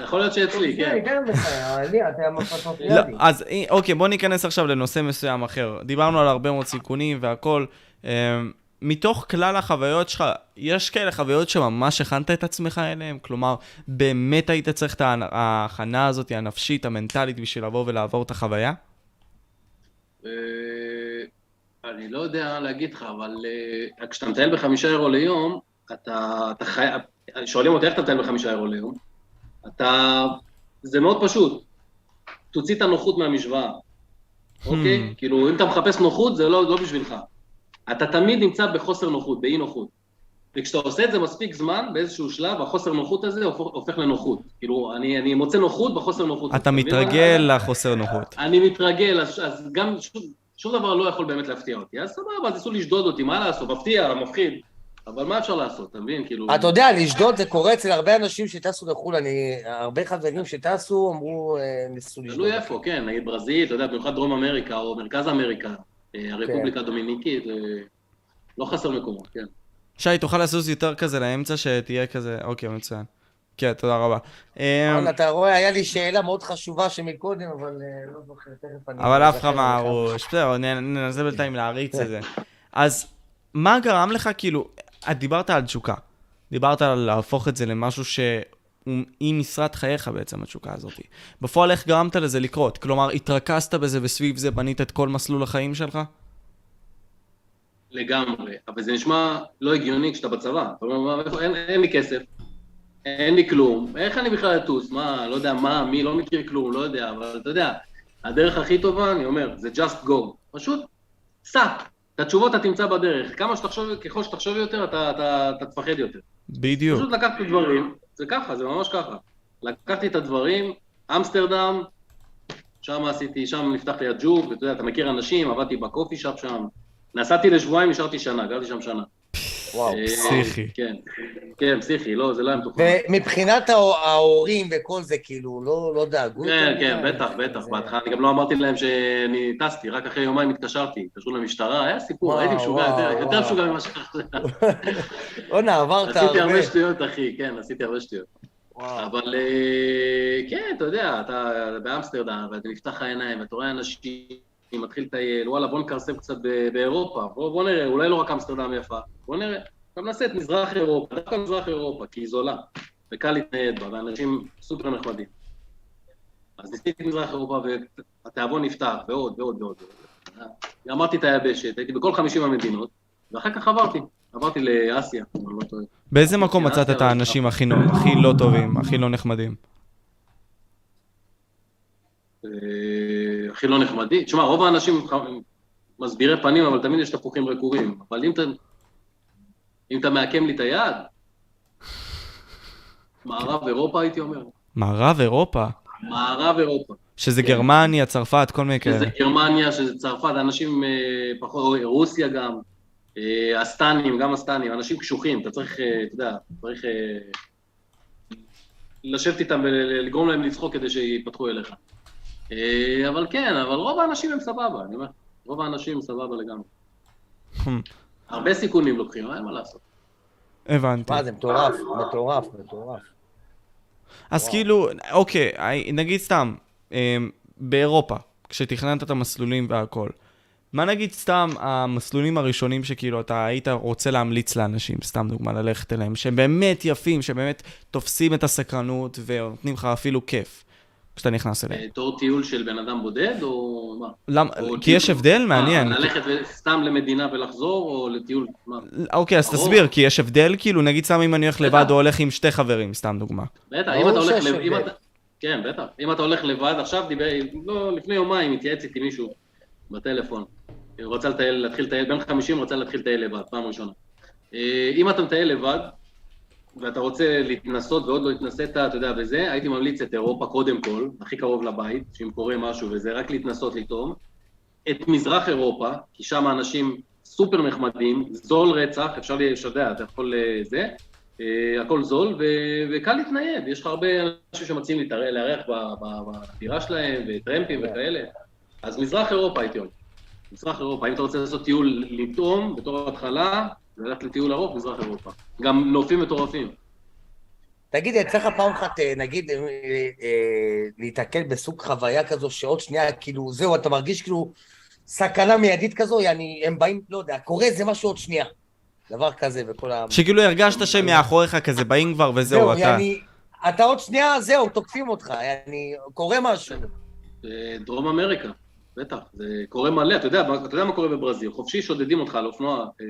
Speaker 3: יכול להיות שאצלי,
Speaker 2: כן,
Speaker 3: כן.
Speaker 2: גם לך, לי, אתה מפריע
Speaker 1: לא,
Speaker 2: לי.
Speaker 1: אז אה, אוקיי, בוא ניכנס עכשיו לנושא מסוים אחר. דיברנו על הרבה מאוד סיכונים והכל. אמ, מתוך כלל החוויות שלך, יש כאלה חוויות שממש הכנת את עצמך אליהן? כלומר, באמת היית צריך את ההנ- ההכנה הזאת, הנפשית, המנטלית, בשביל לבוא ולעבור את החוויה?
Speaker 3: אה, אני לא יודע להגיד לך, אבל אה, כשאתה מטייל בחמישה אירו ליום, אתה, אתה חייב, שואלים אותי איך אתה מטייל בחמישה אירו ליום, אתה, זה מאוד פשוט, תוציא את הנוחות מהמשוואה,
Speaker 1: Hmm.
Speaker 3: אוקיי? כאילו, אם אתה מחפש נוחות, זה לא, לא בשבילך. אתה תמיד נמצא בחוסר נוחות, באי נוחות. וכשאתה עושה את זה מספיק זמן, באיזשהו שלב, החוסר נוחות הזה הופך, הופך לנוחות. כאילו, אני, אני מוצא נוחות בחוסר נוחות.
Speaker 1: אתה
Speaker 3: מבין מה אני-
Speaker 1: מתרגל לחוסר נוחות.
Speaker 3: אני מתרגל, אז, אז גם שום, שום דבר לא יכול באמת להפתיע אותי. אז סבבה, אז ניסו לשדוד אותי, מה לעשות? מפתיע, מפחיד. אבל מה אפשר לעשות, אתה מבין? כאילו...
Speaker 2: אתה יודע, לשדוד זה קורה אצל הרבה אנשים שטסו לחו"ל, אני... הרבה חברים שטסו אמרו, אה, ניסו לשדוד.
Speaker 3: כן, תלוי איפה, כן, נגיד ברזיל, אתה יודע, במיוחד דרום אמריקה או מרכז אמריקה. אה, הרפובליקה הדומיניקית, אה, לא חסר מקומות, כן.
Speaker 1: שי, תוכל לזוז יותר כזה לאמצע, שתהיה כזה... אוקיי, מצוין. כן, תודה רבה. אה,
Speaker 2: אבל אתה רואה, היה לי שאלה מאוד חשובה שמקודם, אבל אה, לא זוכר, תכף אני...
Speaker 1: אבל אף
Speaker 2: אזכר
Speaker 1: אחד לא
Speaker 2: לך.
Speaker 1: מהראש, בסדר, נ- ננסה בינתיים להריץ את זה. אז מה גרם לך, כאילו, את דיברת על תשוקה. דיברת על להפוך את זה למשהו ש... היא משרת חייך בעצם, התשוקה הזאת. בפועל, איך גרמת לזה לקרות? כלומר, התרכזת בזה וסביב זה בנית את כל מסלול החיים שלך?
Speaker 3: לגמרי, אבל זה נשמע לא הגיוני כשאתה בצבא. אתה אומר, "מה, איפה- אין, אין לי כסף, אין לי כלום, איך אני בכלל אטוס? מה, לא יודע מה, מי, לא מכיר כלום, לא יודע, אבל אתה יודע, הדרך הכי טובה, אני אומר, זה just go. פשוט, סע. את התשובות אתה תמצא בדרך. כמה שתחשוב, ככל שתחשוב יותר, אתה, אתה, אתה תפחד יותר.
Speaker 1: בדיוק.
Speaker 3: פשוט לקחתי דברים, זה ככה, זה ממש ככה. לקחתי את הדברים, אמסטרדם, שם עשיתי, שם נפתח לי הג'וב, ואתה יודע, אתה מכיר אנשים, עבדתי בקופי שופ שם. נסעתי לשבועיים, נשארתי שנה, גרתי שם שנה.
Speaker 2: וואו.
Speaker 3: אה,
Speaker 1: פסיכי.
Speaker 3: כן, כן, פסיכי, לא, זה לא היה מתוכן.
Speaker 2: ומבחינת ההו- ההורים וכל זה, כאילו, לא, לא דאגו?
Speaker 3: כן,
Speaker 2: יותר
Speaker 3: כן,
Speaker 2: מדי?
Speaker 3: בטח, בטח.
Speaker 2: זה-
Speaker 3: בהתחלה אני גם לא אמרתי להם שאני טסתי, רק אחרי יומיים התקשרתי, התקשרו למשטרה, היה סיפור,
Speaker 2: וואו,
Speaker 3: הייתי משוגע,
Speaker 2: וואו,
Speaker 3: יותר- יותר
Speaker 2: וואו.
Speaker 3: משוגע ממה שחשבתי.
Speaker 2: בואנה, עברת
Speaker 3: עשיתי
Speaker 2: הרבה.
Speaker 3: הרבה שטויות, אחי, כן, עשיתי הרבה שטויות.
Speaker 2: וואו.
Speaker 3: אבל אה, כן, אתה יודע, אתה באמסטרדם, ואתה נפתח העיניים, ואתה רואה אנשים, מתחיל לטייל, וואלה, בוא נקרסם קצת ב- באירופה, בוא, בוא נראה, אולי לא רק אמסטרדם יפה, בוא נראה. גם נעשה את מזרח אירופה, דווקא מזרח אירופה, כי היא זולה, וקל להתנייד בה, ואנשים סופר נחמדים. אז ניסיתי את מזרח אירופה, והתיאבון נפתח, ועוד ועוד ועוד. ועוד. אמרתי את היבשת, הייתי בכל 50 המדינות, ואחר כך עברתי, עברתי לאסיה, אם אני לא טועה.
Speaker 1: באיזה מקום מצאת את האנשים הכי נו- הכי לא טובים, הכי לא נחמדים?
Speaker 3: אה, הכי לא נחמדי. תשמע, רוב האנשים הם ח- הם מסבירי פנים, אבל תמיד יש תפוחים רקובים. אבל אם אתה, אם אתה מעקם לי את היד, מערב אירופה הייתי אומר.
Speaker 1: מערב אירופה,
Speaker 3: מערב אירופה.
Speaker 1: שזה
Speaker 3: כן.
Speaker 1: גרמניה, צרפת, כל מיני כאלה.
Speaker 3: שזה גרמניה, שזה צרפת, אנשים אה, פחות, רוסיה גם, אה, הסטנים, גם הסטנים, אנשים קשוחים, אתה צריך, אה, אתה יודע, צריך אה, לשבת איתם ולגרום להם לצחוק כדי שיפתחו אליך. אה, אבל כן, אבל רוב האנשים הם סבבה, אני אומר, רוב האנשים הם סבבה לגמרי. הרבה סיכונים לוקחים, אין מה לעשות.
Speaker 1: הבנתי.
Speaker 2: מה, זה מטורף, מטורף, מטורף.
Speaker 1: אז
Speaker 2: וואו.
Speaker 1: כאילו, אוקיי, הי- נגיד סתם, אמ, באירופה, כשתכננת את המסלולים והכל, מה נגיד סתם המסלולים הראשונים שכאילו אתה היית רוצה להמליץ לאנשים, סתם דוגמה, ללכת אליהם, שהם באמת יפים, שבאמת תופסים את הסקרנות ונותנים לך אפילו כיף כשאתה נכנס אליהם.
Speaker 3: אה, תור טיול של בן אדם בודד, או מה?
Speaker 1: למה?
Speaker 3: או
Speaker 1: כי יש הבדל? מעניין.
Speaker 3: אה, ללכת סתם למדינה ולחזור, או לטיול, מה?
Speaker 1: אוקיי, אז
Speaker 3: אה, ברור. אה.
Speaker 1: תסביר, כי יש הבדל, כאילו, נגיד סתם אם אני הולך לבד
Speaker 3: בטח.
Speaker 1: או הולך עם שתי חברים, סתם דוגמה.
Speaker 3: בטח,
Speaker 2: ברור
Speaker 3: אם אתה הולך
Speaker 2: שיש
Speaker 3: לבד, אם
Speaker 2: הבדל.
Speaker 3: אתה... כן, בטח. אם אתה הולך לבד, עכשיו דיבר, לא, לפני יומיים התייעץ איתי מישהו בטלפון. הוא רצה לטייל, להתחיל לטייל, בן 50 רצה להתחיל לטייל לבד, פעם ראשונה. אה, אם אתה מטייל לבד, ואתה רוצה להתנסות ועוד לא התנסית, אתה יודע, וזה, הייתי ממליץ את אירופה קודם כל, הכי קרוב לבית, שאם קורה משהו וזה, רק להתנסות לטעום. את מזרח אירופה, כי שם האנשים סופר נחמדים, זול רצח, אפשר לשדע, אתה יכול אה, זה, אה, הכל זול, ו, וקל להתנייד, יש לך הרבה אנשים שמציעים להתאר- לארח ב- ב- בדירה שלהם, וטרמפים וכאלה. אז מזרח אירופה הייתי אומר. מזרח אירופה, אם אתה רוצה לעשות טיול לטעום בתור התחלה, ללכת לטיול ארוך, מזרח אירופה. גם נופים מטורפים.
Speaker 2: תגיד, יצא לך פעם אחת, אה, נגיד, אה, אה, להתקל בסוג חוויה כזו, שעוד שנייה, כאילו, זהו, אתה מרגיש כאילו סכנה מיידית כזו, יעני, הם באים, לא יודע, קורה איזה משהו עוד שנייה. דבר כזה וכל ה...
Speaker 1: שכאילו הרגשת
Speaker 3: אה.
Speaker 1: שמאחוריך כזה באים כבר וזהו, אתה...
Speaker 2: יעני, אתה עוד שנייה, זהו, תוקפים אותך, יעני, קורה משהו.
Speaker 3: אה, דרום אמריקה, בטח, זה קורה מלא, אתה יודע, אתה יודע מה קורה בברזיל, חופשי שודדים אותך על אופנוע, אה,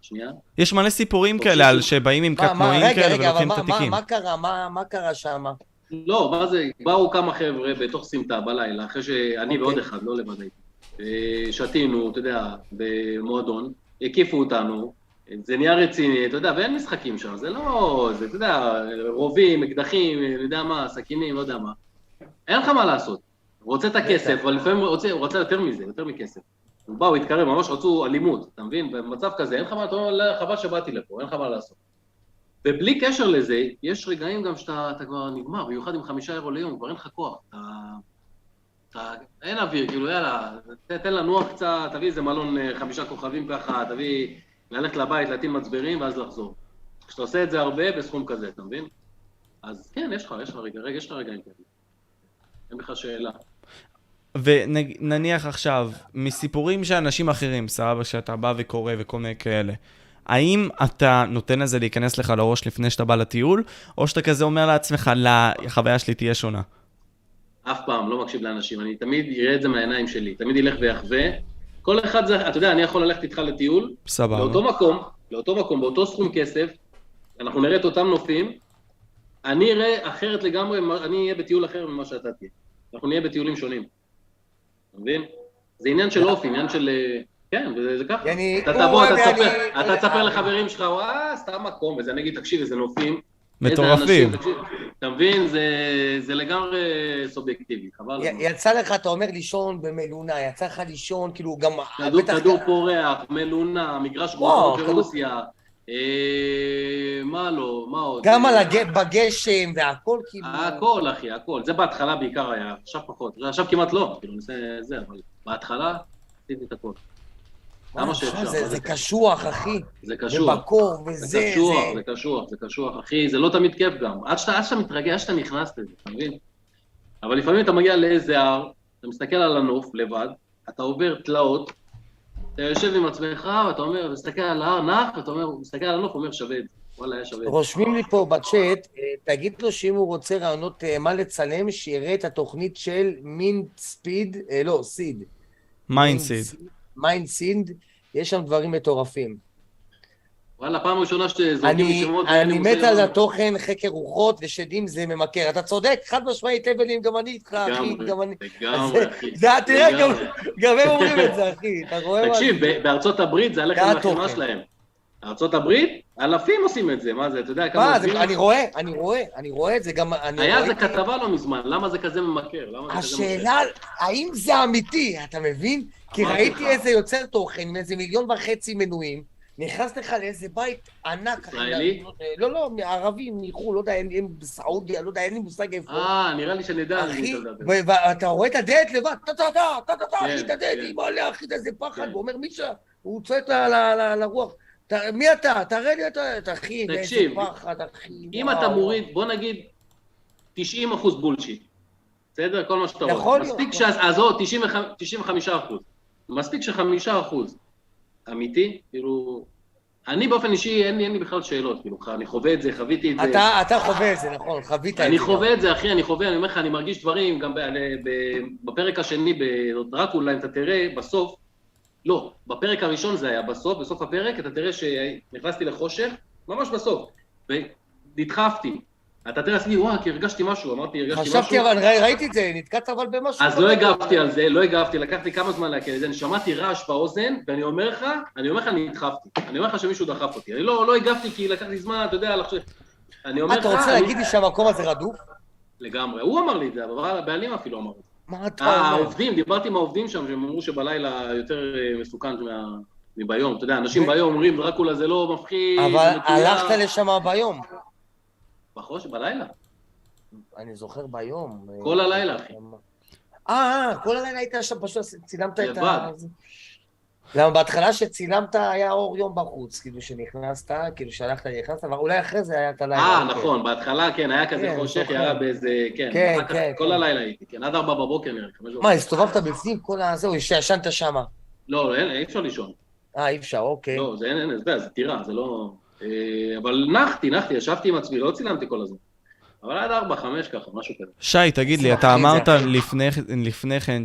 Speaker 3: שנייה,
Speaker 1: יש מלא סיפורים כאלה על שבאים עם
Speaker 2: מה, מה,
Speaker 1: קטנועים
Speaker 2: רגע,
Speaker 1: כאלה
Speaker 2: רגע, אבל
Speaker 1: ולוקחים את
Speaker 2: מה- מה-
Speaker 1: התיקים.
Speaker 2: מה קרה? מה- מה קרה שם?
Speaker 3: לא, מה זה, באו כמה חבר'ה בתוך סמטה בלילה, אחרי שאני
Speaker 2: אוקיי.
Speaker 3: okay. ועוד אחד, לא לבד הייתי. אה, שתינו, אתה יודע, במועדון, הקיפו אותנו, זה נהיה רציני, אתה יודע, ואין משחקים שם, זה לא, זה, אתה יודע, רובים, אקדחים, אני יודע מה, סכינים, לא יודע מה. אין לך מה לעשות. הוא רוצה את הכסף, אבל לפעמים הוא רוצה, הוא רוצה יותר מזה, יותר מכסף. הוא בא, הוא התקרב, ממש רצו אלימות, אתה מבין? במצב כזה, אין לך מה, אתה אומר, "לא, חבל שבאתי לפה, אין לך מה לעשות. ובלי קשר לזה, יש רגעים גם שאתה אתה כבר נגמר, במיוחד עם חמישה אירו ליום, כבר אין לך כוח. אתה, אתה אין אוויר, כאילו, יאללה, ת- תן לנוח קצת, תביא איזה מלון אה, חמישה כוכבים ככה, תביא, ללכת לבית, להטיל מצברים, ואז לחזור. כשאתה עושה את זה הרבה, בסכום כזה, אתה מבין? אז כן, יש לך, יש לך רגע, רגע, יש לך רגעים כאלה. אין בכלל שאלה.
Speaker 1: ונניח עכשיו, מסיפורים של אנשים אחרים, סבבה, שאתה בא וקורא וכל מיני כאלה, האם אתה נותן לזה להיכנס לך לראש לפני שאתה בא לטיול, או שאתה כזה אומר לעצמך, לא, החוויה שלי תהיה שונה?
Speaker 3: אף פעם לא מקשיב לאנשים, אני תמיד אראה את זה מהעיניים שלי, תמיד אלך ויחווה. כל אחד זה, אתה יודע, אני יכול ללכת איתך לטיול,
Speaker 1: סבבה.
Speaker 2: לא,
Speaker 3: לאותו מקום, לאותו מקום, באותו סכום כסף, אנחנו נראה את אותם נופים, אני אראה אחרת לגמרי, מה- אני אהיה בטיול אחר ממה שאתה תהיה. אנחנו נהיה בטיולים שונים. אתה מבין? זה עניין של אופי, עניין של... אה, כן, וזה זה ככה.
Speaker 2: יעני,
Speaker 3: אתה
Speaker 2: הוא
Speaker 3: תבוא, אתה
Speaker 2: ואני-
Speaker 3: תספר, אתה תספר לחברים שלך, וואה, סתם מקום, וזה אני אגיד, תקשיב, איזה נופים. איזה
Speaker 1: מטורפים.
Speaker 3: אנשים, תקשיב." אתה מבין? זה- זה לגמרי סובייקטיבי, חבל.
Speaker 2: י- יצא לך, אתה אומר לישון במלונה, יצא לך לישון, כאילו גם...
Speaker 3: כדור,
Speaker 2: בטח-
Speaker 3: כדור פורח, מלונה, מגרש
Speaker 2: וואו,
Speaker 3: גולפות של
Speaker 2: כדור-
Speaker 3: רוסיה, אה, מה לא, מה עוד?
Speaker 2: גם על
Speaker 3: אה,
Speaker 2: הג... בגשם והכל כאילו...
Speaker 3: הכל, אחי, הכל. זה בהתחלה בעיקר היה, עכשיו פחות. עכשיו כמעט לא, כאילו, זה, זה, אבל בהתחלה עשיתי את הכל.
Speaker 2: מה,
Speaker 3: כמה שאפשר.
Speaker 2: זה- זה קשוח, אחי.
Speaker 3: זה
Speaker 2: קשוח.
Speaker 3: קשור.
Speaker 2: ובקור, וזה,
Speaker 3: זה
Speaker 2: זה...
Speaker 3: קשוח, זה קשוח, זה קשוח, אחי, זה לא תמיד כיף גם. עד שאתה עד שאתה מתרגש, עד שאתה נכנס לזה, אתה מבין? אבל לפעמים אתה מגיע לאיזה הר, אתה מסתכל על הנוף לבד, אתה עובר תלאות, אתה יושב עם עצמך, ואתה אומר, מסתכל על ההר נח, ואתה אומר, מסתכל על הנוף, אומר, שווה את זה. וואלה, היה שווה את זה.
Speaker 2: רושמים לי פה בצ'אט, אה, תגיד לו שאם הוא רוצה רעיונות אה, מה לצלם, שיראה את התוכנית של מינד ספיד, אה, לא, סיד.
Speaker 1: מיינדסיד.
Speaker 2: מיינד סיד, יש שם דברים מטורפים.
Speaker 3: וואלה, פעם ראשונה שזורקים לי
Speaker 2: אני,
Speaker 3: שמות. אין לי
Speaker 2: אני מת
Speaker 3: מושג.
Speaker 2: על התוכן, חקר רוחות ושדים זה ממכר. אתה צודק, חד משמעית, אבלים, גם אני איתך, אחי,
Speaker 3: לגמרי,
Speaker 2: גם אני...
Speaker 3: לגמרי,
Speaker 2: זה-
Speaker 3: אחי.
Speaker 2: זה- תראה, גם-
Speaker 3: לגמרי.
Speaker 2: גם הם אומרים את זה, אחי, אתה רואה מה...
Speaker 3: תקשיב, ב- בארצות הברית זה הלחם
Speaker 2: זה
Speaker 3: והחמאה
Speaker 2: התוכן.
Speaker 3: שלהם. בארצות הברית, אלפים עושים את זה, מה זה, אתה יודע כמה...
Speaker 2: מה,
Speaker 3: עובדים?
Speaker 2: זה- אני רואה, אני רואה, אני רואה את זה, גם אני
Speaker 3: היה איזה
Speaker 2: ראיתי-
Speaker 3: כתבה לא מזמן, למה זה כזה ממכר? למה זה כזה ממכר?
Speaker 2: השאלה, האם זה אמיתי, אתה מבין? כי
Speaker 3: אמרתי
Speaker 2: ראיתי
Speaker 3: לך.
Speaker 2: איזה יוצר תוכן עם איזה מיליון וחצי מנויים, נכנס לך לאיזה בית ענק. אחי,
Speaker 3: ישראלי?
Speaker 2: לא, לא, ערבים, מחו"ל, לא יודע, הם הם בסעודיה, לא יודע, אין לי מושג איפה.
Speaker 3: אה, נראה לי שנדע על מי
Speaker 2: אחי,
Speaker 3: אתה מדבר.
Speaker 2: ו- ואתה רואה את הדלת לבד, טה-טה-טה, טה-טה-טה,
Speaker 3: כן,
Speaker 2: אחי, את הדלת,
Speaker 3: כן.
Speaker 2: היא מעלה, אחי, איזה פחד,
Speaker 3: כן.
Speaker 2: ואומר, מישה, הוא צועק ל- ל- ל- לרוח, "ת- מי אתה? תראה לי אתה, אתה אחי, איזה
Speaker 3: תקשיב,
Speaker 2: פחד, אחי.
Speaker 3: אם
Speaker 2: וואו.
Speaker 3: אתה מוריד, בוא נגיד 90 אחוז בולשיט, בסדר? כל מה שאתה
Speaker 2: יכול
Speaker 3: רואה.
Speaker 2: להיות.
Speaker 3: מספיק שאז, אז עוד 95 אחוז. מספיק שחמישה אחוז אמיתי, כאילו... אני באופן אישי, אין לי, אין לי בכלל שאלות, כאילו, אני חווה את זה, חוויתי את זה.
Speaker 2: אתה, אתה חווה את זה, נכון, חווית את זה.
Speaker 3: אני
Speaker 2: גם.
Speaker 3: חווה את זה, אחי, אני חווה, אני אומר לך, אני מרגיש דברים, גם ב- ב- בפרק השני, בדרקולה, אם אתה תראה, בסוף, לא, בפרק הראשון זה היה בסוף, בסוף הפרק, אתה תראה שנכנסתי לחושך, ממש בסוף, ונדחפתי. אתה תראה, עשיתי, וואו, כי הרגשתי משהו, אמרתי, הרגשתי משהו.
Speaker 2: חשבתי, אבל ראי- ראיתי את זה, נתקעת אבל במשהו.
Speaker 3: אז לא הגבתי על זה, לא הגבתי, לקח לי כמה זמן להקל את זה, אני שמעתי רעש באוזן, ואני אומר לך, אני אומר לך, אני נדחפתי. אני אומר לך שמישהו דחף אותי. אני לא, לא הגבתי כי לקח לי זמן, אתה יודע, לחשוב. אני אומר
Speaker 2: אה,
Speaker 3: לך...
Speaker 2: אתה רוצה
Speaker 3: אני-
Speaker 2: להגיד לי שהמקום הזה רדוף?
Speaker 3: לגמרי. הוא אמר לי את זה, אבל הבעלים אפילו אמר את זה.
Speaker 2: מה אתה אומר?
Speaker 3: העובדים, דיברתי עם העובדים שם, שהם אמרו שבלילה יותר אה, מסוכן מה- מביום. אתה יודע, אנשים
Speaker 2: ו-
Speaker 3: ביום אומרים, דרקולה זה לא מפחיד.
Speaker 2: אבל
Speaker 3: זה מצוין."
Speaker 2: הלכת לשם ביום.
Speaker 3: בחוש, בלילה.
Speaker 2: אני זוכר ביום.
Speaker 3: כל הלילה, אחי.
Speaker 2: אה, כל הלילה היית שם, פשוט צילמת את ה...
Speaker 3: לבד.
Speaker 2: למה בהתחלה שצילמת היה אור יום בחוץ, כאילו שנכנסת, כאילו שהלכת, נכנסת, אבל אולי אחרי זה היה את הלילה.
Speaker 3: אה,
Speaker 2: אוקיי.
Speaker 3: נכון, בהתחלה, כן, היה כזה
Speaker 2: כן,
Speaker 3: חושך,
Speaker 2: זוכר.
Speaker 3: ירד באיזה... כן,
Speaker 2: כן,
Speaker 3: אחר כך
Speaker 2: כן, כן.
Speaker 3: כל הלילה הייתי, כן, עד ארבע בבוקר נראה לי. חמש
Speaker 2: מה,
Speaker 3: בבוקר.
Speaker 2: הסתובבת בפנים כל הזה, או שישנת שמה?
Speaker 3: לא, אין, אי אפשר לישון.
Speaker 2: אה, אי אפשר, אוקיי.
Speaker 3: לא, זה אין, אין, זה זה טירה, זה לא... אה, אבל נחתי, נחתי, ישבתי עם עצמי, לא צילמתי כל הזמן. אבל עד ארבע, חמש ככה, משהו כזה.
Speaker 1: שי, תגיד לי, אתה
Speaker 2: אחי, זה
Speaker 1: אמרת
Speaker 2: אחי.
Speaker 1: לפני, לפני כן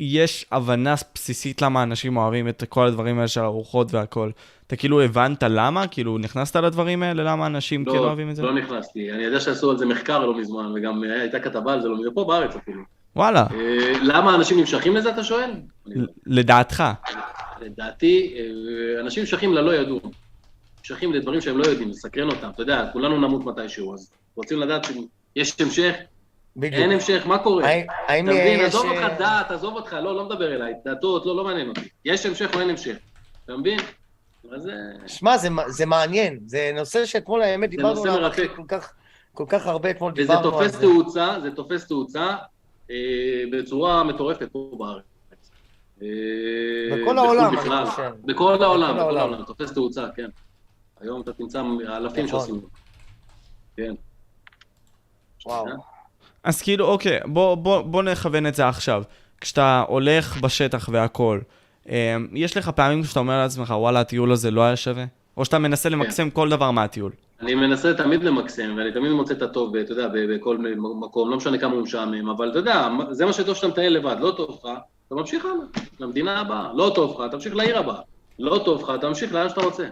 Speaker 1: שיש הבנה בסיסית למה אנשים אוהבים את כל הדברים האלה של הרוחות והכל. אתה כאילו הבנת למה? כאילו, נכנסת לדברים האלה? למה אנשים
Speaker 3: לא,
Speaker 1: כאילו אוהבים את זה?
Speaker 3: לא נכנסתי. אני יודע שעשו על זה מחקר לא מזמן, וגם אה, הייתה כתבה על זה לא מזמן, פה בארץ אפילו.
Speaker 1: וואלה,
Speaker 3: אה, למה אנשים נמשכים לזה, אתה שואל? אני-
Speaker 1: ל- לדעתך.
Speaker 3: לדעתי, אה, אנשים נמשכים ללא ידעו. נמשכים לדברים שהם לא יודעים, לסקרן אותם. אתה יודע, כולנו נמות מתישהו, אז רוצים לדעת שיש המשך,
Speaker 2: בדיוק.
Speaker 3: אין המשך, מה קורה?
Speaker 2: האם- האם
Speaker 3: אתה מבין,
Speaker 2: יש...
Speaker 3: עזוב אותך
Speaker 2: אה,
Speaker 3: דת, עזוב אותך, לא, לא מדבר אליי, דתות, לא, לא מעניין אותי. יש המשך או אין המשך, אתה מבין? אז אה,
Speaker 2: שמע, זה, מ- זה מעניין, זה נושא שאתמול האמת דיברנו
Speaker 3: נושא
Speaker 2: עליו,
Speaker 3: מרתק.
Speaker 2: אחי, כל כך, כל כך הרבה אתמול
Speaker 3: וזה
Speaker 2: נכון, דיברנו על
Speaker 3: תופס
Speaker 2: זה.
Speaker 3: תאוצה, זה תופס תאוצה. אה, בצורה מטורפת פה בארץ. אה,
Speaker 2: בכל
Speaker 3: בחו"ל
Speaker 2: העולם,
Speaker 3: בכלל.
Speaker 2: אני חושב.
Speaker 3: בכל העולם, בכל
Speaker 2: בכל העולם.
Speaker 3: העולם, תופס תאוצה, כן. היום אתה תמצא אלפים
Speaker 2: נכון.
Speaker 3: שעושים את זה. כן.
Speaker 2: וואו.
Speaker 3: אה?
Speaker 1: אז כאילו, אוקיי, בוא, בוא, בוא נכוון את זה עכשיו. כשאתה הולך בשטח והכול, אה, יש לך פעמים שאתה אומר לעצמך, וואלה, הטיול הזה לא היה שווה? או שאתה מנסה
Speaker 3: כן.
Speaker 1: למקסם כל דבר מהטיול?
Speaker 3: אני מנסה תמיד למקסם, ואני תמיד מוצא את הטוב, אתה יודע, ב- בכל מ- מקום, לא משנה כמה הוא משעמם, אבל אתה יודע, זה מה שטוב שאתה מטייל לבד, לא טוב לך, אתה ממשיך הלאה, למדינה הבאה, לא טוב לך, תמשיך לעיר הבאה, לא טוב לך, תמשיך לאן שאתה רוצה.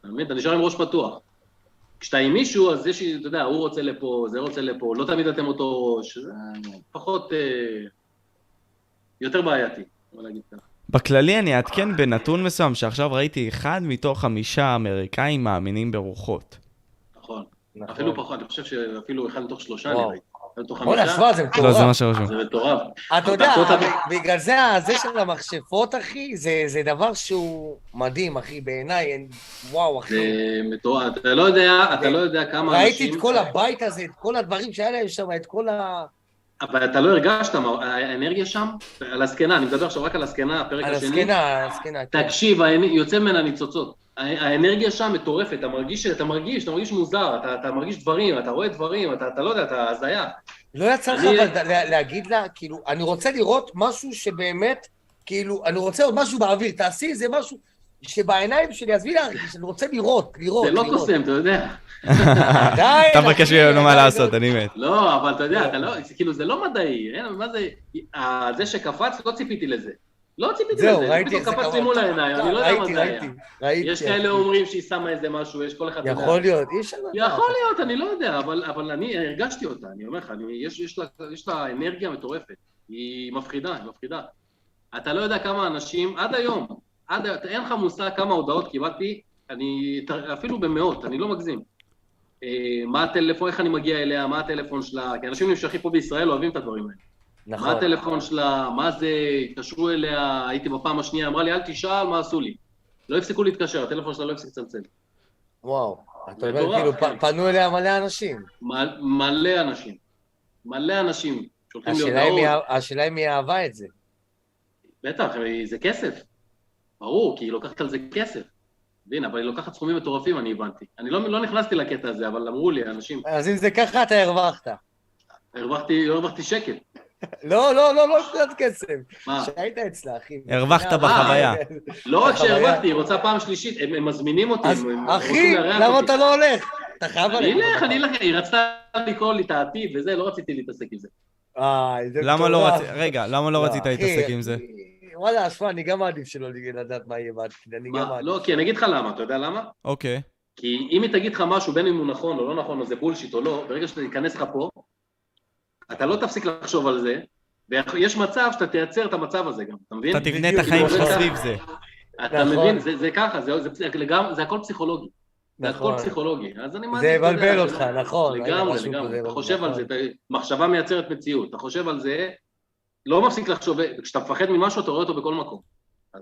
Speaker 3: אתה מבין? אתה נשאר עם ראש פתוח. כשאתה עם מישהו, אז יש, אתה יודע, הוא רוצה לפה, זה רוצה לפה, לא תמיד אתם אותו ראש, זה פחות, אה, יותר בעייתי, בוא נגיד ככה.
Speaker 1: בכללי אני אעדכן בנתון מסוים שעכשיו ראיתי, אחד מתוך חמישה אמריקאים מאמינים ברוחות.
Speaker 3: נכון.
Speaker 2: נכון.
Speaker 3: אפילו פחות, אני חושב שאפילו אחד מתוך שלושה,
Speaker 2: וואו.
Speaker 3: נראה לי. אחד מתוך
Speaker 2: בואנה,
Speaker 3: חמישה,
Speaker 2: שמע, זה
Speaker 1: לא, זה מה
Speaker 3: אה.
Speaker 2: מטורף.
Speaker 1: שרשום.
Speaker 3: זה מטורף.
Speaker 2: אתה יודע,
Speaker 3: בארצות הברית.
Speaker 2: בגלל זה הזה של המכשפות, אחי, זה זה דבר שהוא מדהים, אחי, בעיניי, אין- וואו, אחי.
Speaker 3: זה מטורף, אתה לא יודע, אתה לא יודע כמה אנשים...
Speaker 2: ראיתי את כל הבית הזה, את כל הדברים שהיה להם שם, את כל ה...
Speaker 3: אבל אתה לא הרגשת מה- האנרגיה שם? על הזקנה, אני מדבר עכשיו רק על הזקנה, הפרק
Speaker 2: על
Speaker 3: השני.
Speaker 2: הזקנה, הזקנה. כן.
Speaker 3: תקשיב, האנ- יוצא ממנה ניצוצות. הא- האנרגיה שם מטורפת, אתה מרגיש, אתה מרגיש, אתה מרגיש מוזר, אתה, אתה מרגיש דברים, אתה רואה דברים, אתה, אתה לא יודע, אתה הזיה.
Speaker 2: לא יצא לך
Speaker 3: אני-
Speaker 2: אבל לה- להגיד לה, כאילו, אני רוצה לראות משהו שבאמת, כאילו, אני רוצה עוד משהו באוויר, תעשי איזה משהו שבעיניים שלי, עזבי להרגיש, אני רוצה לראות, לראות,
Speaker 3: זה לא
Speaker 2: לראות.
Speaker 3: קוסם, אתה יודע.
Speaker 2: עדיין,
Speaker 1: אתה מבקש
Speaker 2: אחי,
Speaker 1: ממנו מה
Speaker 3: אה,
Speaker 2: עדיין
Speaker 1: לעשות,
Speaker 2: לא-
Speaker 1: אני מת.
Speaker 3: לא, אבל אתה יודע, אתה לא, זה- כאילו, זה לא מדעי, אין, מה זה, ה- זה שקפץ, לא ציפיתי לזה. לא ציפיתי
Speaker 2: זהו,
Speaker 3: לזה,
Speaker 2: ראיתי
Speaker 3: פתאום
Speaker 2: איך זה
Speaker 3: קפץ
Speaker 2: קרה.
Speaker 3: לי מול העיניים, אני לא יודע מה
Speaker 2: ראיתי,
Speaker 3: זה היה.
Speaker 2: ראיתי, ראיתי.
Speaker 3: יש כאלה אומרים שהיא שמה איזה משהו, יש כל אחד... אתה יודע.
Speaker 2: יכול להיות, אי אפשר לדעת.
Speaker 3: יכול להיות, אני לא יודע, אבל, אבל אני הרגשתי אותה, אני אומר לך, אני, יש, יש, לה, יש לה אנרגיה מטורפת, היא מפחידה, היא מפחידה. אתה לא יודע כמה אנשים, עד היום, עד, היום, אין לך מושג כמה הודעות קיבלתי, אני, אפילו במאות, אני לא מגזים. אה, מה הטלפון, איך אני מגיע אליה, מה הטלפון שלה, כי אנשים נמשכים פה בישראל אוהבים את הדברים האלה. מה
Speaker 2: נכון.
Speaker 3: הטלפון שלה, מה זה, התקשרו אליה, הייתי בפעם השנייה, אמרה לי, אל תשאל, מה עשו לי. לא הפסיקו להתקשר, הטלפון שלה לא הפסיק לצלצל.
Speaker 2: וואו. אתה אומר,
Speaker 3: מטורף,
Speaker 2: כאילו,
Speaker 3: כן.
Speaker 2: פ- פנו אליה מלא אנשים.
Speaker 3: מ- מלא אנשים. מלא אנשים. שולחים לי
Speaker 2: השאלה אם
Speaker 3: הודעות.
Speaker 2: היא- אה, השאלה אם היא אהבה את זה.
Speaker 3: בטח, זה כסף. ברור, כי היא לוקחת על זה כסף. מבין, אבל היא לוקחת סכומים מטורפים, אני הבנתי. אני לא, לא נכנסתי לקטע הזה, אבל אמרו לי, אנשים,
Speaker 2: אז אם זה ככה, אתה הרווחת.
Speaker 3: הרווחתי, לא הרווחתי שקל.
Speaker 2: לא, לא, לא, לא נקודת קסם.
Speaker 3: מה?
Speaker 2: שהיית אה, אצלה, אחי.
Speaker 1: הרווחת
Speaker 3: אה,
Speaker 2: מבינה?
Speaker 1: בחוויה.
Speaker 3: לא רק
Speaker 2: החוויה.
Speaker 3: שהרווחתי, היא רוצה פעם שלישית, הם, הם מזמינים אותי,
Speaker 2: אז
Speaker 3: הם, הם
Speaker 2: אחי,
Speaker 3: לארח
Speaker 2: למה
Speaker 3: אותי.
Speaker 2: אתה לא הולך? אתה חייב
Speaker 3: אני
Speaker 2: ללכת.
Speaker 3: אלך, אני אלך, היא רצתה לקרוא לי את העתיד וזה, לא רציתי להתעסק עם זה.
Speaker 2: איי,
Speaker 3: אה,
Speaker 2: זה
Speaker 1: למה לא
Speaker 2: מטורף.
Speaker 1: רצית, רגע, למה לא רצית
Speaker 2: אחי,
Speaker 1: להתעסק עם זה?
Speaker 2: וואלה, שמע, אני גם מעדיף שלא לדעת מה יהיה בעתיד, אני גם
Speaker 3: מה?
Speaker 2: מעדיף.
Speaker 3: לא, כי אני אגיד לך למה, אתה יודע למה?
Speaker 1: אוקיי.
Speaker 3: אה, כי אם היא תגיד לך משהו, בין אם הוא נכון או לא נכון, או זה בולשיט או לא, ברגע שזה ייכנס לך פה, אתה לא תפסיק לחשוב על זה, ויש מצב שאתה תייצר את המצב הזה גם, אתה מבין?
Speaker 1: אתה תבנה את
Speaker 2: בדיוק,
Speaker 1: החיים
Speaker 3: כאילו,
Speaker 1: שלך
Speaker 3: רגע.
Speaker 1: סביב זה.
Speaker 3: אתה
Speaker 2: נכון.
Speaker 3: מבין? זה זה ככה, זה- זה פס- לגמרי- זה הכל פסיכולוגי. זה הכל
Speaker 2: נכון.
Speaker 3: פסיכולוגי. אז אני מעדיף...
Speaker 2: זה
Speaker 3: אתה יודע,
Speaker 2: יבלבל
Speaker 3: אתה
Speaker 2: אותך,
Speaker 3: יודע,
Speaker 2: נכון.
Speaker 3: לגמרי,
Speaker 2: משהו
Speaker 3: לגמרי.
Speaker 2: כזה,
Speaker 3: אתה חושב
Speaker 2: נכון.
Speaker 3: על זה, אתה- מחשבה מייצרת מציאות. אתה חושב על זה, לא מפסיק לחשוב, כשאתה מפחד ממשהו, אתה רואה אותו בכל מקום.
Speaker 2: אה,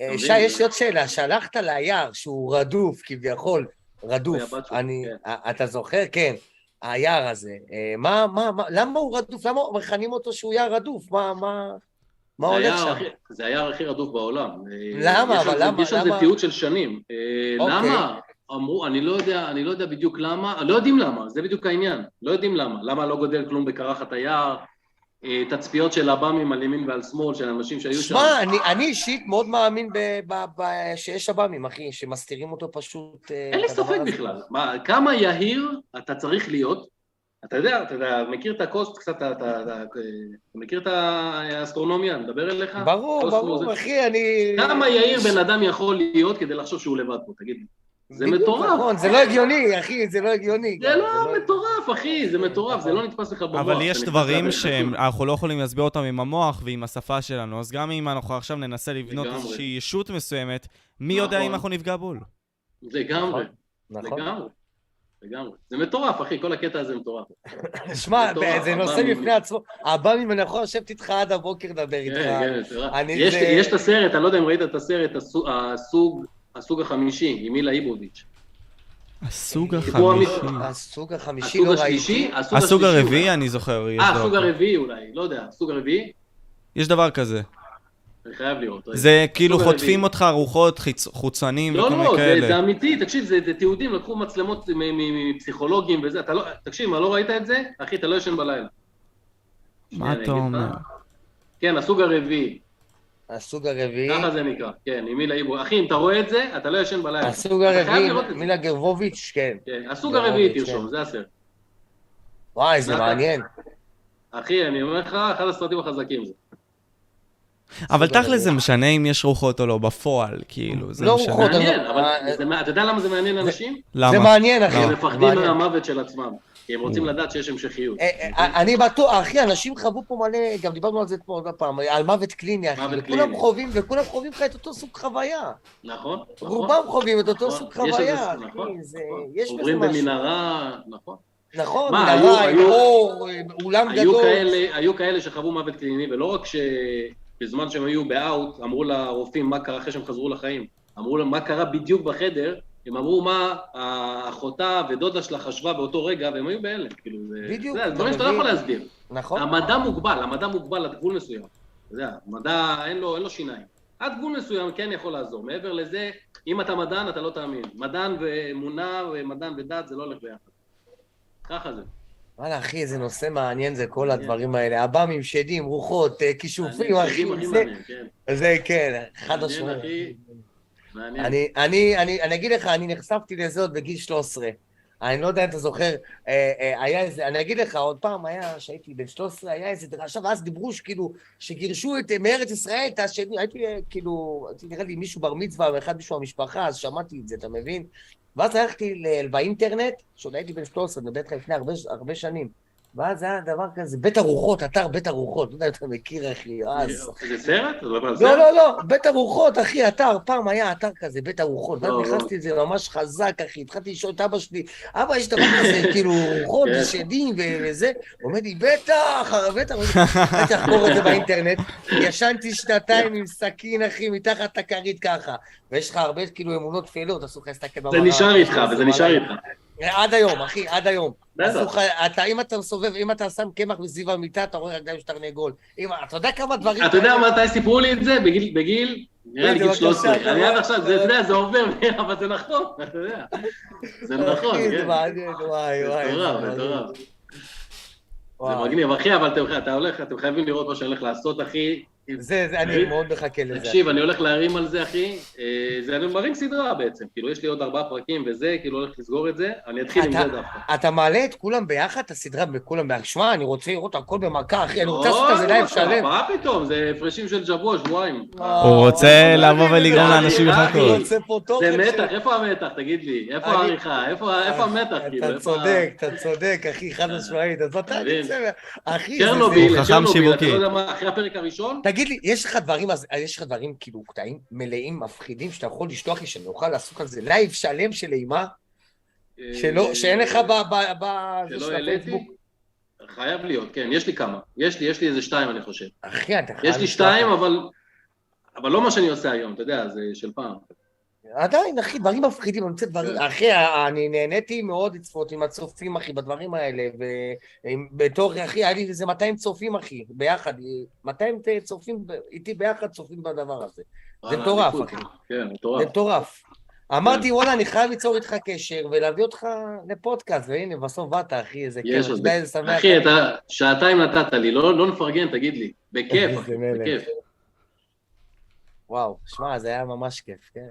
Speaker 2: אה,
Speaker 3: אתה
Speaker 2: שי,
Speaker 3: מבין?
Speaker 2: יש לי עוד שאלה. שלחת ליער שהוא רדוף, כביכול, רדוף.
Speaker 3: הוא היה בת שלו,
Speaker 2: אני, א- אתה זוכר? כן. היער הזה. אה, מה, מה, מה- למה הוא רדוף? למה מכנים אותו שהוא יער רדוף? מה, מה, מה
Speaker 3: זה
Speaker 2: הולך
Speaker 3: היער
Speaker 2: שם?
Speaker 3: הכי- זה היער הכי רדוף בעולם.
Speaker 2: למה?
Speaker 3: יש על
Speaker 2: אבל
Speaker 3: זה-
Speaker 2: למה?
Speaker 3: יש על זה
Speaker 2: למה?
Speaker 3: תיעוד של שנים. אה,
Speaker 2: אוקיי.
Speaker 3: למה? אמרו, אני לא יודע, אני לא יודע בדיוק למה, לא יודעים למה, זה בדיוק העניין, לא יודעים למה. למה לא גודל כלום בקרחת היער, אה, תצפיות של עב"מים על ימין ועל שמאל, של אנשים שהיו שם.
Speaker 2: שמע, אה, אני, אני אישית מאוד מאמין ב, ב, ב, שיש שב"מים, אחי, שמסתירים אותו פשוט... אה,
Speaker 3: אין לי
Speaker 2: את הדבר
Speaker 3: ספק
Speaker 2: הזה.
Speaker 3: בכלל. מה, כמה יהיר אתה צריך להיות? אתה יודע, אתה יודע, מכיר את הקוסט קצת, אתה- אתה אתה- אתה מכיר את האסטרונומיה, אני מדבר אליך?
Speaker 2: ברור,
Speaker 3: קוסט
Speaker 2: ברור,
Speaker 3: מוזר.
Speaker 2: אחי, אני...
Speaker 3: לא כמה יהיר בן אדם יכול להיות כדי לחשוב שהוא לבד פה, תגיד לי. זה
Speaker 2: בדיוק,
Speaker 3: מטורף.
Speaker 2: נכון, זה לא הגיוני, אחי, זה לא הגיוני.
Speaker 3: זה לא מטורף, אחי, זה מטורף, זה לא נתפס לך במוח.
Speaker 1: אבל יש
Speaker 3: אתה
Speaker 1: דברים
Speaker 3: נכנס לבן אדם.
Speaker 1: שאנחנו לא יכולים להסביר אותם עם המוח ועם השפה שלנו, אז גם אם אנחנו עכשיו ננסה לבנות
Speaker 3: לגמרי.
Speaker 1: איזושהי ישות מסוימת, מי יודע
Speaker 3: נכון.
Speaker 1: אם אנחנו נפגע בול?
Speaker 3: לגמרי,
Speaker 2: נכון.
Speaker 3: לגמרי. לגמרי. זה מטורף, אחי, כל הקטע הזה מטורף.
Speaker 2: שמע,
Speaker 3: מטורף,
Speaker 2: זה נושא
Speaker 3: הבאמים.
Speaker 2: בפני עצמו. הבאמים, אני יכול לשבת איתך עד הבוקר לדבר
Speaker 3: כן,
Speaker 2: איתך.
Speaker 3: כן, מטורף.
Speaker 2: אני
Speaker 3: יש-
Speaker 2: זה-
Speaker 3: יש את הסרט, אני לא יודע אם ראית את הסרט, הסו- הסוג, הסוג החמישי, עם מילה איבוביץ'.
Speaker 1: הסוג
Speaker 3: דיברו
Speaker 1: החמישי.
Speaker 3: אמיתי.
Speaker 2: הסוג החמישי
Speaker 3: הסוג
Speaker 2: לא ראיתי.
Speaker 3: השלישי, אה, הסוג,
Speaker 1: הסוג
Speaker 3: השלישי
Speaker 1: הרביעי,
Speaker 3: אולי.
Speaker 1: אני זוכר. יש
Speaker 3: אה,
Speaker 1: דבר
Speaker 3: הסוג
Speaker 1: כזה.
Speaker 3: הרביעי אולי, לא יודע, הסוג הרביעי,
Speaker 1: יש דבר כזה.
Speaker 3: אני חייב לראות. רגע.
Speaker 1: זה כאילו
Speaker 3: הסוג הרביעי.
Speaker 1: חוטפים אותך רוחות חיצ- חוצנים
Speaker 3: לא,
Speaker 1: וכל מיני
Speaker 3: לא, זה, זה
Speaker 1: כאלה.
Speaker 3: אמיתי, תקשיב, זה, זה תיעודים, לקחו מצלמות מ- מ- מפסיכולוגים וזה, אתה לא, תקשיב, מה, לא ראית את זה? אחי, אתה לא ישן בלילה. שנייה,
Speaker 1: מה
Speaker 3: אני
Speaker 1: אתה
Speaker 3: אגיד
Speaker 1: אומר?
Speaker 3: לך. כן, הסוג הרביעי,
Speaker 2: הסוג הרביעי.
Speaker 3: ככה זה נקרא, כן, עם מילה איבו. אחי, אם אתה רואה את זה, אתה לא ישן בלילה.
Speaker 2: הסוג
Speaker 3: אתה חייב
Speaker 2: הרביעי,
Speaker 3: לראות את זה.
Speaker 2: מילה גרבוביץ', כן.
Speaker 3: כן, הסוג הרביעי
Speaker 2: גרבוביץ',
Speaker 3: תרשום,
Speaker 2: כן.
Speaker 3: זה הסרט.
Speaker 2: וואי, זה
Speaker 3: מה אתה-
Speaker 2: מעניין.
Speaker 3: אחי, אני אומר לך, אחד הסרטים החזקים זה.
Speaker 1: אבל
Speaker 2: הסוג
Speaker 1: תכל'ס זה
Speaker 2: הרביעי. משנה.
Speaker 1: משנה אם יש רוחות או לא, בפועל, כאילו, זה
Speaker 2: לא
Speaker 1: משנה.
Speaker 2: רוחות,
Speaker 3: מעניין,
Speaker 2: אבל-
Speaker 3: אבל
Speaker 2: אה,
Speaker 3: זה מה- אתה יודע למה זה מעניין אנשים?
Speaker 2: זה
Speaker 1: למה?
Speaker 2: מעניין, אחי.
Speaker 3: כי הם
Speaker 2: זה
Speaker 3: מפחדים
Speaker 2: מעניין. Mm.
Speaker 3: מהמוות של עצמם, כי הם רוצים לדעת שיש המשכיות.
Speaker 2: אה, אה, אני בטוח, אחי, אנשים חוו פה מלא, גם דיברנו על זה אתמול עוד פעם, על מוות קליני, אחי,
Speaker 3: מוות
Speaker 2: וכולם
Speaker 3: קליני.
Speaker 2: חווים, וכולם חווים לך את אותו סוג חוויה.
Speaker 3: נכון? נכון.
Speaker 2: רובם חווים את אותו
Speaker 3: נכון,
Speaker 2: סוג
Speaker 3: יש על זה-
Speaker 2: חוויה, אחי,
Speaker 3: נכון,
Speaker 2: זה,
Speaker 3: נכון.
Speaker 2: יש בזה
Speaker 3: עוברים
Speaker 2: משהו.
Speaker 3: במנהרה, נכון.
Speaker 2: נכון,
Speaker 3: מה, היו-
Speaker 2: מנהרה, עם
Speaker 3: היו-
Speaker 2: אור, עם אולם
Speaker 3: היו
Speaker 2: גדול.
Speaker 3: כאלה, היו כאלה שחוו מוות קליני, ולא רק שבזמן שהם היו באאוט, אמרו לרופאים מה קרה אחרי שהם חזרו לחיים. אמרו להם מה קרה בדיוק בחדר, הם אמרו מה אחותה ודודה שלה חשבה באותו רגע, והם היו בהלם. כאילו, זה...
Speaker 2: בדיוק,
Speaker 3: זה
Speaker 2: אתה
Speaker 3: דברים שאתה לא
Speaker 2: מבין?
Speaker 3: יכול להסביר.
Speaker 2: נכון,
Speaker 3: המדע מוגבל, המדע מוגבל עד גבול מסוים. אתה יודע, המדע אין לו, אין לו שיניים. עד גבול מסוים כן יכול לעזור. מעבר לזה, אם אתה מדען, אתה לא תאמין. מדען ואמונה, ומדען ודת, זה לא הולך ביחד. ככה זה.
Speaker 2: וואלה, אחי, איזה נושא מעניין זה כל
Speaker 3: מעניין.
Speaker 2: הדברים האלה. עב"מים, שדים, רוחות, אה, כישופים,
Speaker 3: אני-
Speaker 2: אחי,
Speaker 3: שדים הכי
Speaker 2: זה-
Speaker 3: מעניין, כן.
Speaker 2: זה כן, אחד
Speaker 3: מעניין,
Speaker 2: השומר.
Speaker 3: אחי. מעניין.
Speaker 2: אני, אני, אני, אני אגיד לך, אני נחשפתי לזה עוד בגיל 13. אני לא יודע אם אתה זוכר, אה, אה, היה איזה, אני אגיד לך, עוד פעם היה, כשהייתי בן 13, היה איזה דרשה, ואז דיברו שכאילו, שגירשו את, מארץ ישראל, את השני, הייתי אה, כאילו, הייתי נראה לי מישהו בר מצווה, ואחד מישהו מהמשפחה, אז שמעתי את זה, אתה מבין? ואז הלכתי ל- באינטרנט, כשעוד הייתי בן 13, אני מדבר איתך לפני הרבה, הרבה שנים. ואז היה דבר כזה, בית הרוחות, אתר בית הרוחות, לא יודע אם אתה מכיר, אחי, אז...
Speaker 3: אה, זה סרט? אתה מדבר על סרט?
Speaker 2: לא, לא, לא, בית ארוחות, אחי, אתר, פעם היה אתר כזה, בית ארוחות. ואז
Speaker 3: לא, לא.
Speaker 2: נכנסתי לזה ממש חזק, אחי, התחלתי לשאול את אבא שלי, אבא, יש דבר כזה, כאילו, רוחות
Speaker 3: כן.
Speaker 2: ושדים ו- וזה? הוא אומר לי, בטח, בטח, בטח, תחקור את זה באינטרנט. ישנתי שנתיים עם סכין, אחי, מתחת לכרית ככה. ויש לך הרבה, כאילו, אמונות טפלות, אסור לך
Speaker 3: זה
Speaker 2: להסתכל במראה.
Speaker 3: נשאר איתך,
Speaker 2: לא,
Speaker 3: וזה נשאר איתך.
Speaker 2: עד היום, אחי, עד היום.
Speaker 3: בטח.
Speaker 2: אסור לך- אתה, אם אתה מסובב, אם אתה שם קמח מסביב המיטה, אתה רואה רגליים של תרנגול. אם- אתה יודע כמה דברים...
Speaker 3: אתה יודע מתי סיפרו לי את זה? בגיל, בגיל, נראה לי
Speaker 2: לא, זה
Speaker 3: גיל
Speaker 2: בבקשה,
Speaker 3: 13. אני
Speaker 2: אתה
Speaker 3: עד
Speaker 2: רואה?
Speaker 3: עכשיו, זה, אתה יודע, זה עובר, אבל זה נכון, אתה יודע. זה נכון,
Speaker 2: אחי, זה
Speaker 3: כן.
Speaker 2: מעניין, וואי,
Speaker 3: זה
Speaker 2: וואי.
Speaker 3: מטורף,
Speaker 2: מעניין.
Speaker 3: מטורף. זה
Speaker 2: וואי.
Speaker 3: מגניב, אחי, אבל אתם- אתה הולך, אתם חייבים לראות מה שאני הולך לעשות, אחי.
Speaker 2: זה, זה, אני
Speaker 3: תגיד,
Speaker 2: מאוד מחכה לזה.
Speaker 3: תקשיב, אני הולך להרים על זה, אחי. אה, זה, אני מרים סדרה בעצם. כאילו, יש לי עוד ארבעה פרקים וזה, כאילו, הולך לסגור את זה. אני אתחיל עם
Speaker 2: אתה-
Speaker 3: זה דווקא.
Speaker 2: אתה מעלה את כולם ביחד, את הסדרה בכולם ביחד. שמע, אני רוצה לראות הכל במכה, אחי, אני רוצה
Speaker 3: לא,
Speaker 2: לעשות את זה
Speaker 3: לא,
Speaker 2: לייב שלם.
Speaker 3: מה פתאום? זה הפרשים של שבוע, שבועיים.
Speaker 2: וואו.
Speaker 1: הוא רוצה לבוא
Speaker 3: אני-
Speaker 1: ולגרום
Speaker 3: אני-
Speaker 1: לאנשים
Speaker 3: אני-
Speaker 2: אני
Speaker 1: לחכות.
Speaker 2: רוצה פה תוכן.
Speaker 3: זה
Speaker 2: של-
Speaker 3: מתח, איפה המתח? תגיד לי. איפה
Speaker 2: אוקיי, אני- אה,
Speaker 3: העריכה? איפה איפה המתח? כאילו,
Speaker 2: אתה
Speaker 3: איפה-
Speaker 2: צודק, אתה צודק, אחי, חד משמעית. אז מתי אני
Speaker 3: מבין?
Speaker 2: אצא? אחי, זה...
Speaker 3: צ'רנוביל,
Speaker 1: הוא
Speaker 3: את
Speaker 1: חכם
Speaker 3: צ'רנוביל, אתה
Speaker 1: שיווקי.
Speaker 3: לא יודע מה, אחרי הפרק הראשון?
Speaker 2: תגיד לי, יש לך דברים, אז- יש לך דברים כאילו קטעים מלאים, מפחידים, שאתה יכול לשלוח לי, שאני אוכל לעשות על זה לייב שלם של אימה, שלא-
Speaker 3: אה,
Speaker 2: שאין לך ב... ב- ב- זה
Speaker 3: שלא
Speaker 2: של
Speaker 3: העליתי?
Speaker 2: הפייסבוק?
Speaker 3: חייב להיות, כן, יש לי כמה. יש לי, יש לי איזה שתיים, אני חושב.
Speaker 2: אחי, אתה חייב...
Speaker 3: יש לי
Speaker 2: לשלוח
Speaker 3: שתיים, אבל... אבל לא מה שאני עושה היום, אתה יודע, זה של פעם.
Speaker 2: עדיין, אחי, דברים מפחידים, אני רוצה דברים...
Speaker 3: כן.
Speaker 2: אחי, אני נהניתי מאוד לצפות עם הצופים, אחי, בדברים האלה, ובתור, אחי, היה לי איזה 200 צופים, אחי, ביחד, 200 צופים ב- איתי ביחד צופים בדבר הזה. זה
Speaker 3: וואלה,
Speaker 2: מטורף,
Speaker 3: אליפות.
Speaker 2: אחי.
Speaker 3: אה, כן,
Speaker 2: זה
Speaker 3: מטורף.
Speaker 2: מטורף.
Speaker 3: כן.
Speaker 2: אמרתי, וואלה, אני חייב ליצור איתך קשר ולהביא אותך לפודקאסט, והנה, בסוף באת, אחי, איזה
Speaker 3: יש
Speaker 2: כיף,
Speaker 3: עוד.
Speaker 2: אתה יודע, איזה שמח. אה,
Speaker 3: אחי, אתה שעתיים נתת לי, לא לא נפרגן, תגיד לי. בכיף,
Speaker 2: איזה
Speaker 3: אחי,
Speaker 2: מלך.
Speaker 3: בכיף.
Speaker 2: וואו, שמע, זה היה ממש כיף, כן.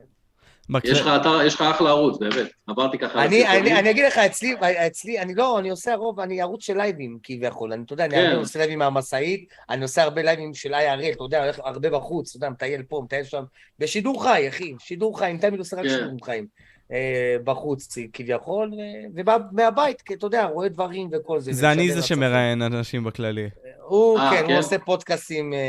Speaker 1: בקטע-
Speaker 3: יש לך אתר, יש לך אחלה ערוץ, באמת. עברתי ככה... על
Speaker 2: אני,
Speaker 3: הסרטונים.
Speaker 2: אני, אני אגיד לך, אצלי, אצלי, אני לא, אני עושה הרוב, אני ערוץ של לייבים כביכול, אני, אתה יודע, אני
Speaker 3: כן.
Speaker 2: הרבה עושה לייבים מהמשאית, אני עושה הרבה לייבים של IRL, אתה יודע, הולך הרבה בחוץ, אתה יודע, מטייל פה, מטייל שם, בשידור חי, אחי, שידור חי, אני תמיד עושה רק
Speaker 3: כן.
Speaker 2: שידורים חיים, אה, בחוץ כביכול, ו- ומהבית, כי אתה יודע, רואה דברים וכל זה.
Speaker 1: זה אני
Speaker 2: ומשדר
Speaker 1: זה
Speaker 2: לצופים.
Speaker 1: שמראיין אנשים בכללי.
Speaker 2: הוא,
Speaker 3: אה,
Speaker 2: כן, הוא
Speaker 3: כן.
Speaker 2: עושה פודקאסים אה,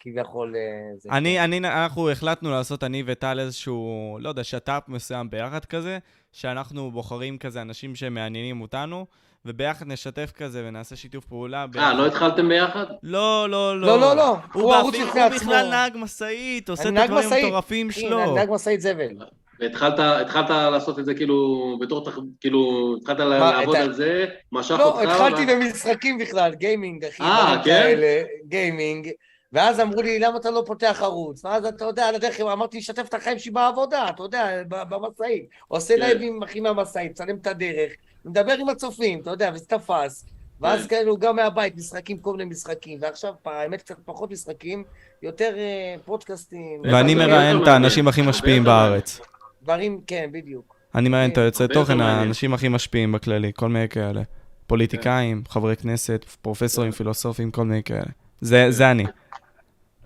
Speaker 2: כביכול. אה, זה.
Speaker 1: אני, אני, אנחנו החלטנו לעשות, אני וטל, איזשהו, לא יודע, שת"פ מסוים ביחד כזה, שאנחנו בוחרים כזה אנשים שמעניינים אותנו, וביחד נשתף כזה ונעשה שיתוף פעולה.
Speaker 3: אה,
Speaker 1: ביחד.
Speaker 3: לא התחלתם ביחד?
Speaker 1: לא, לא, לא.
Speaker 2: לא, לא, לא,
Speaker 1: הוא,
Speaker 2: הוא ערוץ
Speaker 1: באפי-
Speaker 2: בפני
Speaker 1: הוא
Speaker 2: עצמו.
Speaker 1: בכלל נהג משאית, עושה
Speaker 2: אני
Speaker 1: את
Speaker 2: נהג
Speaker 1: הדברים
Speaker 2: משאית. כן,
Speaker 1: המטורפים
Speaker 2: אחי,
Speaker 1: שלו.
Speaker 2: נהג משאית זבל.
Speaker 3: והתחלת התחלת לעשות את זה כאילו, בתור, תח- כאילו, התחלת לעבוד
Speaker 2: אתה-
Speaker 3: על זה, משך אותך.
Speaker 2: לא, התחלתי
Speaker 3: ו-
Speaker 2: במשחקים בכלל, גיימינג, אחי.
Speaker 3: אה,
Speaker 2: דברים
Speaker 3: כן?
Speaker 2: כאלה, גיימינג. ואז אמרו לי, למה אתה לא פותח ערוץ? ואז אתה יודע, על הדרך אמרתי, שתף את החיים שלי בעבודה, אתה יודע, ב- במשאית. עושה
Speaker 3: כן.
Speaker 2: לייבים, אחי, מהמשאית, מצלם את הדרך, מדבר עם הצופים, אתה יודע, וזה תפס.
Speaker 3: כן.
Speaker 2: ואז כאילו, גם מהבית, משחקים, כל מיני משחקים. ועכשיו, פ- האמת, קצת פחות משחקים, יותר אה, פודקאסטים.
Speaker 1: ואני
Speaker 3: הרבה
Speaker 1: מראיין
Speaker 3: יותר
Speaker 1: את האנשים הכי
Speaker 3: מעניין.
Speaker 1: משפיעים
Speaker 3: הרבה יותר כן,
Speaker 1: בארץ.
Speaker 2: דברים, כן, בדיוק.
Speaker 1: אני מראיין את היוצאי
Speaker 3: הרבה יותר
Speaker 1: תוכן,
Speaker 3: מעניין.
Speaker 1: האנשים הכי משפיעים בכללי, כל מיני כאלה. פוליטיקאים, חברי כנסת, פרופסורים,
Speaker 3: כן.
Speaker 1: פילוסופים, כל מיני כאלה. זה זה אני,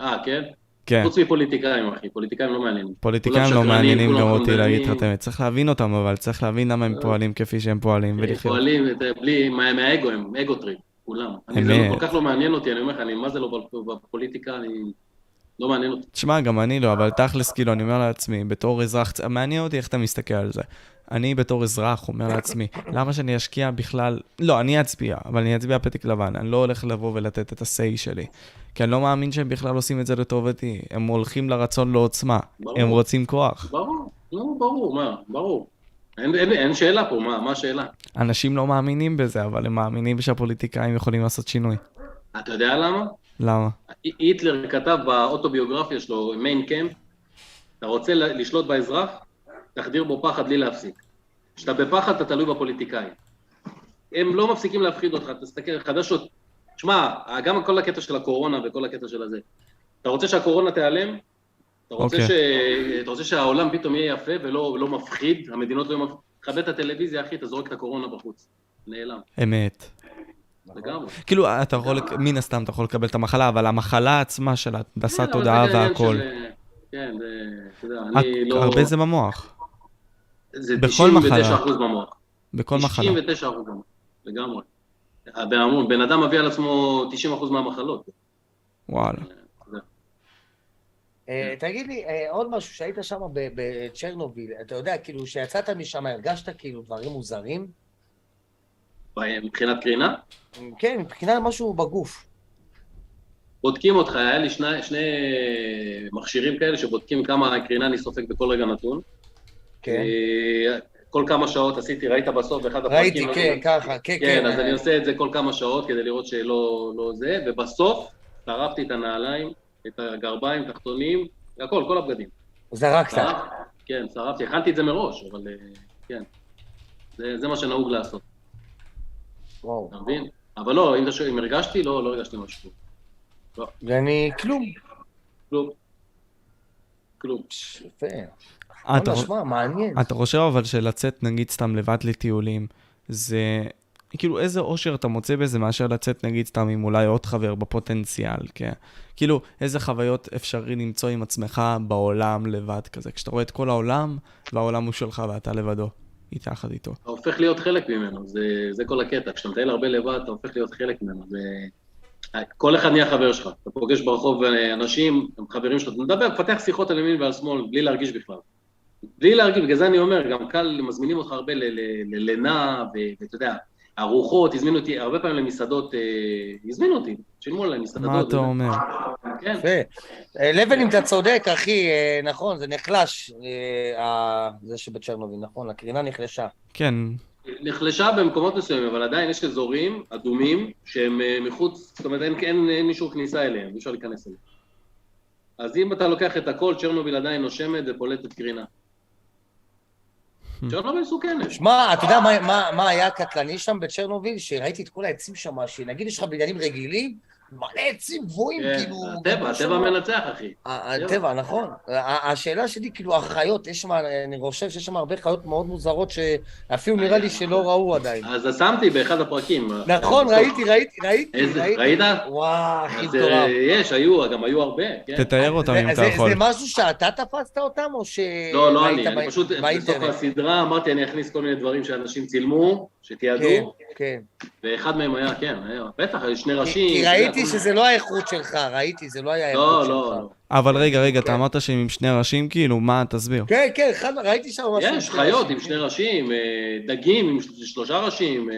Speaker 3: אה, כן?
Speaker 1: כן.
Speaker 3: חוץ מפוליטיקאים, אחי, פוליטיקאים לא מעניינים.
Speaker 1: פוליטיקאים לא
Speaker 3: כולם שקרנים,
Speaker 1: מעניינים גם
Speaker 3: כולם
Speaker 1: אותי להגיד לך
Speaker 3: חמדנים.
Speaker 1: את האמת. צריך להבין אותם, אבל צריך להבין למה הם
Speaker 3: אה.
Speaker 1: פועלים כפי שהם פועלים,
Speaker 3: הם
Speaker 1: ולחיות.
Speaker 3: אה, פועלים, את- בלי, מה- מהאגו, הם אגו טריפ, כולם. אני, זה
Speaker 1: אמת.
Speaker 3: כל כך לא מעניין אותי, אני אומר לך, אני מה זה לא בפוליטיקה, אני... לא מעניין אותי.
Speaker 1: תשמע, גם אני לא, אבל תכלס, כאילו, אני אומר לעצמי, בתור אזרח, צ- מעניין אותי איך אתה מסתכל על זה. אני בתור אזרח אומר לעצמי, למה שאני אשקיע בכלל... לא, אני אצביע, אבל אני אצביע פתק לבן, אני לא הולך לבוא ולתת את ה-say שלי. כי אני לא מאמין שהם בכלל עושים את זה לטובתי. הם הולכים לרצון לעוצמה,
Speaker 3: ברור.
Speaker 1: הם רוצים כוח.
Speaker 3: ברור, נו, ברור, מה, ברור. אין, אין, אין שאלה פה, מה, מה השאלה?
Speaker 1: אנשים לא מאמינים בזה, אבל הם מאמינים שהפוליטיקאים יכולים לעשות שינוי.
Speaker 3: אתה יודע למה?
Speaker 1: למה?
Speaker 3: היטלר כתב באוטוביוגרפיה שלו, מיין קמפ, אתה רוצה ל- לשלוט באזרח, תחדיר בו פחד בלי להפסיק. כשאתה בפחד, אתה תלוי בפוליטיקאים. הם לא מפסיקים להפחיד אותך, תסתכל, חדשות. שמע, גם כל הקטע של הקורונה וכל הקטע של הזה. אתה רוצה שהקורונה תיעלם? אתה רוצה,
Speaker 1: אוקיי.
Speaker 3: ש... אתה רוצה שהעולם פתאום יהיה יפה ולא לא מפחיד? המדינות לא מפחיד? תכבד את הטלוויזיה, אחי, אתה זורק את הקורונה בחוץ. נעלם,
Speaker 1: אמת.
Speaker 3: לגמרי.
Speaker 1: כאילו, אתה יכול, לק- מן הסתם אתה יכול לקבל את המחלה, אבל המחלה עצמה של
Speaker 3: כן,
Speaker 1: הנדסת
Speaker 3: אבל זה
Speaker 1: תודעה
Speaker 3: גם עניין
Speaker 1: והכל.
Speaker 3: של- כן, זה... אתה יודע,
Speaker 1: הק-
Speaker 3: אני לא...
Speaker 1: הרבה זה במוח,
Speaker 3: זה
Speaker 1: בכל
Speaker 3: 99%
Speaker 1: מחלה.
Speaker 3: במוח.
Speaker 1: בכל מחלה.
Speaker 3: 99% במוח, לגמרי. הבן אדם- בן אדם מביא על עצמו 90% מהמחלות.
Speaker 1: וואלה.
Speaker 2: אה, תגיד לי, אה, עוד משהו, שהיית שם ב- בצ'רנוביל, אתה יודע, כאילו, כשיצאת משם, הרגשת כאילו דברים מוזרים?
Speaker 3: מבחינת קרינה,
Speaker 2: כן, מבחינת משהו בגוף.
Speaker 3: בודקים אותך, היה לי שני, שני מכשירים כאלה שבודקים כמה קרינה אני סופג בכל רגע נתון.
Speaker 2: כן.
Speaker 3: אה, כל כמה שעות עשיתי, ראית בסוף באחד הפרקים.
Speaker 2: ראיתי,
Speaker 3: לא
Speaker 2: כן,
Speaker 3: יודע.
Speaker 2: ככה, כן,
Speaker 3: כן, אז
Speaker 2: אה,
Speaker 3: אני עושה את זה כל כמה שעות כדי לראות שלא לא זה, ובסוף טרפתי את הנעליים, את הגרביים, תחתונים, הכל, כל הבגדים.
Speaker 2: זרקת.
Speaker 3: שרפתי, כן, שרפתי, הכנתי את זה מראש, אבל אה, כן. זה, זה מה שנהוג לעשות,
Speaker 2: וואו.
Speaker 3: אתה מבין? אבל לא, אם, אתה שואל, אם הרגשתי, לא, לא הרגשתי משהו.
Speaker 2: ואני, כלום.
Speaker 3: כלום. כלום.
Speaker 2: יפה.
Speaker 1: אה, אתה אה,
Speaker 2: וואלה,
Speaker 1: חו-
Speaker 2: שמע, מעניין.
Speaker 1: אתה חושב אבל שלצאת, נגיד, סתם לבד לטיולים, זה... כאילו, איזה אושר אתה מוצא בזה מאשר לצאת, נגיד, סתם עם אולי עוד חבר בפוטנציאל, כן? כאילו, איזה חוויות אפשרי למצוא עם עצמך בעולם לבד כזה, כשאתה רואה את כל העולם, והעולם הוא שלך ואתה לבדו, איתה יחד איתו.
Speaker 3: אתה הופך להיות חלק ממנו, זה, זה כל הקטע. כשאתה מטייל הרבה לבד, אתה הופך להיות חלק ממנו. זה... כל אחד נהיה חבר שלך. אתה פוגש ברחוב אה, אנשים, הם חברים שלך, אתה מדבר, מפתח שיחות על ימין ועל שמאל, בלי להרגיש בכלל. בלי להרגיש, בגלל זה אני אומר, גם קל, מזמינים אותך הרבה ל- ל- ללינה, ו- ואתה יודע, ארוחות, הזמינו אותי, הרבה פעמים למסעדות, אה, הזמינו אותי, שילמו עליי מסעדות.
Speaker 1: מה אתה
Speaker 3: וזה.
Speaker 1: אומר?
Speaker 3: כן,
Speaker 2: יפה. אה, לבנים, אתה צודק, אחי, אה, נכון, זה נחלש, אה, ה- זה שבצ'רנוביל, נכון, הקרינה נחלשה.
Speaker 1: כן,
Speaker 3: נחלשה במקומות מסוימים, אבל עדיין יש אזורים אדומים שהם אה, מחוץ, זאת אומרת אין, אין, אין אישור כניסה אליהם, אי אפשר להיכנס אליהם. אז אם אתה לוקח את הכל, צ'רנוביל עדיין נושמת ופולטת קרינה. צ'רנוביל מסוכנת.
Speaker 2: שמע, אתה יודע מה, מה, מה היה קטלני שם בצ'רנוביל? שראיתי את כל העצים שם, שנגיד יש לך בניינים רגילים, מלא עצים גבוהים,
Speaker 3: כן,
Speaker 2: כאילו...
Speaker 3: הטבע, הטבע מנצח אחי.
Speaker 2: ה- הטבע, נכון. ה- השאלה שלי, כאילו, החיות, יש שם, אני חושב שיש שם הרבה חיות מאוד מוזרות, שאפילו נראה לי שלא ראו עדיין.
Speaker 3: אז אז שמתי באחד הפרקים. אה,
Speaker 2: נכון,
Speaker 3: בסוף.
Speaker 2: ראיתי, ראיתי, ראיתי,
Speaker 3: איזה-
Speaker 2: ראיתי.
Speaker 3: ראית?
Speaker 2: וואו, הכי
Speaker 3: אז, אה,
Speaker 2: מטורף.
Speaker 3: יש, היו, גם היו הרבה, כן.
Speaker 1: תתאר אותם אם
Speaker 2: אה, זה-
Speaker 1: אתה
Speaker 2: זה-
Speaker 1: יכול.
Speaker 2: זה משהו שאתה תפסת אותם, או ש...
Speaker 3: לא, לא
Speaker 2: אה, ראית
Speaker 3: אני, אני
Speaker 2: ב-
Speaker 3: פשוט בסוף
Speaker 2: באינטרנט?
Speaker 3: הסדרה אמרתי אני אכניס כל מיני דברים שאנשים צילמו,
Speaker 2: כן,
Speaker 3: שתיעדו,
Speaker 2: כן.
Speaker 3: ואחד מהם היה, כן, היה- בטח, היו שני
Speaker 2: כי-
Speaker 3: ראשים.
Speaker 2: כי
Speaker 3: אתה יודע,
Speaker 2: ראיתי
Speaker 3: כל מיני-
Speaker 2: שזה לא האיכות שלך, ראיתי, זה לא היה האיכות
Speaker 3: לא,
Speaker 2: שלך.
Speaker 3: לא, לא.
Speaker 1: אבל רגע, רגע,
Speaker 2: כן.
Speaker 1: אתה אמרת שהם עם שני ראשים, כאילו, מה, תסביר.
Speaker 2: כן, כן, חד- ראיתי שם משהו. כאילו
Speaker 3: יש
Speaker 2: של-
Speaker 3: חיות עם שני ראשים, אה, דגים עם של- שלושה ראשים, אה,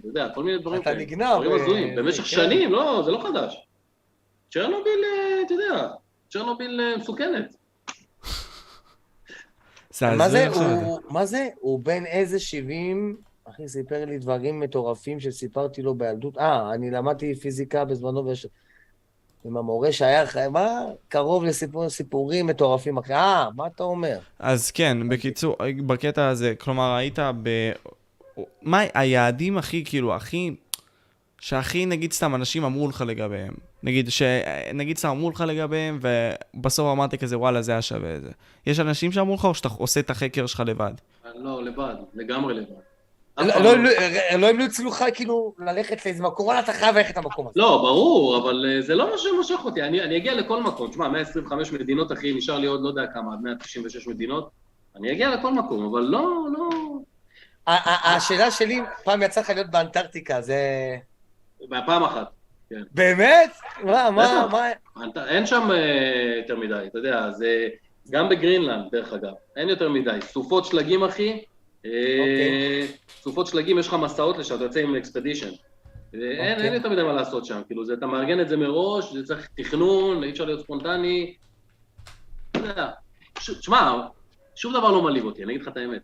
Speaker 3: אתה יודע, כל מיני דברים
Speaker 2: אתה
Speaker 3: כאלה.
Speaker 2: נגנב,
Speaker 3: דברים
Speaker 2: אה,
Speaker 3: הזויים.
Speaker 2: זה,
Speaker 3: במשך
Speaker 2: כן.
Speaker 3: שנים, לא, זה לא חדש. צ'רנוביל, אה, אתה יודע, צ'רנוביל אה, מסוכנת.
Speaker 1: זה
Speaker 2: מה זה?
Speaker 1: הזוי עכשיו.
Speaker 2: הוא- מה זה? הוא בן איזה 70... אחי, סיפר לי דברים מטורפים שסיפרתי לו בילדות. אה, אני למדתי פיזיקה בזמנו ויש... עם המורה שהיה חי... מה? קרוב לסיפור- סיפורים מטורפים אחי. אה, מה אתה אומר?
Speaker 1: אז כן, בקיצור, בקטע הזה, כלומר, היית ב... מה היעדים הכי, כאילו, הכי... שהכי, נגיד סתם, אנשים אמרו לך לגביהם. נגיד, ש... נגיד סתם אמרו לך לגביהם, ובסוף אמרת כזה, וואלה, זה היה שווה את זה. יש אנשים שאמרו לך, או שאתה עושה את החקר שלך לבד?
Speaker 3: לא, לבד, לגמרי לבד. אף
Speaker 2: לא-
Speaker 3: פעם לא.
Speaker 2: לא המליצו- לא המליצו לך כאילו ללכת לאיזה מקום, וואלה, אתה חייב ללכת למקום הזה.
Speaker 3: לא, ברור, אבל אה, זה לא מה שמושך אותי, אני, אני אגיע לכל מקום. תשמע, 125 מדינות, אחי, נשאר לי עוד לא יודע כמה, עד 196 מדינות. אני אגיע לכל מקום, אבל לא, לא...
Speaker 2: ה- ה- השאלה שלי, פעם יצא לך להיות באנטארקטיקה, זה...
Speaker 3: פעם אחת.
Speaker 2: באמת? מה, מה,
Speaker 3: בטח.
Speaker 2: מה...
Speaker 3: אתה- אין שם אה, יותר מדי, אתה יודע, זה... גם בגרינלנד, דרך אגב, אין יותר מדי. סופות שלגים, אחי. אה,
Speaker 2: אוקיי.
Speaker 3: סופות שלגים, יש לך מסעות לשם, אתה יוצא עם אקספדישן. אה, אין, אין יותר מדי מה לעשות שם, כאילו, זה, אתה מארגן את זה מראש, זה צריך תכנון, אי אפשר להיות ספונטני. אתה יודע, ש- תשמע, שום דבר לא מלהיב אותי, אני אגיד לך את האמת.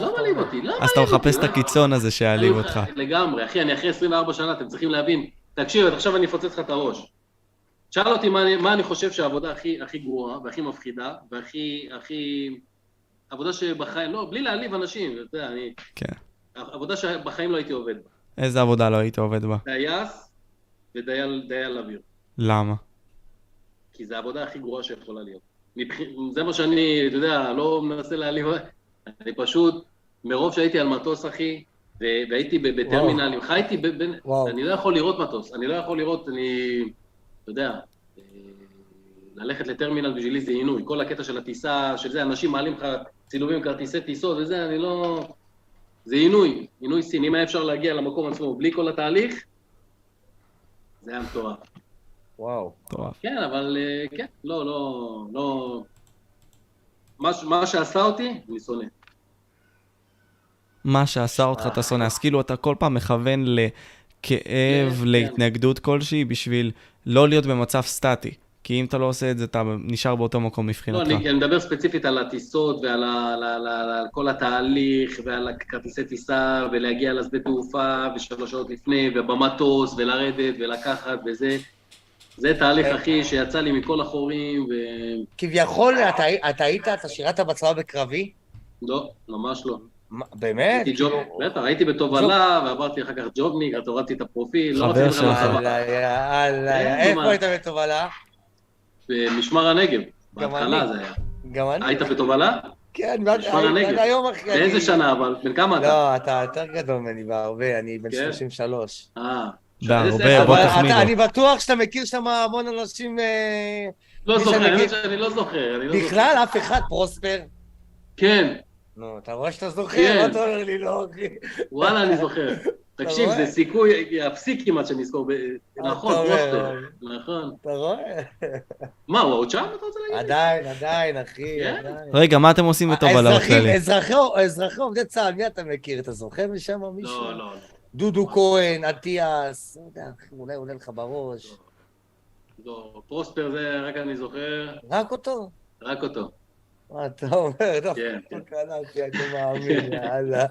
Speaker 3: לא מלהיב אותי, לא מלהיב אותי.
Speaker 1: אז אתה מחפש את
Speaker 3: לא.
Speaker 1: הקיצון הזה שיעליב אותך.
Speaker 3: לגמרי, אחי, אני אחרי 24 שנה, אתם צריכים להבין. תקשיב, עכשיו אני אפוצץ לך את הראש. שאל אותי מה אני, מה אני חושב שהעבודה הכי, הכי גרועה והכי מפחידה והכי... הכי... עבודה שבחיים, לא, בלי להעליב אנשים, אתה יודע, אני...
Speaker 1: כן.
Speaker 3: עבודה שבחיים לא הייתי עובד בה.
Speaker 1: איזה עבודה לא היית עובד בה?
Speaker 3: טייס ודייל דייל אוויר.
Speaker 1: למה?
Speaker 3: כי זו העבודה הכי גרועה שיכולה להיות. מבח... זה מה שאני, אתה יודע, לא מנסה להעליב, אני פשוט, מרוב שהייתי על מטוס, אחי, ו... והייתי ב- בטרמינלים, חייתי ב... בין...
Speaker 2: וואו.
Speaker 3: אני לא יכול לראות מטוס, אני לא יכול לראות, אני, אתה יודע, אה, ללכת לטרמינל בשבילי זה עינוי, כל הקטע של הטיסה, של זה, אנשים מעלים לך צילומים, כרטיסי טיסות וזה, אני לא... זה עינוי, עינוי סין, אם היה אפשר להגיע למקום עצמו בלי כל התהליך, זה היה מטורף.
Speaker 2: וואו.
Speaker 1: מטורף.
Speaker 3: כן, אבל אה, כן, לא, לא, לא... מה, ש- מה שעשה אותי, אני שונא.
Speaker 1: מה שעשה אותך
Speaker 2: אה,
Speaker 1: אתה שונא,
Speaker 2: לא.
Speaker 1: אז כאילו אתה כל פעם מכוון לכאב,
Speaker 3: כן,
Speaker 1: להתנגדות כלשהי, בשביל לא להיות במצב סטטי. כי אם אתה לא עושה את זה, אתה נשאר באותו מקום
Speaker 3: לא,
Speaker 1: מבחינתך.
Speaker 3: אני, אני מדבר ספציפית על הטיסות ועל ה, על, ה- על, ה- על כל התהליך ועל הכרטיסי טיסה ולהגיע לשדה תעופה ושלוש שעות לפני ובמטוס ולרדת ולקחת וזה. זה תהליך, אחי, שיצא לי מכל החורים ו...
Speaker 2: כביכול, אתה הי- אתה היית, אתה שירת בצבא בקרבי?
Speaker 3: לא, ממש לא.
Speaker 2: מה, באמת?
Speaker 3: הייתי ג'וב, בטח, הייתי בתובלה ועברתי אחר כך ג'ובניק, אז הורדתי את הפרופיל, לא
Speaker 1: חבר
Speaker 3: רציתי לך
Speaker 1: שלך.
Speaker 3: לצבא.
Speaker 2: יאללה,
Speaker 3: כן,
Speaker 2: יאללה,
Speaker 3: אין
Speaker 2: איפה
Speaker 3: מה.
Speaker 2: היית בתובלה?
Speaker 3: במשמר הנגב, בהתחלה
Speaker 2: אני.
Speaker 3: זה היה.
Speaker 2: גם אני.
Speaker 3: היית בתובלה?
Speaker 2: כן, ועד
Speaker 3: משמר
Speaker 2: עד-
Speaker 3: הנגב.
Speaker 2: עד היום אחי.
Speaker 3: באיזה
Speaker 2: אני-
Speaker 3: שנה אבל? בן כמה אתה?
Speaker 2: לא, אתה יותר גדול ממני בהרבה, אני בן
Speaker 3: כן?
Speaker 2: 33.
Speaker 3: אה.
Speaker 1: בהרבה,
Speaker 3: איזה-
Speaker 1: בוא
Speaker 2: אבל
Speaker 1: תחמיא
Speaker 2: אתה-
Speaker 1: לו.
Speaker 2: אני בטוח שאתה מכיר שם המון אנשים, אה,
Speaker 3: לא
Speaker 2: מי
Speaker 3: זוכר,
Speaker 2: שמכיר-
Speaker 3: האמת שאני לא זוכר. אני לא זוכר.
Speaker 2: בכלל אף אחד, פרוספר.
Speaker 3: כן,
Speaker 2: נו, אתה רואה שאתה
Speaker 3: כן.
Speaker 2: זוכר, מה אתה אומר לי, לא, אחי.
Speaker 3: וואלה, אני זוכר. תקשיב,
Speaker 2: רואה?
Speaker 3: זה סיכוי, אפסיק כמעט שאני אזכור. ב- נכון,
Speaker 2: אומר,
Speaker 3: פרוספר. נכון.
Speaker 2: אתה רואה?
Speaker 3: מה, הוא עוד שם? אתה רוצה להגיד?
Speaker 2: עדיין, עדיין, אחי,
Speaker 3: כן?
Speaker 2: עדיין.
Speaker 1: רגע, מה אתם עושים בתובלה
Speaker 2: האזרחים-
Speaker 1: בכללי?
Speaker 2: אזרחי, אזרחי עובדי צה"ל, מי אתה מכיר? אתה זוכר משם מישהו?
Speaker 3: לא, לא, לא.
Speaker 2: דודו כהן, אטיאס, לא יודע, אחי, אולי עולה לך בראש.
Speaker 3: לא. פרוספר זה רק אני זוכר,
Speaker 2: רק אותו?
Speaker 3: רק אותו.
Speaker 2: מה אתה אומר? דווקא
Speaker 3: כן, כן.
Speaker 2: קלטתי, אני מאמין, יאללה.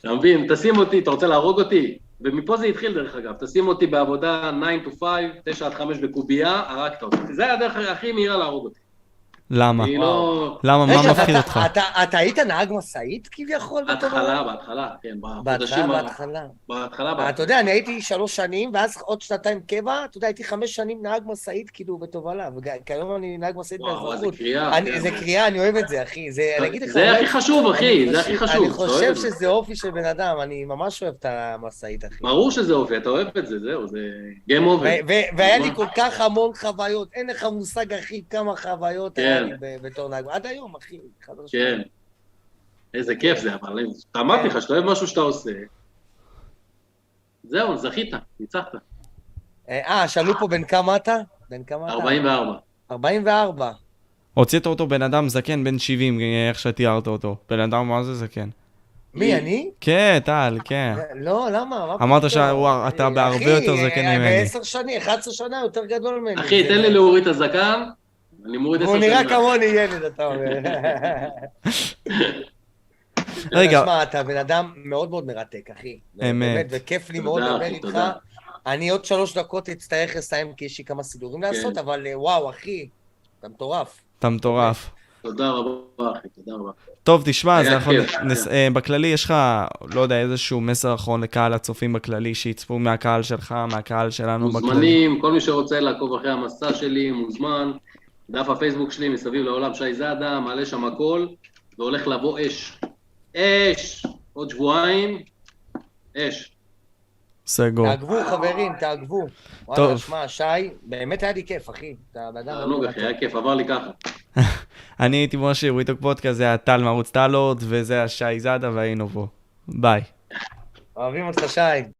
Speaker 3: אתה מבין? תשים אותי, אתה רוצה להרוג אותי? ומפה זה התחיל דרך אגב, תשים אותי בעבודה 9 to 5, 9 עד 5 בקובייה, הרגת אותי. זה הדרך הכי מהירה להרוג אותי.
Speaker 1: למה?
Speaker 3: אני לא...
Speaker 1: למה? מה
Speaker 2: רגע,
Speaker 1: מפחיד
Speaker 2: ואתה-
Speaker 1: אותך?
Speaker 2: אתה- אתה היית נהג משאית כביכול? בתור-
Speaker 3: בהתחלה, בהתחלה, כן,
Speaker 2: בהתחלה,
Speaker 3: בחודשים, ה-
Speaker 2: בהתחלה.
Speaker 3: בהתחלה,
Speaker 2: אה, אתה
Speaker 3: בהתחלה,
Speaker 2: יודע, אני הייתי שלוש שנים, ואז עוד שנתיים קבע, אתה יודע, הייתי חמש שנים נהג משאית, כאילו, בתובלה, וכיום אני נהג משאית
Speaker 3: וואו, איזה
Speaker 2: באזרחות.
Speaker 3: קריאה,
Speaker 2: אני-
Speaker 3: כן,
Speaker 2: זה
Speaker 3: אבל-
Speaker 2: קריאה, אני אוהב את זה, אחי. זה, אני אגיד לך...
Speaker 3: זה
Speaker 2: אולי-
Speaker 3: הכי חשוב, אחי,
Speaker 2: אני
Speaker 3: זה הכי
Speaker 2: חושב-
Speaker 3: חשוב,
Speaker 2: אני
Speaker 3: אתה אוהב
Speaker 2: חושב
Speaker 3: את זה.
Speaker 2: שזה אופי של בן אדם, אני ממש אוהב את המשאית, אחי.
Speaker 3: ברור שזה אופי, אתה אוהב את זה, זהו, זה Game over.
Speaker 2: ו- ו- והיה לי כל כך המון חוויות, אין לך מושג, אחי, כמה חוויות
Speaker 3: כן.
Speaker 2: היה לי ב- בתור נהג, עד היום, אחי. חד משמעית.
Speaker 3: כן. איזה כיף זה, אבל אני- אמרתי
Speaker 2: כן.
Speaker 3: לך, שאתה אוהב משהו שאתה עושה, זהו, זכית, ניצחת.
Speaker 2: אה, שאלו פה בן כמה אתה? בן כמה אתה?
Speaker 3: 44.
Speaker 2: 44.
Speaker 1: הוצאת אותו בן אדם זקן בן 70, איך שתיארת אותו. בן אדם מה זה זקן?
Speaker 2: מי, אני?
Speaker 1: כן, טל, כן.
Speaker 2: לא, למה? מה
Speaker 1: אמרת
Speaker 2: פתאום?
Speaker 1: שהוא- אתה
Speaker 2: אה,
Speaker 1: בהרבה
Speaker 2: אחי,
Speaker 1: יותר זקן
Speaker 2: אה,
Speaker 1: ממני.
Speaker 2: בעשר שנים, 11 שנה יותר גדול ממני.
Speaker 3: אחי,
Speaker 2: זה- לא-
Speaker 3: תן לי להוריד את הזקן, אני מוריד עשר
Speaker 2: הוא
Speaker 3: שנים.
Speaker 2: כן, נראה כמוני ילד, אתה אומר.
Speaker 1: רגע,
Speaker 2: תשמע, אתה בן אדם מאוד מאוד מרתק, אחי.
Speaker 1: אמת.
Speaker 2: באמת, וכיף לי מאוד
Speaker 3: תודה,
Speaker 2: לדבר
Speaker 3: אחי,
Speaker 2: איתך.
Speaker 3: תודה.
Speaker 2: אני עוד שלוש דקות אצטרך לסיים, כי יש לי כמה סידורים
Speaker 3: כן.
Speaker 2: לעשות, אבל אה, וואו, אחי, אתה מטורף.
Speaker 1: אתה מטורף.
Speaker 3: תודה רבה, אחי, תודה רבה.
Speaker 1: טוב, תשמע, אז
Speaker 3: היה
Speaker 1: אנחנו...
Speaker 3: כיף.
Speaker 1: נס... אה, בכללי יש לך, לא יודע, איזשהו מסר אחרון לקהל הצופים בכללי, שיצפו מהקהל שלך, מהקהל שלנו בכללי.
Speaker 3: מוזמנים, כל מי שרוצה לעקוב אחרי המסע שלי, מוזמן. דף הפייסבוק שלי מסביב לעולם, שי זאדה, מעלה שם הכל, והולך לבוא אש. אש! עוד שבועיים, אש.
Speaker 1: סגור.
Speaker 2: תעגבו, חברים, תעגבו.
Speaker 1: טוב.
Speaker 2: וואלה, שמע, שי, באמת היה לי כיף, אחי. אתה בן אדם... מאוד
Speaker 3: תענוג,
Speaker 2: מרתק.
Speaker 3: אחי, היה אה, לא, כיף, עבר לי ככה.
Speaker 1: אני הייתי משה, וויטוק פודקאסט, זה היה טל מערוץ טלורד, וזה השי זאדה, והיינו פה. ביי.
Speaker 2: אוהבים אותך, שי.